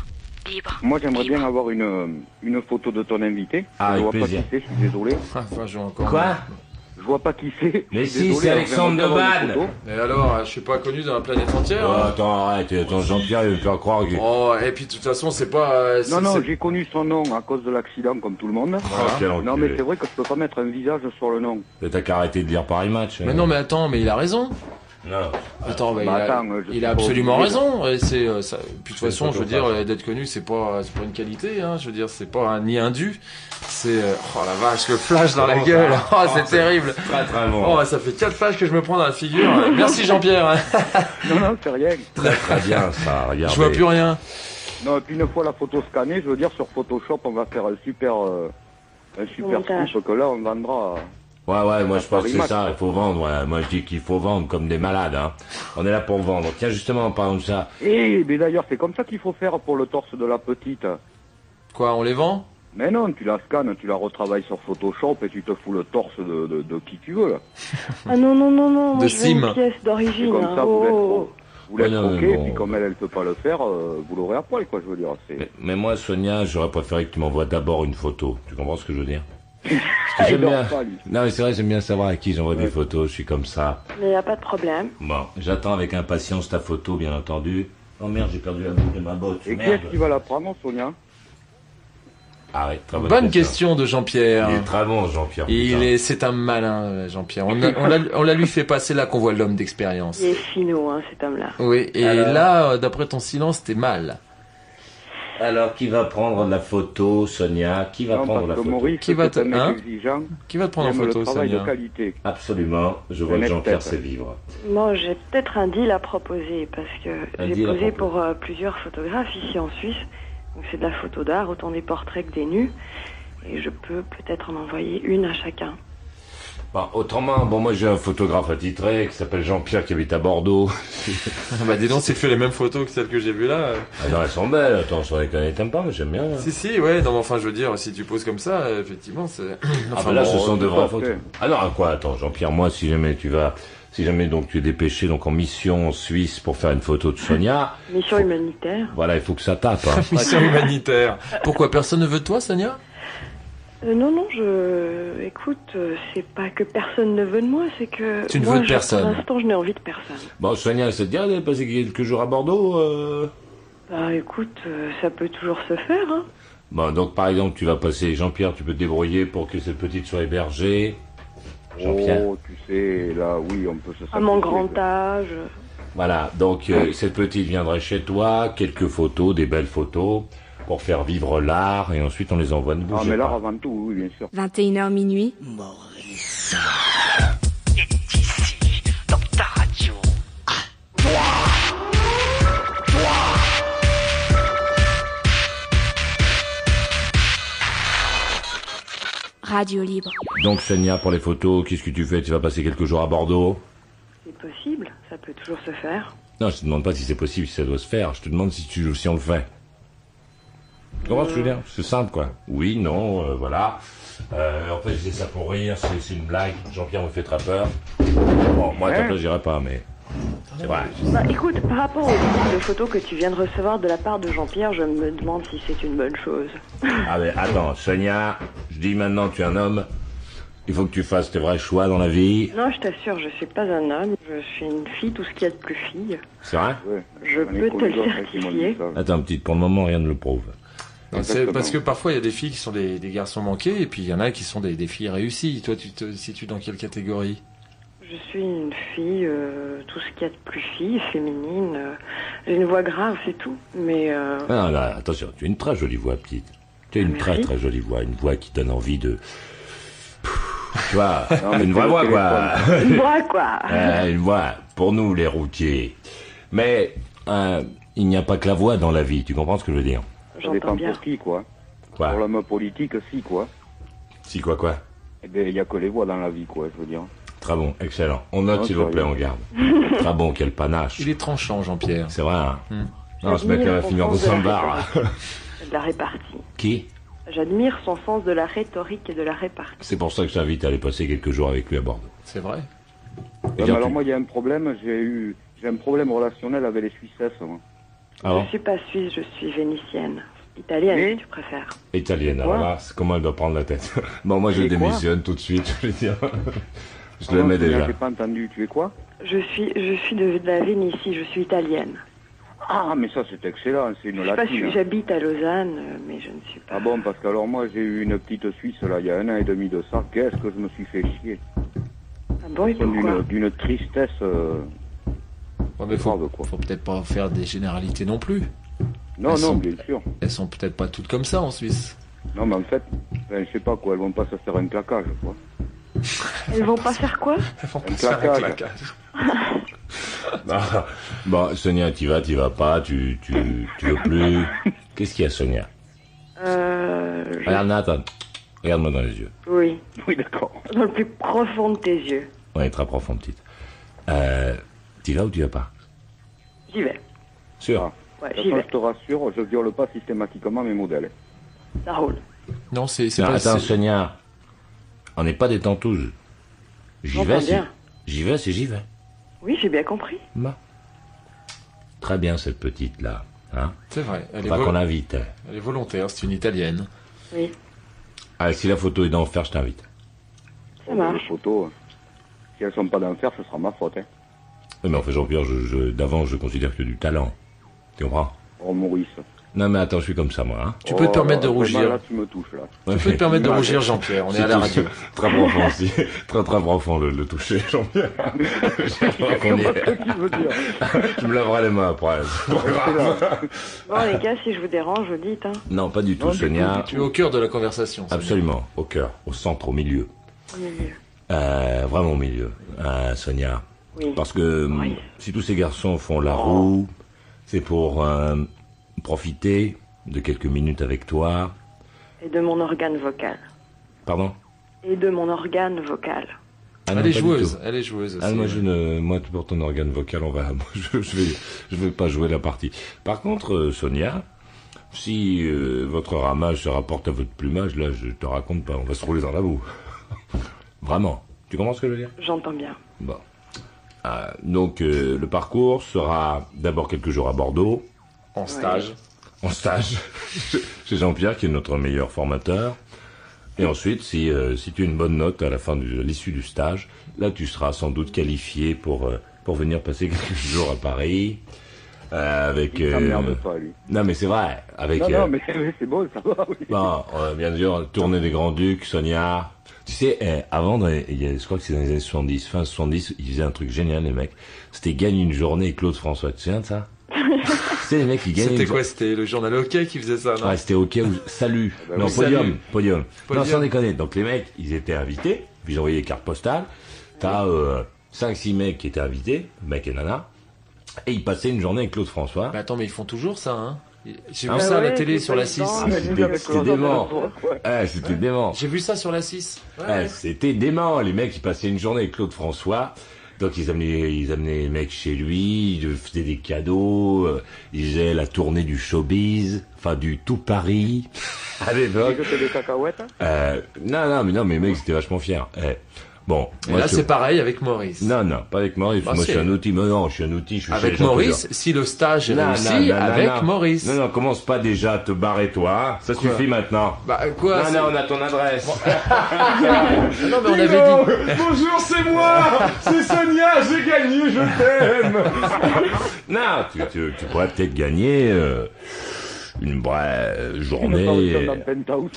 [SPEAKER 2] Libre.
[SPEAKER 13] Moi, j'aimerais bien avoir une, euh, une photo de ton invité.
[SPEAKER 6] Ah, avec
[SPEAKER 13] je vois
[SPEAKER 6] plaisir.
[SPEAKER 13] pas qui c'est, je suis désolé.
[SPEAKER 7] Ah,
[SPEAKER 6] Quoi
[SPEAKER 13] Je vois pas qui c'est.
[SPEAKER 6] Mais
[SPEAKER 13] je suis
[SPEAKER 6] si,
[SPEAKER 13] désolé,
[SPEAKER 6] c'est
[SPEAKER 13] alors,
[SPEAKER 6] Alexandre
[SPEAKER 13] j'aimerais bien avoir une
[SPEAKER 6] Devanne.
[SPEAKER 13] photo.
[SPEAKER 7] Et alors, euh, je suis pas connu dans la planète entière.
[SPEAKER 6] Oh,
[SPEAKER 7] hein.
[SPEAKER 6] attends, arrête. Attends, Jean-Pierre, il veut faire croire que.
[SPEAKER 7] Oh, et puis, de toute façon, c'est pas, euh, c'est-
[SPEAKER 13] Non, non,
[SPEAKER 7] c'est-
[SPEAKER 13] j'ai connu son nom à cause de l'accident, comme tout le monde.
[SPEAKER 6] quel
[SPEAKER 13] non,
[SPEAKER 6] enculé.
[SPEAKER 13] mais c'est vrai que je peux pas mettre un visage sur le nom.
[SPEAKER 6] Mais T'as qu'à arrêter de lire Paris Match. hein.
[SPEAKER 7] Mais non, mais attends, mais il a raison.
[SPEAKER 6] Non.
[SPEAKER 7] Attends, bah,
[SPEAKER 13] Bah,
[SPEAKER 7] il a,
[SPEAKER 13] attends, euh,
[SPEAKER 7] il a
[SPEAKER 13] je suis pas
[SPEAKER 7] absolument
[SPEAKER 13] obligé,
[SPEAKER 7] raison. Et c'est, euh, ça- puis de toute
[SPEAKER 6] C'est
[SPEAKER 7] façon,
[SPEAKER 6] pas
[SPEAKER 7] je veux
[SPEAKER 6] ton
[SPEAKER 7] dire,
[SPEAKER 6] cas.
[SPEAKER 7] euh, d'être connu, c'est pas, c'est pas une qualité. Hein, je veux dire, c'est pas un, ni un dû. C'est euh, oh la vache, le flash dans la
[SPEAKER 6] Oh,
[SPEAKER 7] gueule.
[SPEAKER 6] bah,
[SPEAKER 7] Oh,
[SPEAKER 6] oh,
[SPEAKER 7] c'est
[SPEAKER 6] c'est
[SPEAKER 7] terrible.
[SPEAKER 6] très, très bon.
[SPEAKER 7] Oh, ça fait quatre flashs que je me prends dans la figure. Merci Jean-Pierre.
[SPEAKER 13] Non, non, c'est rien.
[SPEAKER 6] Très, très bien, ça. Regardez.
[SPEAKER 7] je vois plus rien.
[SPEAKER 13] Non, et puis une fois la photo scannée, je veux dire, sur Photoshop, on va faire un super, euh, un super
[SPEAKER 10] Montage.
[SPEAKER 13] scoop que là, on vendra.
[SPEAKER 6] Ouais, ouais, moi je pense que
[SPEAKER 13] Paris
[SPEAKER 6] c'est
[SPEAKER 13] Match,
[SPEAKER 6] ça, il faut vendre. ouais. Moi je dis qu'il faut vendre comme des malades. Hein. On est là pour vendre. Tiens, justement, en parlant de ça,
[SPEAKER 13] Et, Eh, mais d'ailleurs, c'est comme ça qu'il faut faire pour le torse de la petite.
[SPEAKER 7] Quoi, on les vend
[SPEAKER 13] Mais non, tu la scannes, tu la retravailles sur Photoshop et tu te fous le torse de, de, de qui tu veux, là.
[SPEAKER 10] Ah non, non, non, non, moi
[SPEAKER 13] De
[SPEAKER 10] je veux une
[SPEAKER 13] Sim.
[SPEAKER 10] pièce
[SPEAKER 13] C'est
[SPEAKER 10] d'origine.
[SPEAKER 13] comme
[SPEAKER 10] hein.
[SPEAKER 13] ça, vous
[SPEAKER 10] Oh,
[SPEAKER 13] l'êtes
[SPEAKER 10] oh,
[SPEAKER 13] trop. Vous l'êtes
[SPEAKER 6] Ouais, non, mais
[SPEAKER 13] troqué,
[SPEAKER 6] bon.
[SPEAKER 13] puis comme elle, elle peut pas le faire, euh, vous l'aurez à poil, quoi, je veux dire. C'est...
[SPEAKER 6] mais moi Sonia, j'aurais préféré que tu m'envoies d'abord une photo. Tu comprends ce que je veux dire Parce que j'aime
[SPEAKER 13] Il dort
[SPEAKER 6] bien-
[SPEAKER 13] pas, lui.
[SPEAKER 6] Non, mais c'est vrai, j'aime bien savoir à qui j'envoie des photos. Je suis comme ça.
[SPEAKER 10] oh. Mais y a pas de problème.
[SPEAKER 6] Bon, j'attends avec impatience ta photo, bien entendu. Oh merde, j'ai perdu la boucle de ma botte.
[SPEAKER 13] Et qui
[SPEAKER 6] merde.
[SPEAKER 13] est-ce qui va la prendre, Sonia
[SPEAKER 6] Ah ouais, très bonne,
[SPEAKER 7] Bonne question de Jean-Pierre.
[SPEAKER 6] Il est très bon, Jean-Pierre.
[SPEAKER 7] Il
[SPEAKER 6] putain.
[SPEAKER 7] est, c'est un malin, euh, Jean-Pierre. On, a- on l'a- on la lui fait passer là qu'on voit l'homme d'expérience.
[SPEAKER 10] Il est finot, hein, cet homme-là.
[SPEAKER 7] Oui, et
[SPEAKER 10] Alors
[SPEAKER 7] là, euh, d'après ton silence, t'es mal.
[SPEAKER 6] Alors, qui va prendre la photo, Sonia Qui va
[SPEAKER 13] Non,
[SPEAKER 6] prendre
[SPEAKER 13] parce
[SPEAKER 6] la
[SPEAKER 13] que
[SPEAKER 6] photo
[SPEAKER 13] Maurice, Qui va c'est te- un mec hein exigeant.
[SPEAKER 7] Qui va te
[SPEAKER 13] prendre en J'aime le photo, travail Sonia de qualité.
[SPEAKER 6] Absolument, je vois que
[SPEAKER 13] Le next
[SPEAKER 6] Jean-Pierre
[SPEAKER 13] step.
[SPEAKER 6] sait vivre.
[SPEAKER 10] Moi, j'ai peut-être un deal à proposer parce que
[SPEAKER 6] Un
[SPEAKER 10] j'ai
[SPEAKER 6] deal à
[SPEAKER 10] posé
[SPEAKER 6] proposer.
[SPEAKER 10] pour euh, plusieurs photographes ici en Suisse. Donc c'est de la photo d'art, autant des portraits que des nus. Et je peux peut-être en envoyer une à chacun.
[SPEAKER 6] Bah, autrement, bon, moi j'ai un photographe attitré qui s'appelle Jean-Pierre qui habite à Bordeaux.
[SPEAKER 7] bah dis donc, s'il fait les mêmes photos que celles que j'ai vues là. euh.
[SPEAKER 6] Ah non, elles sont belles, attends, sur les connais, t'aimes pas, mais j'aime bien. hein.
[SPEAKER 7] Si, si, ouais, non, mais enfin, je veux dire, si tu poses comme ça, euh, effectivement, c'est.
[SPEAKER 6] Ah,
[SPEAKER 7] Enfin,
[SPEAKER 6] bah là,
[SPEAKER 7] bon,
[SPEAKER 6] ce sont de
[SPEAKER 7] euh,
[SPEAKER 6] vraies photos. Ah non, à quoi Attends, Jean-Pierre, moi, si jamais tu vas, si jamais donc tu es dépêché donc en mission en Suisse pour faire une photo de Sonia,
[SPEAKER 10] Mission humanitaire.
[SPEAKER 6] voilà, il faut que ça tape. hein.
[SPEAKER 7] Mission humanitaire. Pourquoi personne ne veut de toi, Sonia
[SPEAKER 10] Euh, non, non, je. Écoute, euh, c'est pas que personne ne veut de moi, c'est que.
[SPEAKER 6] Tu ne
[SPEAKER 10] moi,
[SPEAKER 6] veux de
[SPEAKER 10] je-
[SPEAKER 6] personne.
[SPEAKER 10] Pour l'instant, je n'ai envie de personne.
[SPEAKER 6] Bon, Sonia, ça te dit ah, d'aller passer quelques jours à Bordeaux euh
[SPEAKER 10] Bah écoute, euh, ça peut toujours se faire, hein.
[SPEAKER 6] Bon, donc par exemple, tu vas passer, Jean-Pierre, tu peux te débrouiller pour que cette petite soit hébergée. Jean-Pierre.
[SPEAKER 13] Oh, tu sais, là, oui, on peut se
[SPEAKER 10] À mon
[SPEAKER 13] sacrifier.
[SPEAKER 10] grand âge.
[SPEAKER 6] Voilà, donc euh, cette petite viendrait chez toi, quelques photos, des belles photos, pour faire vivre l'art, et ensuite on les envoie de
[SPEAKER 13] Ah,
[SPEAKER 6] bouger.
[SPEAKER 13] mais l'art avant tout, oui, bien sûr.
[SPEAKER 4] 21h minuit. Radio libre.
[SPEAKER 6] Donc Sonia, pour les photos, qu'est-ce que tu fais Tu vas passer quelques jours à Bordeaux
[SPEAKER 10] C'est possible, ça peut toujours se faire.
[SPEAKER 6] Non, je te demande pas si c'est possible, si ça doit se faire. Je te demande si tu, si on le fait. Tu comprends ce que je veux dire C'est simple, quoi. Oui, non, euh, voilà. Euh, en fait, je dis ça pour rire, c'est c'est une blague. Jean-Pierre me fait très peur. Bon, moi, à ta
[SPEAKER 10] Hein
[SPEAKER 6] place, j'irai pas, mais c'est vrai.
[SPEAKER 10] Bah écoute, par rapport au type de photos que tu viens de recevoir de la part de Jean-Pierre, je me demande si c'est une bonne chose.
[SPEAKER 6] Ah mais attends, Sonia, je dis maintenant tu es un homme. Il faut que tu fasses tes vrais choix dans la vie.
[SPEAKER 10] Non, je t'assure, je suis pas un homme, je suis une fille, tout ce qu'il y a de plus fille.
[SPEAKER 6] C'est vrai
[SPEAKER 10] Je peux te le certifier.
[SPEAKER 13] hein.
[SPEAKER 6] Attends, petite, pour le moment, rien ne le prouve.
[SPEAKER 7] Non, c'est parce que parfois il y a des filles qui sont des, des garçons manqués et puis il y en a qui sont des, des filles réussies. Toi, tu te situes dans quelle catégorie
[SPEAKER 10] Je suis une fille, euh, tout ce qu'il y a de plus fille, féminine. euh, J'ai une voix grave, c'est tout. Mais euh,
[SPEAKER 6] Ah, là, attention, tu as une très jolie voix, petite. Tu as
[SPEAKER 13] Ah,
[SPEAKER 6] une très très jolie voix, une voix qui donne envie de... Tu vois,
[SPEAKER 13] mais
[SPEAKER 6] une
[SPEAKER 13] c'est
[SPEAKER 6] vraie
[SPEAKER 13] le
[SPEAKER 6] voix, quoi.
[SPEAKER 13] téléphone.
[SPEAKER 10] une voix, quoi.
[SPEAKER 6] Euh, une voix, pour nous, les routiers. Mais euh, il n'y a pas que la voix dans la vie, tu comprends ce que je veux dire
[SPEAKER 13] Ça dépend pour qui, quoi.
[SPEAKER 6] Quoi
[SPEAKER 13] Pour l'homme politique, si, quoi.
[SPEAKER 6] Si, quoi, quoi
[SPEAKER 13] Eh bien, il n'y a que les voix dans la vie, quoi, je veux dire.
[SPEAKER 6] Très bon, excellent. On note,
[SPEAKER 13] Non,
[SPEAKER 6] s'il vous
[SPEAKER 13] sérieux.
[SPEAKER 6] plaît, on garde. Très bon, quel panache. Il
[SPEAKER 7] est tranchant, Jean-Pierre.
[SPEAKER 6] C'est vrai, hein Non, ce
[SPEAKER 10] J'admire
[SPEAKER 6] mec-là va
[SPEAKER 10] son
[SPEAKER 6] finir dans
[SPEAKER 10] sens de la
[SPEAKER 6] un bar.
[SPEAKER 10] de la répartie.
[SPEAKER 6] Qui
[SPEAKER 10] J'admire son sens de la rhétorique et de la répartie.
[SPEAKER 6] C'est pour ça que je t'invite à aller passer quelques jours avec lui à Bordeaux.
[SPEAKER 7] C'est vrai.
[SPEAKER 13] Ouais, Ah, mais
[SPEAKER 6] bien,
[SPEAKER 13] alors,
[SPEAKER 6] tu-
[SPEAKER 13] moi, il y a un problème, j'ai eu. J'ai un problème relationnel avec les Suissesses, moi.
[SPEAKER 6] Ah bon
[SPEAKER 10] Je suis pas suisse, je suis vénitienne. Italienne, si tu préfères.
[SPEAKER 6] Italienne, alors
[SPEAKER 10] Quoi
[SPEAKER 6] là, c'est comment elle doit prendre la tête Bon, moi, je
[SPEAKER 10] Elle est quoi
[SPEAKER 6] démissionne tout de suite, je veux dire. Je te
[SPEAKER 13] Ah
[SPEAKER 6] la
[SPEAKER 13] non,
[SPEAKER 6] mets
[SPEAKER 13] Sonia,
[SPEAKER 6] déjà.
[SPEAKER 13] J'ai pas entendu, tu es quoi
[SPEAKER 10] Je suis, je suis de, de la Vénitie, je suis italienne.
[SPEAKER 13] Ah, mais ça, c'est excellent, c'est une
[SPEAKER 10] Je sais pas
[SPEAKER 13] latine.
[SPEAKER 10] si j'habite à Lausanne, euh, mais je ne suis
[SPEAKER 13] Ah bon, parce que alors moi j'ai eu une petite Suisse là, il y a un an et demi de ça, qu'est-ce que je me suis fait chier.
[SPEAKER 10] pas Ah bon. Et
[SPEAKER 13] Ils sont d'une-
[SPEAKER 10] pourquoi
[SPEAKER 13] D'une tristesse. euh,
[SPEAKER 7] Ouais, mais faut, faut peut-être pas faire des généralités non plus.
[SPEAKER 13] Non, non, bien sûr.
[SPEAKER 7] Elles sont peut-être pas toutes comme ça en Suisse.
[SPEAKER 13] Non, mais en fait, ben, je sais pas quoi, elles vont pas se faire un claquage, quoi.
[SPEAKER 10] Elles vont pas faire quoi
[SPEAKER 13] Un claquage.
[SPEAKER 6] Ah, bon, Sonia, t'y vas, t'y vas pas, tu, tu, tu veux plus. Qu'est-ce qu'il y a, Sonia
[SPEAKER 10] Euh, je-
[SPEAKER 6] Regarde, Nathan, regarde-moi dans les yeux.
[SPEAKER 10] Oui.
[SPEAKER 13] Oui, d'accord.
[SPEAKER 10] Dans le plus profond de tes yeux.
[SPEAKER 6] On est très profond, petite. Euh, t'y vas ou t'y vas pas Ah.
[SPEAKER 10] J'y vais.
[SPEAKER 6] Sûr
[SPEAKER 10] Ouais,
[SPEAKER 13] De toute
[SPEAKER 10] j'y
[SPEAKER 13] façon,
[SPEAKER 10] vais.
[SPEAKER 13] je te rassure, je viole pas systématiquement mes modèles.
[SPEAKER 10] Ça roule.
[SPEAKER 7] Non, c'est
[SPEAKER 6] Non,
[SPEAKER 7] pas-
[SPEAKER 6] attends,
[SPEAKER 7] c'est-
[SPEAKER 6] Sonia, on n'est pas des tantouses. J'y
[SPEAKER 10] J'entends
[SPEAKER 6] vais, si...
[SPEAKER 10] bien.
[SPEAKER 6] j'y vais, si j'y vais. Bah.
[SPEAKER 10] Oui, j'ai bien compris.
[SPEAKER 6] Très bien, cette petite-là. Hein
[SPEAKER 7] C'est vrai. Elle est,
[SPEAKER 6] Faudra
[SPEAKER 7] vol-
[SPEAKER 6] qu'on l'invite.
[SPEAKER 7] elle est volontaire, c'est une italienne.
[SPEAKER 10] Oui.
[SPEAKER 6] Ah, si la photo est d'enfer, je t'invite.
[SPEAKER 10] Ça marche.
[SPEAKER 13] Les photos, euh, si elles sont pas d'enfer, ce sera ma faute. Hein.
[SPEAKER 6] Oui, mais enfin, Jean-Pierre, je, je- d'avant, je considère que du talent. Tu comprends
[SPEAKER 13] Oh, Maurice.
[SPEAKER 6] Non, mais attends, je suis comme ça, moi. hein.
[SPEAKER 7] Tu
[SPEAKER 13] Oh,
[SPEAKER 7] peux te permettre de
[SPEAKER 13] là,
[SPEAKER 7] rougir.
[SPEAKER 13] là, tu me touches, là.
[SPEAKER 7] Tu peux te permettre de
[SPEAKER 6] Ouais.
[SPEAKER 7] rougir, Jean-Pierre, on est
[SPEAKER 6] C'est
[SPEAKER 7] à la
[SPEAKER 6] tout-
[SPEAKER 7] radio.
[SPEAKER 6] Très profond aussi. Très, très profond le, le toucher, Jean-Pierre. Je crois qu'on y est. Tu me laveras les mains après. C'est pas grave.
[SPEAKER 10] Bon, les gars, si je vous dérange, vous dites. Hein.
[SPEAKER 6] Non, pas du tout,
[SPEAKER 10] Non, du
[SPEAKER 6] Sonia.
[SPEAKER 7] Tu es au cœur de la conversation. Sonia.
[SPEAKER 6] Absolument, au cœur, au centre, au milieu. Euh, vraiment au milieu, euh, Sonia.
[SPEAKER 10] Oui.
[SPEAKER 6] Parce que euh, si tous ces garçons font la roue, c'est pour euh, profiter de quelques minutes avec toi.
[SPEAKER 10] Et de mon organe vocal.
[SPEAKER 6] Pardon
[SPEAKER 10] Et de mon organe vocal.
[SPEAKER 6] Ah non,
[SPEAKER 7] elle
[SPEAKER 6] pas
[SPEAKER 7] est
[SPEAKER 6] du
[SPEAKER 7] joueuse,
[SPEAKER 6] tout.
[SPEAKER 7] elle est joueuse.
[SPEAKER 6] Ah,
[SPEAKER 7] c'est
[SPEAKER 6] moi,
[SPEAKER 7] vrai.
[SPEAKER 6] je ne, moi, pour ton organe vocal, on va, moi, je, je vais, je vais pas jouer la partie. Par contre, euh, Sonia, si euh, votre ramage se rapporte à votre plumage, là, je te raconte pas, on va se rouler dans la boue. Vraiment. Tu comprends ce que je veux dire
[SPEAKER 10] J'entends bien.
[SPEAKER 6] Bon. Ah, donc, euh, le parcours sera d'abord quelques jours à Bordeaux.
[SPEAKER 7] En stage.
[SPEAKER 6] En stage. chez Jean-Pierre, qui est notre meilleur formateur. Et ensuite, si, euh, si tu as une bonne note à la fin de l'issue du stage, là, tu seras sans doute qualifié pour, euh, pour venir passer quelques jours à Paris. euh, avec.
[SPEAKER 13] Il s'emmerde
[SPEAKER 6] euh,
[SPEAKER 13] pas, lui.
[SPEAKER 6] Non, mais c'est vrai. Avec.
[SPEAKER 13] Ah, non,
[SPEAKER 6] euh,
[SPEAKER 13] non, mais mais c'est beau, ça va, oui.
[SPEAKER 6] Bon, euh, bien sûr, tournée des Grands Ducs, Sonia. Tu sais, eh, avant, dans les- il y a- je crois que c'est dans les années 70, fin 70, ils faisaient un truc génial, les mecs. C'était gagne une journée et Claude François. Tu te souviens de ça C'est les mecs qui gagnent.
[SPEAKER 7] C'était
[SPEAKER 6] une
[SPEAKER 7] quoi
[SPEAKER 6] jour-
[SPEAKER 7] C'était le journal hockey qui faisait ça, non
[SPEAKER 6] Ouais, c'était OK ou salut.
[SPEAKER 7] Ah. bah
[SPEAKER 6] non,
[SPEAKER 7] oui,
[SPEAKER 6] podium,
[SPEAKER 7] salut.
[SPEAKER 6] podium.
[SPEAKER 7] Podium.
[SPEAKER 6] Non, sans déconner. Donc les mecs, ils étaient invités, puis ils envoyaient les cartes postales. T'as euh, 5-6 mecs qui étaient invités, mec et nana, et ils passaient une journée avec Claude François.
[SPEAKER 7] Mais attends, mais ils font toujours ça, hein J'ai
[SPEAKER 6] Ah
[SPEAKER 7] vu ça à la
[SPEAKER 6] ouais,
[SPEAKER 7] télé
[SPEAKER 6] c'est
[SPEAKER 7] sur la
[SPEAKER 6] pas
[SPEAKER 7] 6.
[SPEAKER 6] évident. Ah, c'était- c'était dément. Ah, c'était dément.
[SPEAKER 7] J'ai vu ça sur la 6. Ouais,
[SPEAKER 6] Ah,
[SPEAKER 7] ouais.
[SPEAKER 6] C'était dément. Les mecs, ils passaient une journée avec Claude François. Donc ils amenaient, ils amenaient les mecs chez lui, ils faisaient des cadeaux, euh, ils faisaient la tournée du showbiz, enfin du tout Paris à l'époque.
[SPEAKER 13] Ils jettent des cacahuètes. hein.
[SPEAKER 6] Euh, non, non, mais non, mais les mecs, ils étaient vachement fiers. Eh, Bon,
[SPEAKER 7] Et
[SPEAKER 6] moi,
[SPEAKER 7] là,
[SPEAKER 6] je-
[SPEAKER 7] c'est pareil avec Maurice.
[SPEAKER 6] Non, non, pas avec Maurice.
[SPEAKER 7] Bah,
[SPEAKER 6] moi,
[SPEAKER 7] si.
[SPEAKER 6] je suis un outil. Mais non, je suis un outil. Je suis
[SPEAKER 7] Avec Maurice, si le stage est réussi, avec Maurice.
[SPEAKER 6] Non, non, commence pas déjà à te barrer, toi. hein. Ça
[SPEAKER 7] Quoi
[SPEAKER 6] suffit maintenant.
[SPEAKER 7] Bah, quoi
[SPEAKER 6] Non,
[SPEAKER 7] c'est- Ah
[SPEAKER 6] non, on a ton adresse.
[SPEAKER 7] non, mais on
[SPEAKER 6] Dis
[SPEAKER 7] avait
[SPEAKER 6] donc,
[SPEAKER 7] dit.
[SPEAKER 6] Bonjour, c'est moi C'est Sonia, j'ai gagné, je t'aime Non, tu, tu, tu pourrais peut-être gagner euh, une brève journée.
[SPEAKER 13] Dans le penthouse.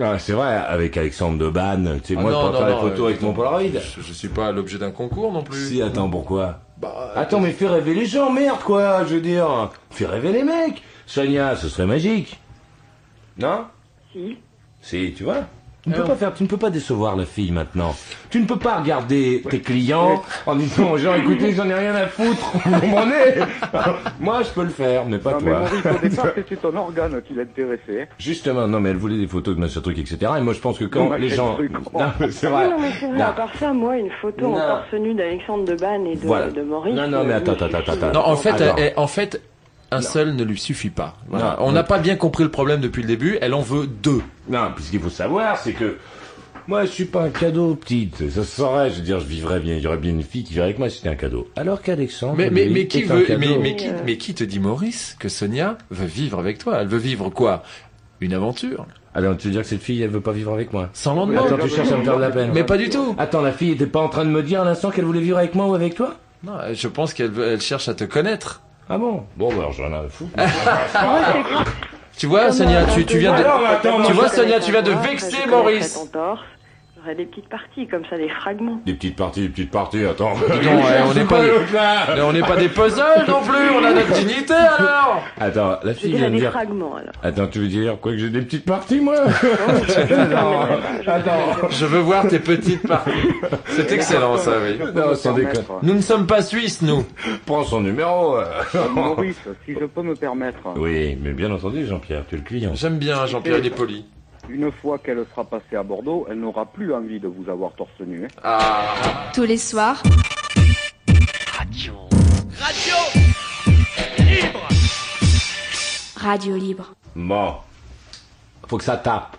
[SPEAKER 6] Ah, c'est vrai, avec Alexandre Deban. Tu sais,
[SPEAKER 7] Ah
[SPEAKER 6] moi,
[SPEAKER 7] non,
[SPEAKER 6] je
[SPEAKER 7] non,
[SPEAKER 6] prends faire
[SPEAKER 7] non,
[SPEAKER 6] les photos
[SPEAKER 7] euh,
[SPEAKER 6] avec mon Polaroid.
[SPEAKER 7] Je, je suis pas l'objet d'un concours non plus.
[SPEAKER 6] Si, attends, pourquoi
[SPEAKER 7] Bah,
[SPEAKER 6] Attends, mais fais rêver les gens, merde, quoi, je veux dire. Fais rêver les mecs. Sonia, ce serait magique. Non
[SPEAKER 10] Si.
[SPEAKER 6] Si, tu vois tu ne, peux pas faire, tu ne peux pas décevoir la fille maintenant. Tu ne peux pas regarder tes clients en disant aux gens, écoutez, j'en ai rien à foutre, vous comprenez Moi, je peux le faire, mais pas
[SPEAKER 13] Non, mais
[SPEAKER 6] toi.
[SPEAKER 13] Maurice, au départ, c'était ton organe qui l'intéressait.
[SPEAKER 6] Justement, non, mais elle voulait des photos de machin truc, etc. Et moi, je pense que quand
[SPEAKER 13] Non,
[SPEAKER 6] les
[SPEAKER 13] machin
[SPEAKER 6] gens...
[SPEAKER 13] truc, oh.
[SPEAKER 6] Non, mais c'est
[SPEAKER 10] Oui,
[SPEAKER 6] vrai.
[SPEAKER 10] non, mais c'est vrai,
[SPEAKER 6] Non.
[SPEAKER 10] à part ça, moi, une photo
[SPEAKER 6] Non.
[SPEAKER 10] en torse nu d'Alexandre Deban et de,
[SPEAKER 6] Voilà.
[SPEAKER 10] de Maurice.
[SPEAKER 6] Non, non, mais
[SPEAKER 10] euh, me
[SPEAKER 6] attends, attends, attends,
[SPEAKER 10] suffit.
[SPEAKER 6] attends.
[SPEAKER 7] Non, en fait,
[SPEAKER 6] Alors.
[SPEAKER 7] elle- elle- en fait, un seul ne lui suffit pas. Voilà.
[SPEAKER 6] Non.
[SPEAKER 7] on n'a pas bien compris le problème depuis le début. Elle en veut deux.
[SPEAKER 6] Non, puisqu'il faut savoir, c'est que moi, je suis pas un cadeau, petite. Ça se saurait, je veux dire, je vivrais bien. Il y aurait bien une fille qui vivrait avec moi si c'était un cadeau. Alors qu'Alexandre. ben,
[SPEAKER 7] Mais, mais, mais qui veut, mais, mais, qui,
[SPEAKER 6] qui
[SPEAKER 7] mais qui te dit, Maurice, que Sonia veut vivre avec toi Elle veut vivre quoi Une aventure.
[SPEAKER 6] Alors, Ah, tu veux dire que cette fille, elle veut pas vivre avec moi
[SPEAKER 7] Sans lendemain.
[SPEAKER 6] Attends, tu cherches à me faire de la peine.
[SPEAKER 7] Mais pas du tout.
[SPEAKER 6] Attends, la fille était pas en train de me dire à l'instant qu'elle voulait vivre avec moi ou avec toi
[SPEAKER 7] Non, je pense qu'elle veut- elle cherche à te connaître.
[SPEAKER 6] Ah bon Bon, bah, alors, j'en ai un fou.
[SPEAKER 7] Tu vois, Sonia, tu, tu viens de.
[SPEAKER 6] Alors, attends, moi,
[SPEAKER 7] tu vois,
[SPEAKER 6] je-
[SPEAKER 7] Sonia, tu viens de
[SPEAKER 10] Moi, je
[SPEAKER 7] vexer
[SPEAKER 10] connaîtrais
[SPEAKER 7] Maurice.
[SPEAKER 10] ton torse, J'aurais des petites parties, comme ça, des fragments.
[SPEAKER 6] Des petites parties, des petites parties, attends.
[SPEAKER 7] Dis donc, eh, on n'est pas, des- on n'est pas des puzzles non plus, on a notre dignité alors.
[SPEAKER 6] Attends, la
[SPEAKER 10] Je
[SPEAKER 6] fille vient
[SPEAKER 10] dirais
[SPEAKER 6] de
[SPEAKER 10] des
[SPEAKER 6] dire.
[SPEAKER 10] fragments, alors.
[SPEAKER 6] Attends, tu veux dire quoi que j'ai des petites parties, moi
[SPEAKER 10] Non, mais-
[SPEAKER 6] Attends.
[SPEAKER 7] Je veux voir tes petites parties. C'est excellent ça, oui.
[SPEAKER 6] Non, sans déconner.
[SPEAKER 7] Nous ne sommes pas suisses, nous.
[SPEAKER 6] Prends son numéro. euh.
[SPEAKER 13] Maurice, si je peux me permettre,
[SPEAKER 6] Oui, mais bien entendu, Jean-Pierre, tu es le client.
[SPEAKER 7] J'aime bien Jean-Pierre, il est poli.
[SPEAKER 13] une fois qu'elle sera passée à Bordeaux, elle n'aura plus envie de vous avoir torse nu. hein.
[SPEAKER 7] Ah.
[SPEAKER 4] Tous les soirs,
[SPEAKER 2] Radio Libre
[SPEAKER 4] Radio Libre.
[SPEAKER 6] Bon. Faut que ça tape.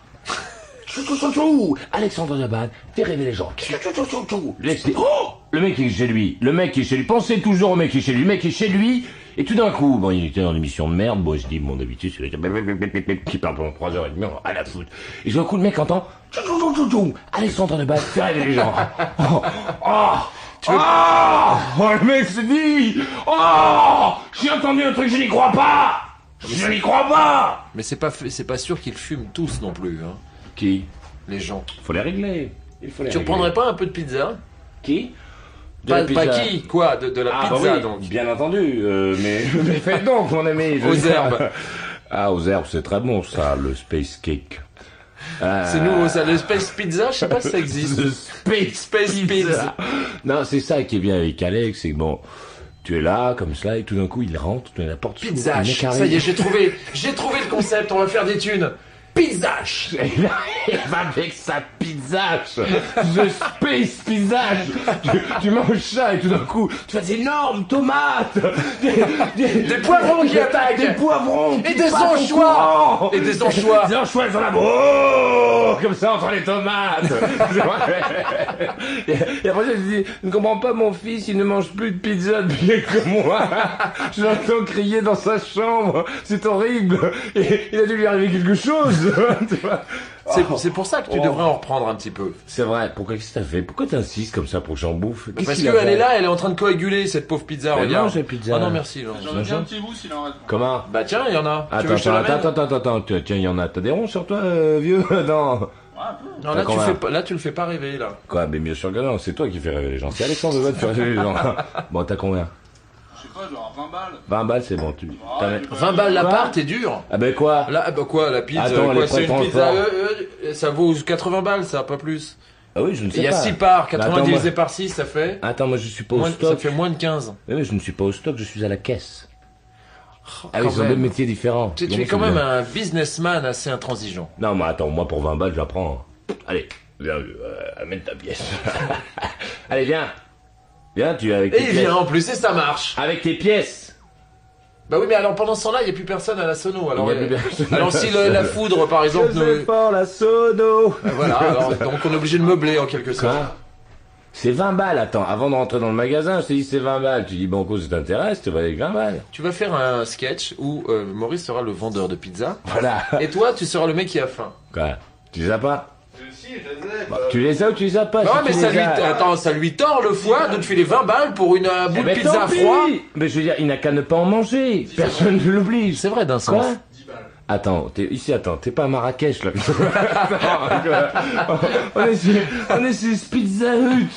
[SPEAKER 6] Chou, chou, chou, chou. Alexandre Laban, fais rêver les gens. Chou, chou, chou, chou, chou. Laisse les- Oh le mec qui est chez lui, le mec qui est chez lui, pensez toujours au mec qui est chez lui, le mec qui est chez lui, et tout d'un coup, bon, il était dans l'émission de merde, bon, je dis, mon d'habitude, c'est le qui parle pendant 3 heures et demie, à la foot. Et tout d'un coup, le mec entend, chou, chou, chou, chou, chou. Alexandre Laban, fais rêver les gens. Oh, oh, oh, oh, le mec se dit, oh, j'ai entendu un truc, je n'y crois pas. Je n'y crois pas
[SPEAKER 7] Mais c'est pas, f- c'est pas sûr qu'ils fument tous non plus. Hein.
[SPEAKER 6] Qui
[SPEAKER 7] Les gens.
[SPEAKER 6] Faut les régler. Il faut les
[SPEAKER 7] tu
[SPEAKER 6] régler.
[SPEAKER 7] reprendrais pas un peu de pizza
[SPEAKER 6] Qui De
[SPEAKER 7] pas,
[SPEAKER 6] la pizza.
[SPEAKER 7] pas qui Quoi De, de la
[SPEAKER 6] Ah, bah
[SPEAKER 7] pizza
[SPEAKER 6] oui,
[SPEAKER 7] donc
[SPEAKER 6] Bien entendu, euh, mais, mais faites donc, mon ami. je
[SPEAKER 7] Aux
[SPEAKER 6] veux dire.
[SPEAKER 7] herbes.
[SPEAKER 6] Ah, aux herbes, c'est très bon, ça, le space cake. Ah.
[SPEAKER 7] C'est nouveau ça, le space pizza, je sais pas si ça existe.
[SPEAKER 6] Le
[SPEAKER 7] space, pizza.
[SPEAKER 6] Non, c'est ça qui est bien avec Alex, c'est que bon, tu es là, comme cela, et tout d'un coup, il rentre, tu la porte s'ouvre,
[SPEAKER 7] Pizza,
[SPEAKER 6] le mec
[SPEAKER 7] ça
[SPEAKER 6] arrive.
[SPEAKER 7] y est, j'ai trouvé, j'ai trouvé le concept, on va faire des thunes. Pizzache
[SPEAKER 6] Il va avec sa pizzache The space pizzache tu, tu manges ça et tout d'un coup, tu fais des énormes tomates Des,
[SPEAKER 7] Des poivrons qui attaquent
[SPEAKER 6] Des poivrons
[SPEAKER 7] Et
[SPEAKER 6] qui
[SPEAKER 7] des
[SPEAKER 6] passent au
[SPEAKER 7] anchois
[SPEAKER 6] courant.
[SPEAKER 7] Et des anchois
[SPEAKER 6] Oh. Des anchois, ils sont là, oh Comme ça, entre les tomates Et après, je dis, ne comprends pas mon fils, il ne mange plus de pizza depuis quelques mois. Je l'entends crier dans sa chambre, c'est horrible. Et il a dû lui arriver quelque chose. tu vois.
[SPEAKER 7] C'est
[SPEAKER 6] Oh.
[SPEAKER 7] c'est pour ça que tu
[SPEAKER 6] Oh.
[SPEAKER 7] devrais en reprendre un petit peu.
[SPEAKER 6] C'est vrai, pourquoi qu'est-ce que t'as fait Pourquoi t'insistes comme ça pour que j'en bouffe Qu'est-ce
[SPEAKER 7] Parce
[SPEAKER 6] qu'il a
[SPEAKER 7] qu'elle
[SPEAKER 6] fait
[SPEAKER 7] est là, elle est en train de coaguler cette pauvre pizza,
[SPEAKER 6] Mais
[SPEAKER 7] regarde.
[SPEAKER 6] mange la pizza.
[SPEAKER 7] Ah non, merci. non.
[SPEAKER 6] J'en ai déjà un petit
[SPEAKER 14] bout s'il en reste.
[SPEAKER 6] Comment
[SPEAKER 7] Bah tiens, il y en a. tu
[SPEAKER 6] Attends,
[SPEAKER 7] veux que je te
[SPEAKER 6] attends,
[SPEAKER 7] l'amène
[SPEAKER 6] attends, attends, attends, tiens, tiens, il y en a. T'as des ronds sur toi, euh, vieux Non.
[SPEAKER 7] Non, là
[SPEAKER 6] T'as
[SPEAKER 7] tu,
[SPEAKER 6] combien
[SPEAKER 7] fais pas, là, tu le fais pas rêver, là.
[SPEAKER 6] Quoi Mais bien sûr que non, c'est toi qui fais rêver les gens. C'est Alexandre Devote qui fait rêver les gens. bon, t'as combien
[SPEAKER 14] Je sais pas, genre 20 balles. Ah,
[SPEAKER 6] 20 balles, c'est bon. Tu... t'as-
[SPEAKER 7] 20 balles la
[SPEAKER 6] Quoi
[SPEAKER 7] part, t'es dur.
[SPEAKER 6] Ah ben quoi
[SPEAKER 7] Là, ah bah quoi, la pizza,
[SPEAKER 6] Attends,
[SPEAKER 7] quoi,
[SPEAKER 6] les
[SPEAKER 7] c'est une
[SPEAKER 6] frais de
[SPEAKER 7] pizza,
[SPEAKER 6] transport.
[SPEAKER 7] euh, euh, ça vaut 80 balles, ça, pas plus.
[SPEAKER 6] Ah oui, je ne sais
[SPEAKER 7] Il y a
[SPEAKER 6] pas.
[SPEAKER 7] 6 parts, 80
[SPEAKER 6] Attends, moi-
[SPEAKER 7] divisé par 6, ça fait.
[SPEAKER 6] Attends, moi je suis pas au
[SPEAKER 7] Moins-
[SPEAKER 6] stock.
[SPEAKER 7] ça fait moins de 15.
[SPEAKER 6] Oui, mais je ne suis pas au stock, je suis à la caisse. ah
[SPEAKER 7] Oh, quand
[SPEAKER 6] oui, ce sont
[SPEAKER 7] même.
[SPEAKER 6] deux métiers différents.
[SPEAKER 7] Tu, tu
[SPEAKER 6] Donc,
[SPEAKER 7] es quand
[SPEAKER 6] c'est
[SPEAKER 7] même
[SPEAKER 6] bien.
[SPEAKER 7] hein. un businessman assez intransigeant.
[SPEAKER 6] Non, mais attends, moi pour 20 balles, je la prends. hein. Allez, viens, euh, amène ta pièce. Allez, viens. Viens, tu es avec
[SPEAKER 7] Et
[SPEAKER 6] tes
[SPEAKER 7] il
[SPEAKER 6] pièces.
[SPEAKER 7] vient Eh en plus, et ça marche.
[SPEAKER 6] Avec tes pièces.
[SPEAKER 7] Bah oui, mais alors pendant ce temps-là, il n'y a plus personne à la sono. Alors, euh,
[SPEAKER 6] Il y a plus personne à
[SPEAKER 7] alors
[SPEAKER 6] la
[SPEAKER 7] si le- la
[SPEAKER 6] sono.
[SPEAKER 7] foudre, par exemple,
[SPEAKER 6] Je
[SPEAKER 7] nous... euh,
[SPEAKER 6] sais pas, la sono.
[SPEAKER 7] Voilà, alors, donc on est obligé de meubler en quelque sorte.
[SPEAKER 6] Quoi C'est 20 balles, attends. Avant de rentrer dans le magasin, je t'ai dit c'est 20 balles. Tu dis Banco, ça t'intéresse, tu vas avec 20 balles.
[SPEAKER 7] Tu vas faire un sketch où euh, Maurice sera le vendeur de pizza.
[SPEAKER 6] Voilà.
[SPEAKER 7] Et toi, tu seras le mec qui a faim.
[SPEAKER 6] Quoi Tu les as pas
[SPEAKER 7] Euh,
[SPEAKER 6] Bah, Tu les as ou tu les as pas
[SPEAKER 7] Bah
[SPEAKER 6] si
[SPEAKER 7] ouais,
[SPEAKER 6] tu
[SPEAKER 7] bah. mais ça
[SPEAKER 6] Ah, les
[SPEAKER 7] lui,
[SPEAKER 6] as-
[SPEAKER 7] attends, ça lui tord le foie de te filer 20 balles pour une euh, boule
[SPEAKER 6] Eh
[SPEAKER 7] de
[SPEAKER 6] ben,
[SPEAKER 7] pizza
[SPEAKER 6] tant pis.
[SPEAKER 7] froid.
[SPEAKER 6] Mais je veux dire, il n'a qu'à ne pas en manger. Personne ne l'oblige. C'est
[SPEAKER 7] vrai d'un
[SPEAKER 6] Quoi
[SPEAKER 7] sens.
[SPEAKER 6] Attends, t'es ici, attends, t'es pas à Marrakech là. Attends, on est sur, on est sur Pizza Hut.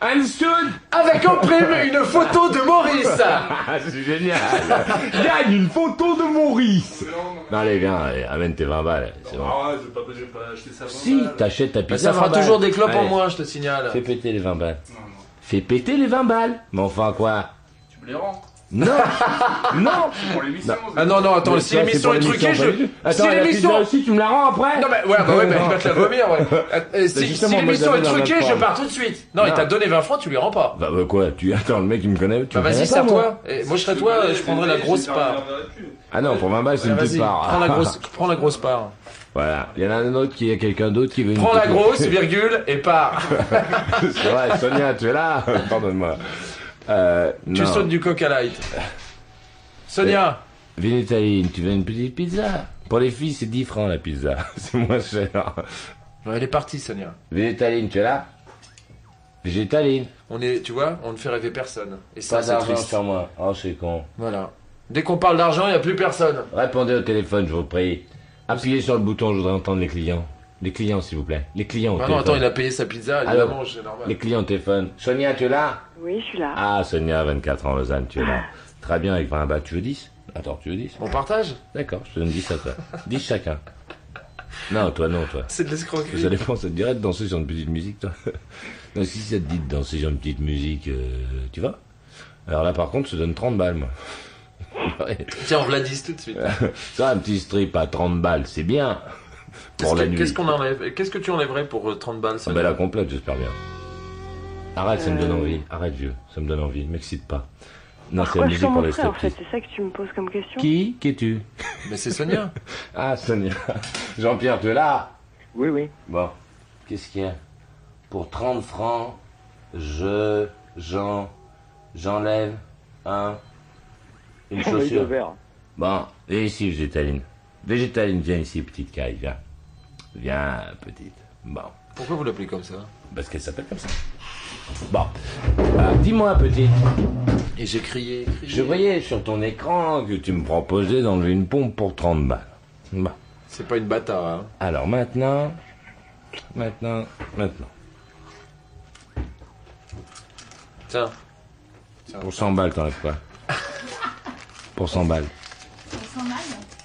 [SPEAKER 6] Einstein
[SPEAKER 7] Avec en prime une photo de Maurice.
[SPEAKER 6] Ah, C'est génial. Gagne une photo de Maurice. Non, allez, viens, allez, amène tes 20 balles. C'est bon.
[SPEAKER 14] Ah ouais, je vais pas, je vais pas acheter ça.
[SPEAKER 6] Si, t'achètes ta
[SPEAKER 7] Bah,
[SPEAKER 6] pizza.
[SPEAKER 7] ça fera
[SPEAKER 6] 20 balles.
[SPEAKER 7] toujours des clopes en
[SPEAKER 6] Allez,
[SPEAKER 7] moins, je te signale.
[SPEAKER 6] Fais péter les 20 balles. Fais péter les 20 balles. Mais enfin, quoi
[SPEAKER 14] Tu me les rends.
[SPEAKER 6] Non Non
[SPEAKER 14] Pour l'émission.
[SPEAKER 7] Ah non, non, attends,
[SPEAKER 6] Mais
[SPEAKER 7] si
[SPEAKER 6] ça, c'est
[SPEAKER 7] l'émission
[SPEAKER 6] pour
[SPEAKER 7] est truquée,
[SPEAKER 6] l'émission, pas du
[SPEAKER 7] je.
[SPEAKER 6] tout. Attends,
[SPEAKER 7] si
[SPEAKER 6] la
[SPEAKER 7] l'émission.
[SPEAKER 6] pizza aussi, tu me la rends après
[SPEAKER 7] Non, bah ouais, bah ouais, bah, il va te la vomir, ouais. Euh, euh, si si
[SPEAKER 6] justement, on
[SPEAKER 7] l'émission
[SPEAKER 6] me
[SPEAKER 7] est
[SPEAKER 6] la donne dans
[SPEAKER 7] truquée,
[SPEAKER 6] notre
[SPEAKER 7] je
[SPEAKER 6] forme.
[SPEAKER 7] pars tout de suite. Non, il
[SPEAKER 6] Non.
[SPEAKER 7] t'a donné 20 francs, tu lui rends pas.
[SPEAKER 6] Bah, bah, quoi Tu attends, le mec, il me connaît. Tu
[SPEAKER 7] Bah
[SPEAKER 6] me connais
[SPEAKER 7] vas-y,
[SPEAKER 6] pas, moi.
[SPEAKER 7] serre-toi. Et Moi, je serais toi, euh, je prendrais la grosse part.
[SPEAKER 6] Ah non, pour 20 balles, c'est une
[SPEAKER 7] Ah,
[SPEAKER 6] petite
[SPEAKER 7] Vas-y,
[SPEAKER 6] part.
[SPEAKER 7] prends la grosse, prends la grosse part.
[SPEAKER 6] Voilà. Il y en a un autre qui, il y a quelqu'un d'autre qui veut une
[SPEAKER 7] Prends la
[SPEAKER 6] petite-
[SPEAKER 7] grosse, virgule, et pars.
[SPEAKER 6] C'est vrai, Sonia, tu es là Pardonne-moi. Euh,
[SPEAKER 7] Tu
[SPEAKER 6] non.
[SPEAKER 7] sautes du coq à light. Sonia,
[SPEAKER 6] Vénétaline, tu veux une petite pizza Pour les filles, c'est 10 francs la pizza. C'est moins cher.
[SPEAKER 7] Ouais, elle est partie, Sonia.
[SPEAKER 6] Végétaline, tu es là Végétaline.
[SPEAKER 7] On est, tu vois, on ne fait rêver personne. Et ça,
[SPEAKER 6] Pas
[SPEAKER 7] c'est
[SPEAKER 6] d'argent
[SPEAKER 7] triste.
[SPEAKER 6] sur moi. Oh, c'est con.
[SPEAKER 7] Voilà. Dès qu'on parle d'argent, il n'y a plus personne.
[SPEAKER 6] Répondez au téléphone, je vous prie. Appuyez sur le bouton, je voudrais entendre les clients. Les clients, s'il vous plaît. Les clients au
[SPEAKER 7] Ah non,
[SPEAKER 6] téléphone.
[SPEAKER 7] attends, il a payé sa pizza, elle la
[SPEAKER 6] Alors,
[SPEAKER 7] mange, c'est normal.
[SPEAKER 6] Les clients au téléphone. Sonia, tu es là
[SPEAKER 10] Oui, je suis là.
[SPEAKER 6] Ah, Sonia, 24 ans, Lausanne, tu es là.
[SPEAKER 7] Ah.
[SPEAKER 6] Très bien, avec 20 bah, tu veux 10 Attends, tu veux 10
[SPEAKER 7] On partage
[SPEAKER 6] D'accord, je te donne 10 à toi. 10 chacun. Non, toi, non, toi.
[SPEAKER 7] C'est de l'escroquerie.
[SPEAKER 6] Ça dépend, ça te dirait de danser sur une petite musique, toi Non, si ça te dit de danser sur une petite musique, euh, tu vas Alors là, par contre, je te donne 30 balles, moi. Ouais.
[SPEAKER 7] Tiens, on Vladis tout de suite.
[SPEAKER 6] Ça, un petit strip à 30 balles, c'est bien.
[SPEAKER 7] Qu'est-ce
[SPEAKER 6] Pour la
[SPEAKER 7] que-
[SPEAKER 6] nuit.
[SPEAKER 7] Qu'est-ce qu'on enlève Qu'est-ce que tu enlèverais pour euh, 30 balles,
[SPEAKER 6] Ah
[SPEAKER 7] Sonia
[SPEAKER 6] ben la complète, j'espère bien. Arrête, ça me donne
[SPEAKER 10] Euh.
[SPEAKER 6] envie. Arrête, vieux. Ça me donne envie. M'excite pas. Non, c'est
[SPEAKER 10] Quoi
[SPEAKER 6] la
[SPEAKER 10] je
[SPEAKER 6] musique pour les
[SPEAKER 10] commencerai en fait
[SPEAKER 6] striptease.
[SPEAKER 10] C'est ça que tu me poses comme question
[SPEAKER 6] Qui Qui es-tu
[SPEAKER 7] Mais c'est Sonia.
[SPEAKER 6] Ah, Sonia. Jean-Pierre, tu es là
[SPEAKER 10] Oui, oui.
[SPEAKER 6] Bon. Qu'est-ce qu'il y a Pour 30 francs, je. Jean. J'enlève. Un. Une
[SPEAKER 13] On a eu deux
[SPEAKER 6] chaussure.
[SPEAKER 13] verres.
[SPEAKER 6] Bon, viens ici, végétaline. Végétaline, viens ici, petite caille, viens. Viens, petite. Bon.
[SPEAKER 7] Pourquoi vous l'appelez comme ça
[SPEAKER 6] Parce qu'elle s'appelle comme ça. Bon. Ah, Dis-moi, petite.
[SPEAKER 7] Et j'ai crié, crié.
[SPEAKER 6] Je voyais sur ton écran que tu me proposais d'enlever une pompe pour 30 balles. Bon.
[SPEAKER 7] C'est pas une bâtard. Hein.
[SPEAKER 6] Alors maintenant. Maintenant. Maintenant.
[SPEAKER 7] Tiens.
[SPEAKER 6] Pour 100 balles, t'enlèves quoi Pour 100 balles.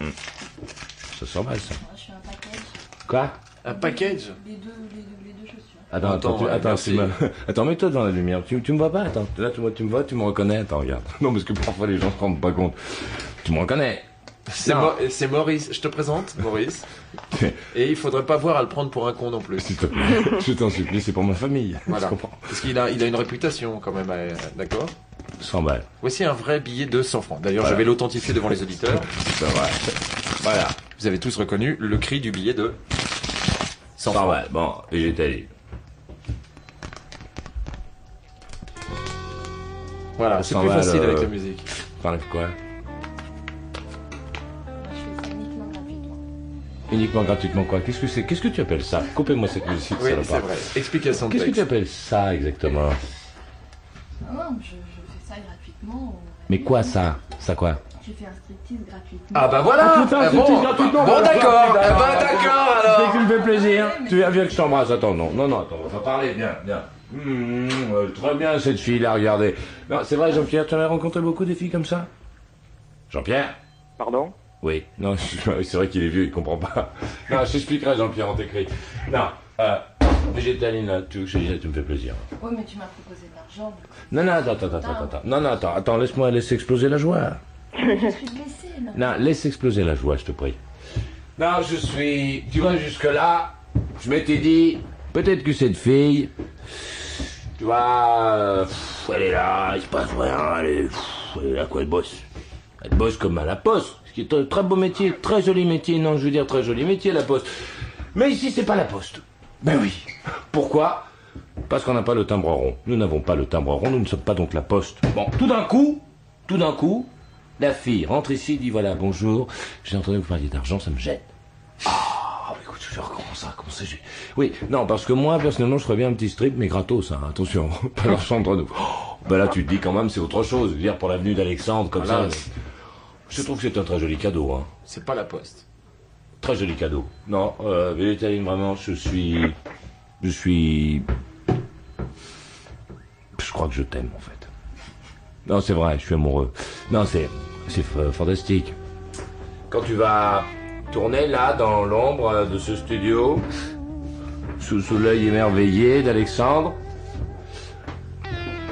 [SPEAKER 6] Hmm. Ça 100 balles, ça.
[SPEAKER 15] Je suis un package.
[SPEAKER 6] Quoi
[SPEAKER 7] Un package
[SPEAKER 15] Les deux, les deux, les deux chaussures.
[SPEAKER 6] Attends, attends,
[SPEAKER 7] Attends,
[SPEAKER 6] tu-
[SPEAKER 7] ouais,
[SPEAKER 6] attends,
[SPEAKER 7] merci.
[SPEAKER 6] tu me- attends, mets-toi dans la lumière. Tu, tu me vois pas, attends. Là, tu, vois- tu me vois, tu me reconnais. Attends, regarde. Non, parce que parfois les gens se rendent pas compte. Tu me reconnais.
[SPEAKER 7] C'est
[SPEAKER 6] Non.
[SPEAKER 7] Mo- c'est Maurice. Je te présente, Maurice. Et il faudrait pas voir à le prendre pour un con non plus.
[SPEAKER 6] S'il te plaît, je t'en supplie, c'est pour ma famille.
[SPEAKER 7] Voilà.
[SPEAKER 6] Tu comprends
[SPEAKER 7] Parce qu'il a, il a une réputation quand même, euh, d'accord
[SPEAKER 6] 100 balles.
[SPEAKER 7] Voici un vrai billet de 100 francs. D'ailleurs,
[SPEAKER 6] Voilà.
[SPEAKER 7] je vais l'authentifier devant les auditeurs.
[SPEAKER 6] C'est vrai. Voilà.
[SPEAKER 7] Vous avez tous reconnu le cri du billet de
[SPEAKER 6] 100 balles. Bon, et j'étais allé.
[SPEAKER 7] Voilà,
[SPEAKER 6] Pour
[SPEAKER 7] c'est
[SPEAKER 6] 100
[SPEAKER 7] plus
[SPEAKER 6] balles,
[SPEAKER 7] facile avec
[SPEAKER 6] euh,
[SPEAKER 7] la musique.
[SPEAKER 6] T'enlèves quoi
[SPEAKER 15] Je fais ça uniquement gratuitement.
[SPEAKER 6] Uniquement gratuitement quoi Qu'est-ce que c'est Qu'est-ce que tu appelles ça Coupez-moi cette musique,
[SPEAKER 7] Oui,
[SPEAKER 6] salopard.
[SPEAKER 7] c'est vrai. Explication de
[SPEAKER 6] Qu'est-ce que tu
[SPEAKER 7] texte.
[SPEAKER 6] appelles ça exactement
[SPEAKER 15] Non, je, je fais ça gratuitement.
[SPEAKER 6] Mais quoi ça Ça quoi
[SPEAKER 15] Je fais un striptease gratuitement.
[SPEAKER 7] Ah bah voilà
[SPEAKER 6] Ah, putain,
[SPEAKER 7] Ah
[SPEAKER 6] c'est
[SPEAKER 7] bon,
[SPEAKER 6] tout gratuitement.
[SPEAKER 7] Bon, d'accord.
[SPEAKER 6] Ah,
[SPEAKER 7] Ah, bah, d'accord, alors.
[SPEAKER 6] Dès que tu me fais plaisir. Tu viens, viens que je t'embrasse. Attends, non, non, non, attends, on va parler. Bien, bien. Hum, euh, très bien cette fille-là, regardez. Non, c'est vrai, Jean-Pierre, tu en as rencontré beaucoup des filles comme ça Jean-Pierre
[SPEAKER 13] Pardon
[SPEAKER 6] Oui. Non, c'est vrai qu'il est vieux, il comprend pas. Non, je t'expliquerai, Jean-Pierre, on t'écrit. Non, euh, végétaline, là, tu, je te disais, tu me fais plaisir.
[SPEAKER 15] Ouais, mais tu m'as proposé de l'argent. donc-
[SPEAKER 6] Non, non, attends, attends, attends, attends. Non, non, attends, attends, laisse-moi, laisse exploser la joie.
[SPEAKER 15] je suis blessée, là.
[SPEAKER 6] Non, laisse exploser la joie, je te prie. Non, je suis. Tu vois, jusque-là, je m'étais dit, peut-être que cette fille. Tu vois, euh, pff, elle est là, il se passe rien, elle est, pff, elle est là, quoi, elle bosse. Elle bosse comme à la poste, ce qui est un très beau métier, très joli métier, non, je veux dire très joli métier, la poste. Mais ici, c'est pas la poste. Ben oui. Pourquoi Parce qu'on n'a pas le timbre rond. Nous n'avons pas le timbre rond, nous ne sommes pas donc la poste. Bon, tout d'un coup, tout d'un coup, la fille rentre ici, dit voilà, bonjour, j'ai entendu que vous parliez d'argent, ça me jette. Ah, écoute, je vais recommencer, comment ça, je vais- Oui, non, parce que moi, personnellement, je ferais bien un petit strip, mais gratos, hein, attention, pas l'argent entre nous. Oh, bah là, tu te dis quand même, c'est autre chose, je veux dire, pour l'avenue d'Alexandre, comme
[SPEAKER 7] Voilà.
[SPEAKER 6] ça. euh, Je trouve que c'est un très joli cadeau, hein.
[SPEAKER 7] C'est pas la poste.
[SPEAKER 6] Très joli cadeau. Non, euh, végétaline, vraiment, je suis. Je suis. Je crois que je t'aime, en fait. Non, c'est vrai, je suis amoureux. Non, c'est. C'est fa- fantastique. Quand tu vas tourner là, dans l'ombre euh, de ce studio, sous, sous l'œil émerveillé d'Alexandre,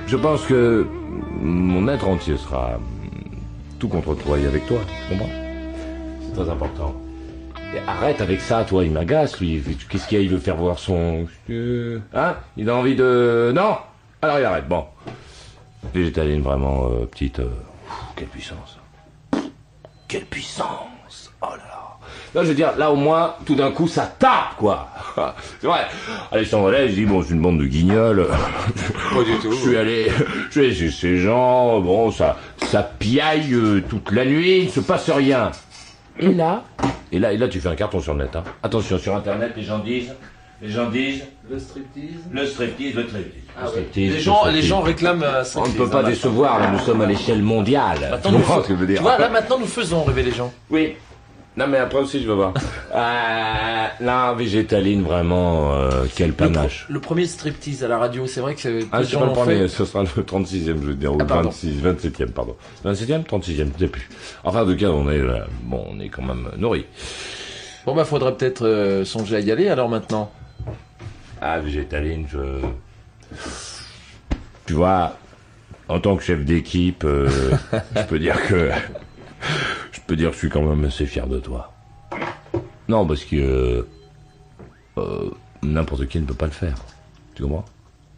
[SPEAKER 6] je pense que mon être entier sera tout contre toi et avec toi, tu comprends C'est très important. Et arrête avec ça, toi, il m'agace, lui. Qu'est-ce qu'il y a Il veut faire voir son. Hein Il a envie de. Non Alors il arrête, bon. Végétaline, vraiment, euh, petite. euh, pff, quelle puissance. Quelle puissance Oh là là Là, je veux dire, là, au moins, tout d'un coup, ça tape, quoi C'est vrai Allez, je relais, je dis, bon, c'est une bande de guignols.
[SPEAKER 7] Pas du tout.
[SPEAKER 6] Je suis allé, je suis allé chez ces gens, bon, ça, ça piaille euh, toute la nuit, il se passe rien. Et là, et là, et là, tu fais un carton sur le net. hein. Attention, sur Internet, les gens disent, les gens disent,
[SPEAKER 7] Le striptease.
[SPEAKER 6] le striptease, le striptease.
[SPEAKER 7] Ah ouais.
[SPEAKER 6] striptease,
[SPEAKER 7] Les
[SPEAKER 6] le
[SPEAKER 7] gens, les
[SPEAKER 6] striptease.
[SPEAKER 7] gens réclament un
[SPEAKER 6] On ne
[SPEAKER 7] striptease,
[SPEAKER 6] peut
[SPEAKER 7] hein,
[SPEAKER 6] pas
[SPEAKER 7] là.
[SPEAKER 6] décevoir, là, nous sommes à l'échelle mondiale.
[SPEAKER 7] Maintenant,
[SPEAKER 6] tu
[SPEAKER 7] nous
[SPEAKER 6] comprends
[SPEAKER 7] fais-
[SPEAKER 6] ce que je veux dire
[SPEAKER 7] Bah, Tu vois, là maintenant nous faisons rêver les gens.
[SPEAKER 6] Oui. Non, mais après aussi, je veux voir. Euh, là, végétaline, vraiment, euh, quel panache.
[SPEAKER 7] Le premier striptease à la radio, c'est vrai que c'est peu
[SPEAKER 6] Ah,
[SPEAKER 7] de
[SPEAKER 6] c'est
[SPEAKER 7] gens
[SPEAKER 6] pas le
[SPEAKER 7] l'ont
[SPEAKER 6] premier,
[SPEAKER 7] fait.
[SPEAKER 6] ce sera le 36e, je veux dire, ou
[SPEAKER 7] Ah, pardon.
[SPEAKER 6] 26, 27e, pardon. 27e, 36e, je sais plus. Enfin, en tout cas, on est, euh, bon, on est quand même nourri.
[SPEAKER 7] Bon bah faudrait peut-être euh, songer à y aller alors maintenant.
[SPEAKER 6] Ah, végétaline, je... Tu vois, en tant que chef d'équipe, euh, je peux dire que... Je peux dire que je suis quand même assez fier de toi. Non, parce que... euh, euh, N'importe qui ne peut pas le faire. Tu comprends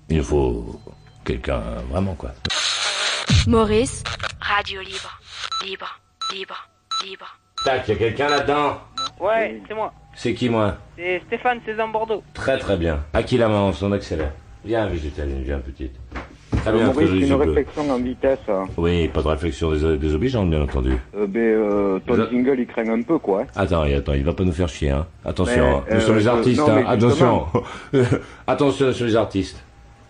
[SPEAKER 6] Il faut quelqu'un, vraiment, quoi.
[SPEAKER 4] Maurice, radio libre, libre, libre, libre.
[SPEAKER 6] Tac, il y a quelqu'un là-dedans
[SPEAKER 16] Ouais, c'est moi.
[SPEAKER 6] C'est qui, moi
[SPEAKER 16] C'est Stéphane Cézanne Bordeaux.
[SPEAKER 6] Très très bien. À qui la main On accélère. Viens, végétalienne, viens, petite. Très bien,
[SPEAKER 13] Maurice,
[SPEAKER 6] très joli
[SPEAKER 13] une
[SPEAKER 6] soupe.
[SPEAKER 13] réflexion en vitesse. hein.
[SPEAKER 6] Oui, pas de réflexion des, des obligeantes, bien entendu.
[SPEAKER 13] Euh, ben, euh, ton
[SPEAKER 6] Je-
[SPEAKER 13] jingle, il craint un peu, quoi. hein.
[SPEAKER 6] Attends, et attends, il va pas nous faire chier, hein. Attention,
[SPEAKER 13] Mais,
[SPEAKER 6] hein. nous
[SPEAKER 13] euh,
[SPEAKER 6] sommes les
[SPEAKER 13] je-
[SPEAKER 6] artistes,
[SPEAKER 13] non, mais
[SPEAKER 6] hein. Attention. attention, nous sommes les artistes.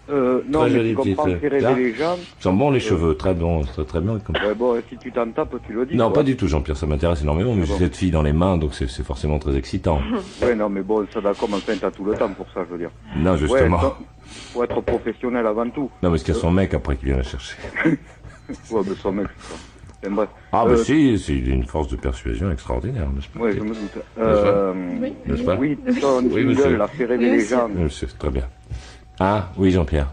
[SPEAKER 13] Euh, non,
[SPEAKER 6] Très
[SPEAKER 13] mais
[SPEAKER 6] joli
[SPEAKER 13] tu comprends,
[SPEAKER 6] petit,
[SPEAKER 13] c'est
[SPEAKER 6] euh, là.
[SPEAKER 13] rêver les gens.
[SPEAKER 6] Ils sont bons les cheveux, très bons, très très bien. comme-
[SPEAKER 13] Ouais, bon, si tu t'en tapes, tu le dis.
[SPEAKER 6] Non,
[SPEAKER 13] quoi.
[SPEAKER 6] pas du tout, Jean-Pierre, ça m'intéresse énormément, mais
[SPEAKER 13] Ah
[SPEAKER 6] j'ai
[SPEAKER 13] bon.
[SPEAKER 6] cette fille dans les mains, donc c'est c'est forcément très excitant.
[SPEAKER 13] Ouais, non, mais bon, ça d'accord, mais enfin, t'as tout le temps pour ça, je veux dire.
[SPEAKER 6] Non, justement.
[SPEAKER 13] Ouais, faut- faut être professionnel avant tout.
[SPEAKER 6] Non, mais est-ce qu'il y a son mec après qui vient la chercher
[SPEAKER 13] Ouais, mais son mec, c'est ça. Enfin, bref.
[SPEAKER 6] Ah,
[SPEAKER 13] Euh,
[SPEAKER 6] bah si, c'est une force de persuasion extraordinaire, n'est-ce pas
[SPEAKER 13] Ouais, je me doute.
[SPEAKER 6] Oui.
[SPEAKER 13] Euh,
[SPEAKER 6] N'est-ce pas
[SPEAKER 13] Oui, c'est ça, on dit
[SPEAKER 6] Oui,
[SPEAKER 13] une
[SPEAKER 6] monsieur.
[SPEAKER 13] gueule, là, fait rêver les gens.
[SPEAKER 6] Oui, C'est très bien. Ah, oui, Jean-Pierre.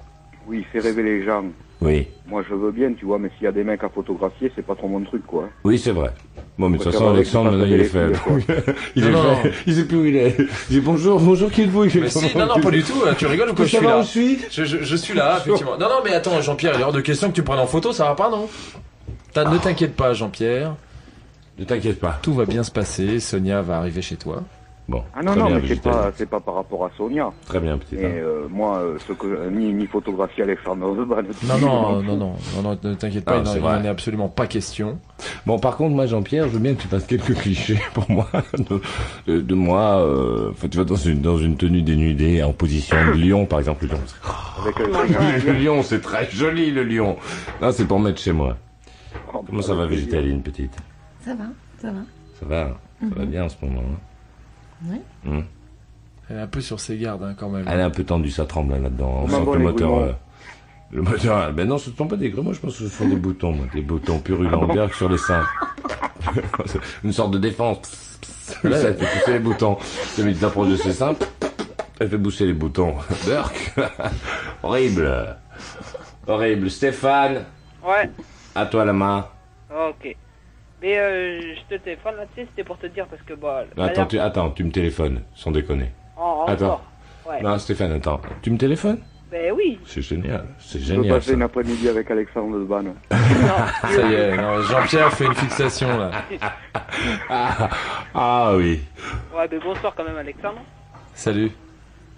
[SPEAKER 13] Oui, fait rêver les gens.
[SPEAKER 6] Oui.
[SPEAKER 13] Moi, je veux bien, tu vois, mais s'il y a des mecs à photographier, c'est pas trop mon truc, quoi.
[SPEAKER 6] Oui, c'est vrai. Bon, mais de toute
[SPEAKER 13] Préfère
[SPEAKER 6] façon,
[SPEAKER 13] avoir
[SPEAKER 6] Alexandre,
[SPEAKER 13] des
[SPEAKER 6] maintenant, il est
[SPEAKER 13] papas
[SPEAKER 6] faible.
[SPEAKER 13] et des filles, quoi.
[SPEAKER 6] il est
[SPEAKER 13] Non, non.
[SPEAKER 6] faible. Il sait plus où il est. Il dit bonjour, bonjour, qui êtes-vous
[SPEAKER 17] Mais si, non, non, pas du tout. euh, Tu rigoles ou quoi
[SPEAKER 6] Faut
[SPEAKER 17] Je suis
[SPEAKER 6] savoir
[SPEAKER 17] là.
[SPEAKER 6] où je suis
[SPEAKER 17] je, je- je suis là, effectivement. Non, non, mais attends, Jean-Pierre, il est hors de question que tu me prennes en photo, ça va pas, non T'as- Ne t'inquiète pas, Jean-Pierre.
[SPEAKER 6] Ne t'inquiète pas.
[SPEAKER 17] Tout va bien se passer. Sonia va arriver chez toi.
[SPEAKER 6] Bon.
[SPEAKER 13] Ah non, non, mais c'est pas, c'est pas par rapport à Sonia.
[SPEAKER 6] Très bien, hein. petit.
[SPEAKER 13] Mais euh, moi, euh, ce que, euh, ni, ni photographier Alexandre Zban.
[SPEAKER 17] Non, non, non, non, non, non, ne t'inquiète pas,
[SPEAKER 6] Ah,
[SPEAKER 17] il n'en-
[SPEAKER 6] c'est
[SPEAKER 17] il
[SPEAKER 6] vrai.
[SPEAKER 17] n'en est absolument pas question.
[SPEAKER 6] Bon, par contre, moi, Jean-Pierre, je veux bien que tu fasses quelques clichés pour moi. De, de- de moi, euh, enfin, tu vas dans une, dans une tenue dénudée, en position de lion, par exemple. Le lion,
[SPEAKER 13] Avec
[SPEAKER 6] c'est- le lion, c'est très joli, le lion. Non, c'est pour mettre chez moi. Comment ça va, Végétaline, petite
[SPEAKER 15] Ça va, ça va.
[SPEAKER 6] Ça va, hein ça va
[SPEAKER 15] Mhm.
[SPEAKER 6] bien en ce moment. hein
[SPEAKER 15] Oui.
[SPEAKER 6] Hum.
[SPEAKER 17] Elle est un peu sur ses gardes, hein, quand même.
[SPEAKER 6] Elle est un peu tendue, ça tremble hein, là-dedans. On
[SPEAKER 17] Comment
[SPEAKER 6] sent
[SPEAKER 17] vont
[SPEAKER 6] que le
[SPEAKER 17] les
[SPEAKER 6] moteur.
[SPEAKER 17] grumeaux
[SPEAKER 6] euh, le moteur. ah, Ben non, ce ne sont pas des grumeaux, je pense que ce sont des boutons, moi, des boutons purulents Berg sur les seins. Une sorte de défense. Pss, pss, pss. Ça fait pousser les boutons. Le mec s'approche de ses seins. Elle fait pousser les boutons. Burk Horrible. Horrible. Stéphane,
[SPEAKER 16] Ouais,
[SPEAKER 6] à toi la main.
[SPEAKER 16] Ah, ok. Mais euh, je te téléphone là, tu sais, c'était pour te dire parce que bah. la
[SPEAKER 6] Attends,
[SPEAKER 16] dernière-
[SPEAKER 6] tu, attends, tu me téléphones, sans déconner.
[SPEAKER 16] Oh,
[SPEAKER 6] attends.
[SPEAKER 16] encore. Ouais.
[SPEAKER 6] Non, Stéphane, attends. Tu me téléphones
[SPEAKER 16] Ben oui.
[SPEAKER 6] C'est génial. C'est
[SPEAKER 13] Je veux
[SPEAKER 6] génial.
[SPEAKER 13] passer une après-midi avec Alexandre Zban.
[SPEAKER 17] Ça y est, non, Jean-Pierre fait une fixation, là.
[SPEAKER 6] Ah, ah oui.
[SPEAKER 16] Ouais, mais bonsoir quand même, Alexandre.
[SPEAKER 17] Salut.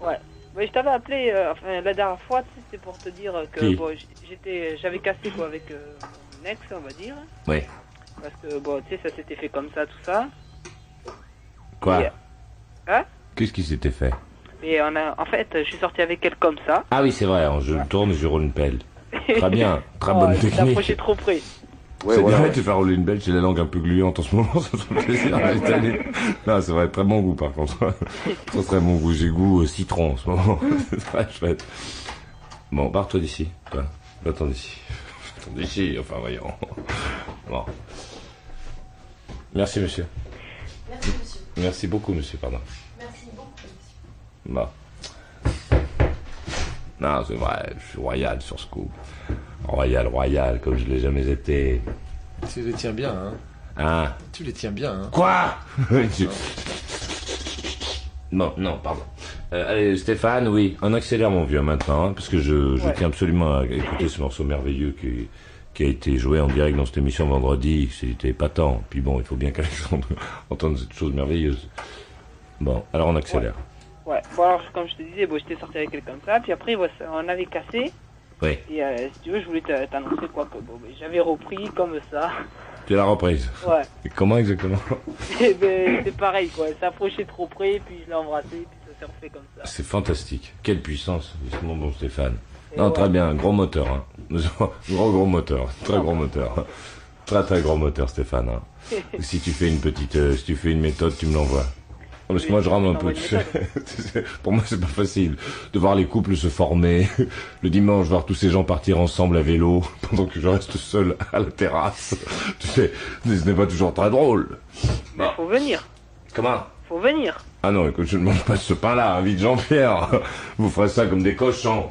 [SPEAKER 16] Ouais. Mais je t'avais appelé euh, enfin, la dernière fois, tu sais, c'était pour te dire que
[SPEAKER 6] Qui
[SPEAKER 16] Euh, bon, j- j'étais, j'avais cassé quoi avec euh, mon ex, on va dire,
[SPEAKER 6] Oui.
[SPEAKER 16] parce que bon, tu sais, ça s'était fait comme ça, tout ça.
[SPEAKER 6] Quoi
[SPEAKER 16] Yeah. Hein
[SPEAKER 6] Qu'est-ce qui s'était fait
[SPEAKER 16] Et on a, en fait, je suis sorti avec elle comme ça.
[SPEAKER 6] Ah oui, c'est vrai, je le tourne et je roule une pelle. Très bien, très
[SPEAKER 16] Oh,
[SPEAKER 6] bonne
[SPEAKER 16] je t'ai approché
[SPEAKER 6] technique.
[SPEAKER 16] trop près.
[SPEAKER 6] c'est
[SPEAKER 13] ouais,
[SPEAKER 6] bien,
[SPEAKER 13] ouais.
[SPEAKER 6] tu fais rouler une pelle, j'ai la langue un peu gluante en ce moment, ça fait plaisir.
[SPEAKER 16] Ouais,
[SPEAKER 6] cette année. non, c'est vrai, très bon goût par contre. très très bon goût, j'ai goût euh, citron en ce moment.
[SPEAKER 15] Mm.
[SPEAKER 6] c'est très chouette. Bon, barre-toi d'ici. Toi. Va-t'en d'ici. Va-t'en d'ici, enfin voyons. Bon. Merci monsieur.
[SPEAKER 15] Merci, monsieur.
[SPEAKER 6] Merci beaucoup monsieur, pardon.
[SPEAKER 15] Merci beaucoup.
[SPEAKER 6] Bon. Non, c'est vrai, je suis royal sur ce coup. Royal, royal, comme je l'ai jamais été.
[SPEAKER 17] Tu les tiens bien, hein.
[SPEAKER 6] Hein
[SPEAKER 17] Tu les tiens bien, hein.
[SPEAKER 6] Quoi Tu- Non, non, pardon. Euh, allez, Stéphane, oui, on accélère mon vieux maintenant, hein, parce que je, je
[SPEAKER 17] Ouais.
[SPEAKER 6] tiens absolument à écouter ce morceau merveilleux qui, qui a été joué en direct dans cette émission vendredi. C'était épatant. Puis bon, il faut bien qu'Alexandre entende cette chose merveilleuse. Bon, alors on accélère.
[SPEAKER 16] Ouais. Bon alors, comme je te disais, bon, j'étais sorti avec elle comme ça, puis après, voilà, ça- on avait cassé.
[SPEAKER 6] Oui,
[SPEAKER 16] Et euh, si tu veux, je voulais t'a- t'annoncer quoi que bon, ben, j'avais repris comme ça.
[SPEAKER 6] tu l'as reprise.
[SPEAKER 16] Ouais.
[SPEAKER 6] Et comment exactement
[SPEAKER 16] Et ben, c'est pareil quoi, elle s'approchait trop près, puis je l'ai embrassée, puis ça s'est refait comme ça.
[SPEAKER 6] C'est fantastique. Quelle puissance, mon bon Stéphane.
[SPEAKER 16] Et
[SPEAKER 6] Non,
[SPEAKER 16] ouais.
[SPEAKER 6] très bien, gros moteur. Hein. gros, gros moteur. Très gros moteur. Très, très gros moteur, Stéphane. hein. si tu fais une petite, euh, si tu fais une méthode, tu me l'envoies. Non, Parce que moi, je rame un peu. tu sais. Pour moi, c'est pas facile de voir les couples se former. Le dimanche, voir tous ces gens partir ensemble à vélo pendant que je reste seul à la terrasse. Tu sais, ce n'est pas toujours très drôle.
[SPEAKER 16] Mais faut venir,
[SPEAKER 6] Comment
[SPEAKER 16] faut venir.
[SPEAKER 6] ah non, écoute, je ne mange pas ce pain-là, hein, vite Jean-Pierre. Vous ferez ça comme des cochons.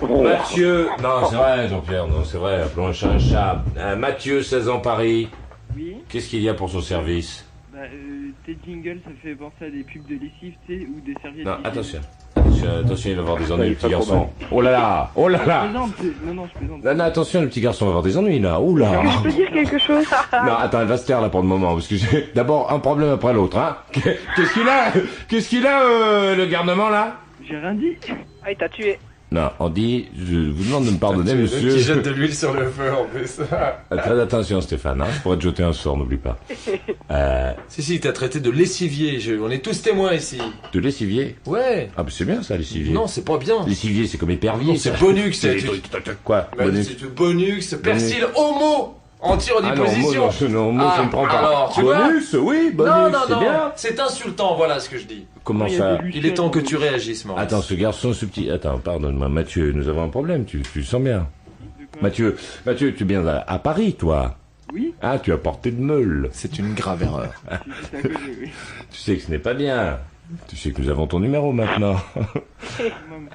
[SPEAKER 6] Bon, Mathieu. Non, c'est vrai, Jean-Pierre, non, c'est vrai, appelons un chat un chat. Euh, Mathieu, 16 ans, Paris.
[SPEAKER 18] Oui.
[SPEAKER 6] Qu'est-ce qu'il y a pour son service
[SPEAKER 18] Bah, euh, tes jingles, ça fait penser à des pubs de lessive, tu sais, ou des serviettes.
[SPEAKER 6] Non,
[SPEAKER 18] hygiéniques.
[SPEAKER 6] attention. Attention, attention, il va avoir des ennuis, le petit garçon. Oh là là, oh là là.
[SPEAKER 18] Je plaisante, c'est- Non, non, je plaisante.
[SPEAKER 6] Non, non, attention, le petit garçon va avoir des ennuis, là. Oh là.
[SPEAKER 18] Je peux dire quelque chose
[SPEAKER 6] Non, attends, elle va se taire là pour le moment, parce que j'ai d'abord un problème après l'autre, hein. Qu'est-ce qu'il a Qu'est-ce qu'il a, euh, le garnement, là
[SPEAKER 18] J'ai rien dit.
[SPEAKER 16] Ah, il t'a tué.
[SPEAKER 6] Non, on dit, je vous demande de me pardonner,
[SPEAKER 17] Ah, Le
[SPEAKER 6] monsieur. Euh,
[SPEAKER 17] Qui jette de l'huile sur le feu, en plus.
[SPEAKER 6] Ah, Très attention Stéphane, hein, je pourrais te jeter un sort, n'oublie pas. Euh,
[SPEAKER 17] Si, si, t'as traité de lessivier. je- On est tous témoins ici.
[SPEAKER 6] de lessivier
[SPEAKER 17] Ouais.
[SPEAKER 6] Ah, bah, c'est bien ça, lessivier.
[SPEAKER 17] Non, c'est pas bien.
[SPEAKER 6] Lessivier, c'est comme épervier.
[SPEAKER 17] Non, c'est
[SPEAKER 6] ça.
[SPEAKER 17] bonux, c'est-
[SPEAKER 6] des
[SPEAKER 17] tu-
[SPEAKER 6] trucs, tac, tac, Quoi
[SPEAKER 17] Bah,
[SPEAKER 6] Bonux.
[SPEAKER 17] C'est du bonux, persil, homo, en tir
[SPEAKER 6] Ah non, homo,
[SPEAKER 17] position.
[SPEAKER 6] non, je- non, homo, je ne prends pas.
[SPEAKER 17] Ah, Alors, tu
[SPEAKER 6] Bonus,
[SPEAKER 17] vois
[SPEAKER 6] oui, bonus,
[SPEAKER 17] Non, non,
[SPEAKER 6] c'est
[SPEAKER 17] non,
[SPEAKER 6] bien.
[SPEAKER 17] C'est insultant, voilà ce que je dis.
[SPEAKER 6] Comment ça
[SPEAKER 17] Il est temps que tu réagisses, Maurice.
[SPEAKER 6] Attends, ce garçon, ce petit. Attends, pardonne-moi, Mathieu, nous avons un problème, tu, tu le sens bien. Mathieu, Mathieu, tu es bien à, à Paris, toi
[SPEAKER 18] Oui.
[SPEAKER 6] Ah, tu as porté de meule.
[SPEAKER 17] C'est une grave erreur.
[SPEAKER 18] C'est à côté, oui.
[SPEAKER 6] tu sais que ce n'est pas bien. Tu sais que nous avons ton numéro maintenant.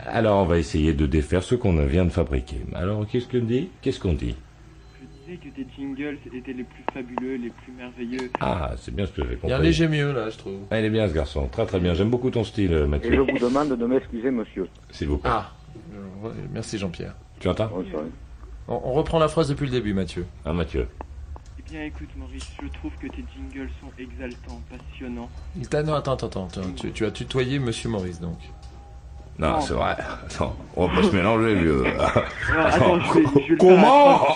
[SPEAKER 6] Alors, on va essayer de défaire ce qu'on vient de fabriquer. Alors, qu'est-ce qu'on dit Qu'est-ce qu'on dit
[SPEAKER 18] Je disais que tes jingles étaient les plus fabuleux, les plus merveilleux.
[SPEAKER 6] Ah, c'est bien ce que j'avais compris.
[SPEAKER 17] Il y a un léger mieux, là, je trouve.
[SPEAKER 6] Ah, il est bien ce garçon, très très bien. J'aime beaucoup ton style, euh,
[SPEAKER 13] Et je
[SPEAKER 6] Mathieu.
[SPEAKER 13] vous demande de m'excuser, monsieur.
[SPEAKER 6] S'il vous plaît.
[SPEAKER 17] Ah, je- ouais, merci Jean-Pierre.
[SPEAKER 6] Tu entends
[SPEAKER 13] Oh, sorry.
[SPEAKER 17] On, on reprend la phrase depuis le début, Mathieu.
[SPEAKER 6] Ah, Mathieu.
[SPEAKER 18] Eh bien, écoute, Maurice, je trouve que tes jingles sont exaltants, passionnants.
[SPEAKER 17] Il t'a- Non, attends, attends, attends. attends, Tu, tu as tutoyé Monsieur Maurice, donc.
[SPEAKER 6] Non,
[SPEAKER 18] Non.
[SPEAKER 6] c'est vrai. Attends, on va pas se mélanger, vieux.
[SPEAKER 18] attends, je vais- je vais le
[SPEAKER 6] Comment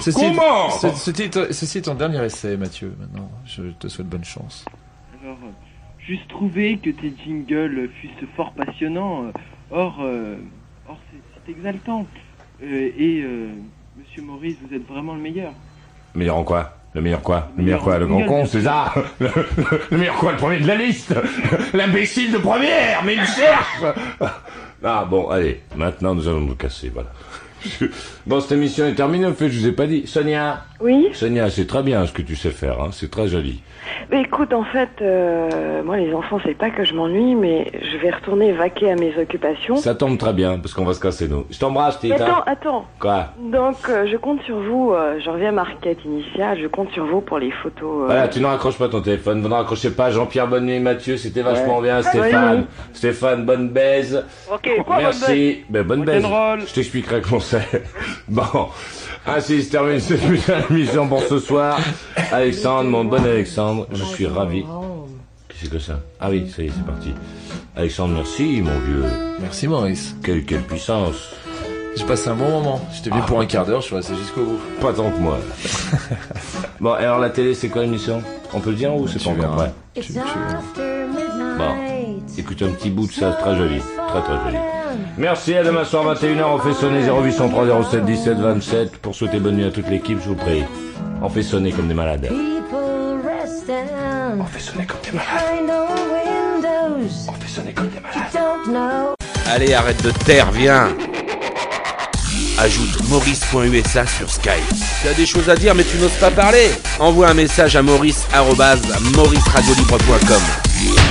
[SPEAKER 17] Ceci,
[SPEAKER 6] Comment
[SPEAKER 17] ce- ceci est- ceci est ton dernier essai, Mathieu. Maintenant, je te souhaite bonne chance.
[SPEAKER 18] Alors, euh, j'eusse trouvé que tes jingles fussent fort passionnants. euh, Or, euh, or c'est- c'est exaltant. Euh, et, euh, monsieur Maurice, vous êtes vraiment le meilleur.
[SPEAKER 6] Meilleur en quoi Le meilleur quoi Le meilleur quoi Le grand
[SPEAKER 18] meilleur
[SPEAKER 6] con, c'est ça le, le meilleur quoi Le premier de la liste L'imbécile de première Mais il cherche Ah bon, allez, maintenant nous allons nous casser, voilà. Bon, cette émission est terminée, en fait, je vous ai pas dit. Sonia
[SPEAKER 10] Oui
[SPEAKER 6] Sonia, c'est très bien ce que tu sais faire, hein, c'est très joli.
[SPEAKER 10] Mais écoute, en fait, euh, moi, les enfants, c'est pas que je m'ennuie, mais je vais retourner vaquer à mes occupations.
[SPEAKER 6] Ça tombe très bien, parce qu'on va se casser, nous. Je t'embrasse,
[SPEAKER 10] Mais
[SPEAKER 6] Tita.
[SPEAKER 10] Oh. attends, attends.
[SPEAKER 6] Quoi
[SPEAKER 10] Donc, euh, je compte sur vous. euh, je reviens à ma requête initiale. Je compte sur vous pour les photos. euh,
[SPEAKER 6] Voilà, tu ne raccroches pas ton téléphone, vous ne raccrochez pas. Jean-Pierre, bonne nuit, Mathieu, c'était vachement bien. Stéphane,
[SPEAKER 10] Oui,
[SPEAKER 6] Stéphane, bonne baise.
[SPEAKER 10] Ok,
[SPEAKER 6] Merci. Ben, bonne baise.
[SPEAKER 18] Rock'n'roll.
[SPEAKER 6] Je t'expliquerai comment c'est. Bon. Ainsi se termine cette putain d'émission pour ce soir. Alexandre, mon bon Alexandre, je suis ravi. Qu'est-ce que c'est que ça Ah oui, ça y est, c'est parti. Alexandre, merci, mon vieux.
[SPEAKER 17] Merci, Maurice.
[SPEAKER 6] Quelle, quelle puissance.
[SPEAKER 17] J'ai passé un bon moment. J'étais venu
[SPEAKER 6] Ah.
[SPEAKER 17] pour un quart d'heure, je suis resté jusqu'au bout.
[SPEAKER 6] Pas tant que moi. bon, alors la télé, c'est quoi l'émission On peut le dire ou c'est pas encore prêt Bon, écoute un petit bout de ça, très joli, très très joli. Merci, à demain soir 21h, on fait sonner 0803 07 17 27 pour souhaiter bonne nuit à toute l'équipe, je vous prie. On fait sonner comme des malades.
[SPEAKER 19] On fait sonner comme des malades. On fait sonner comme des malades.
[SPEAKER 1] Allez, arrête de te taire, viens Ajoute maurice.usa sur Skype. T'as des choses à dire mais tu n'oses pas parler Envoie un message à maurice.mauriceradiolibre.com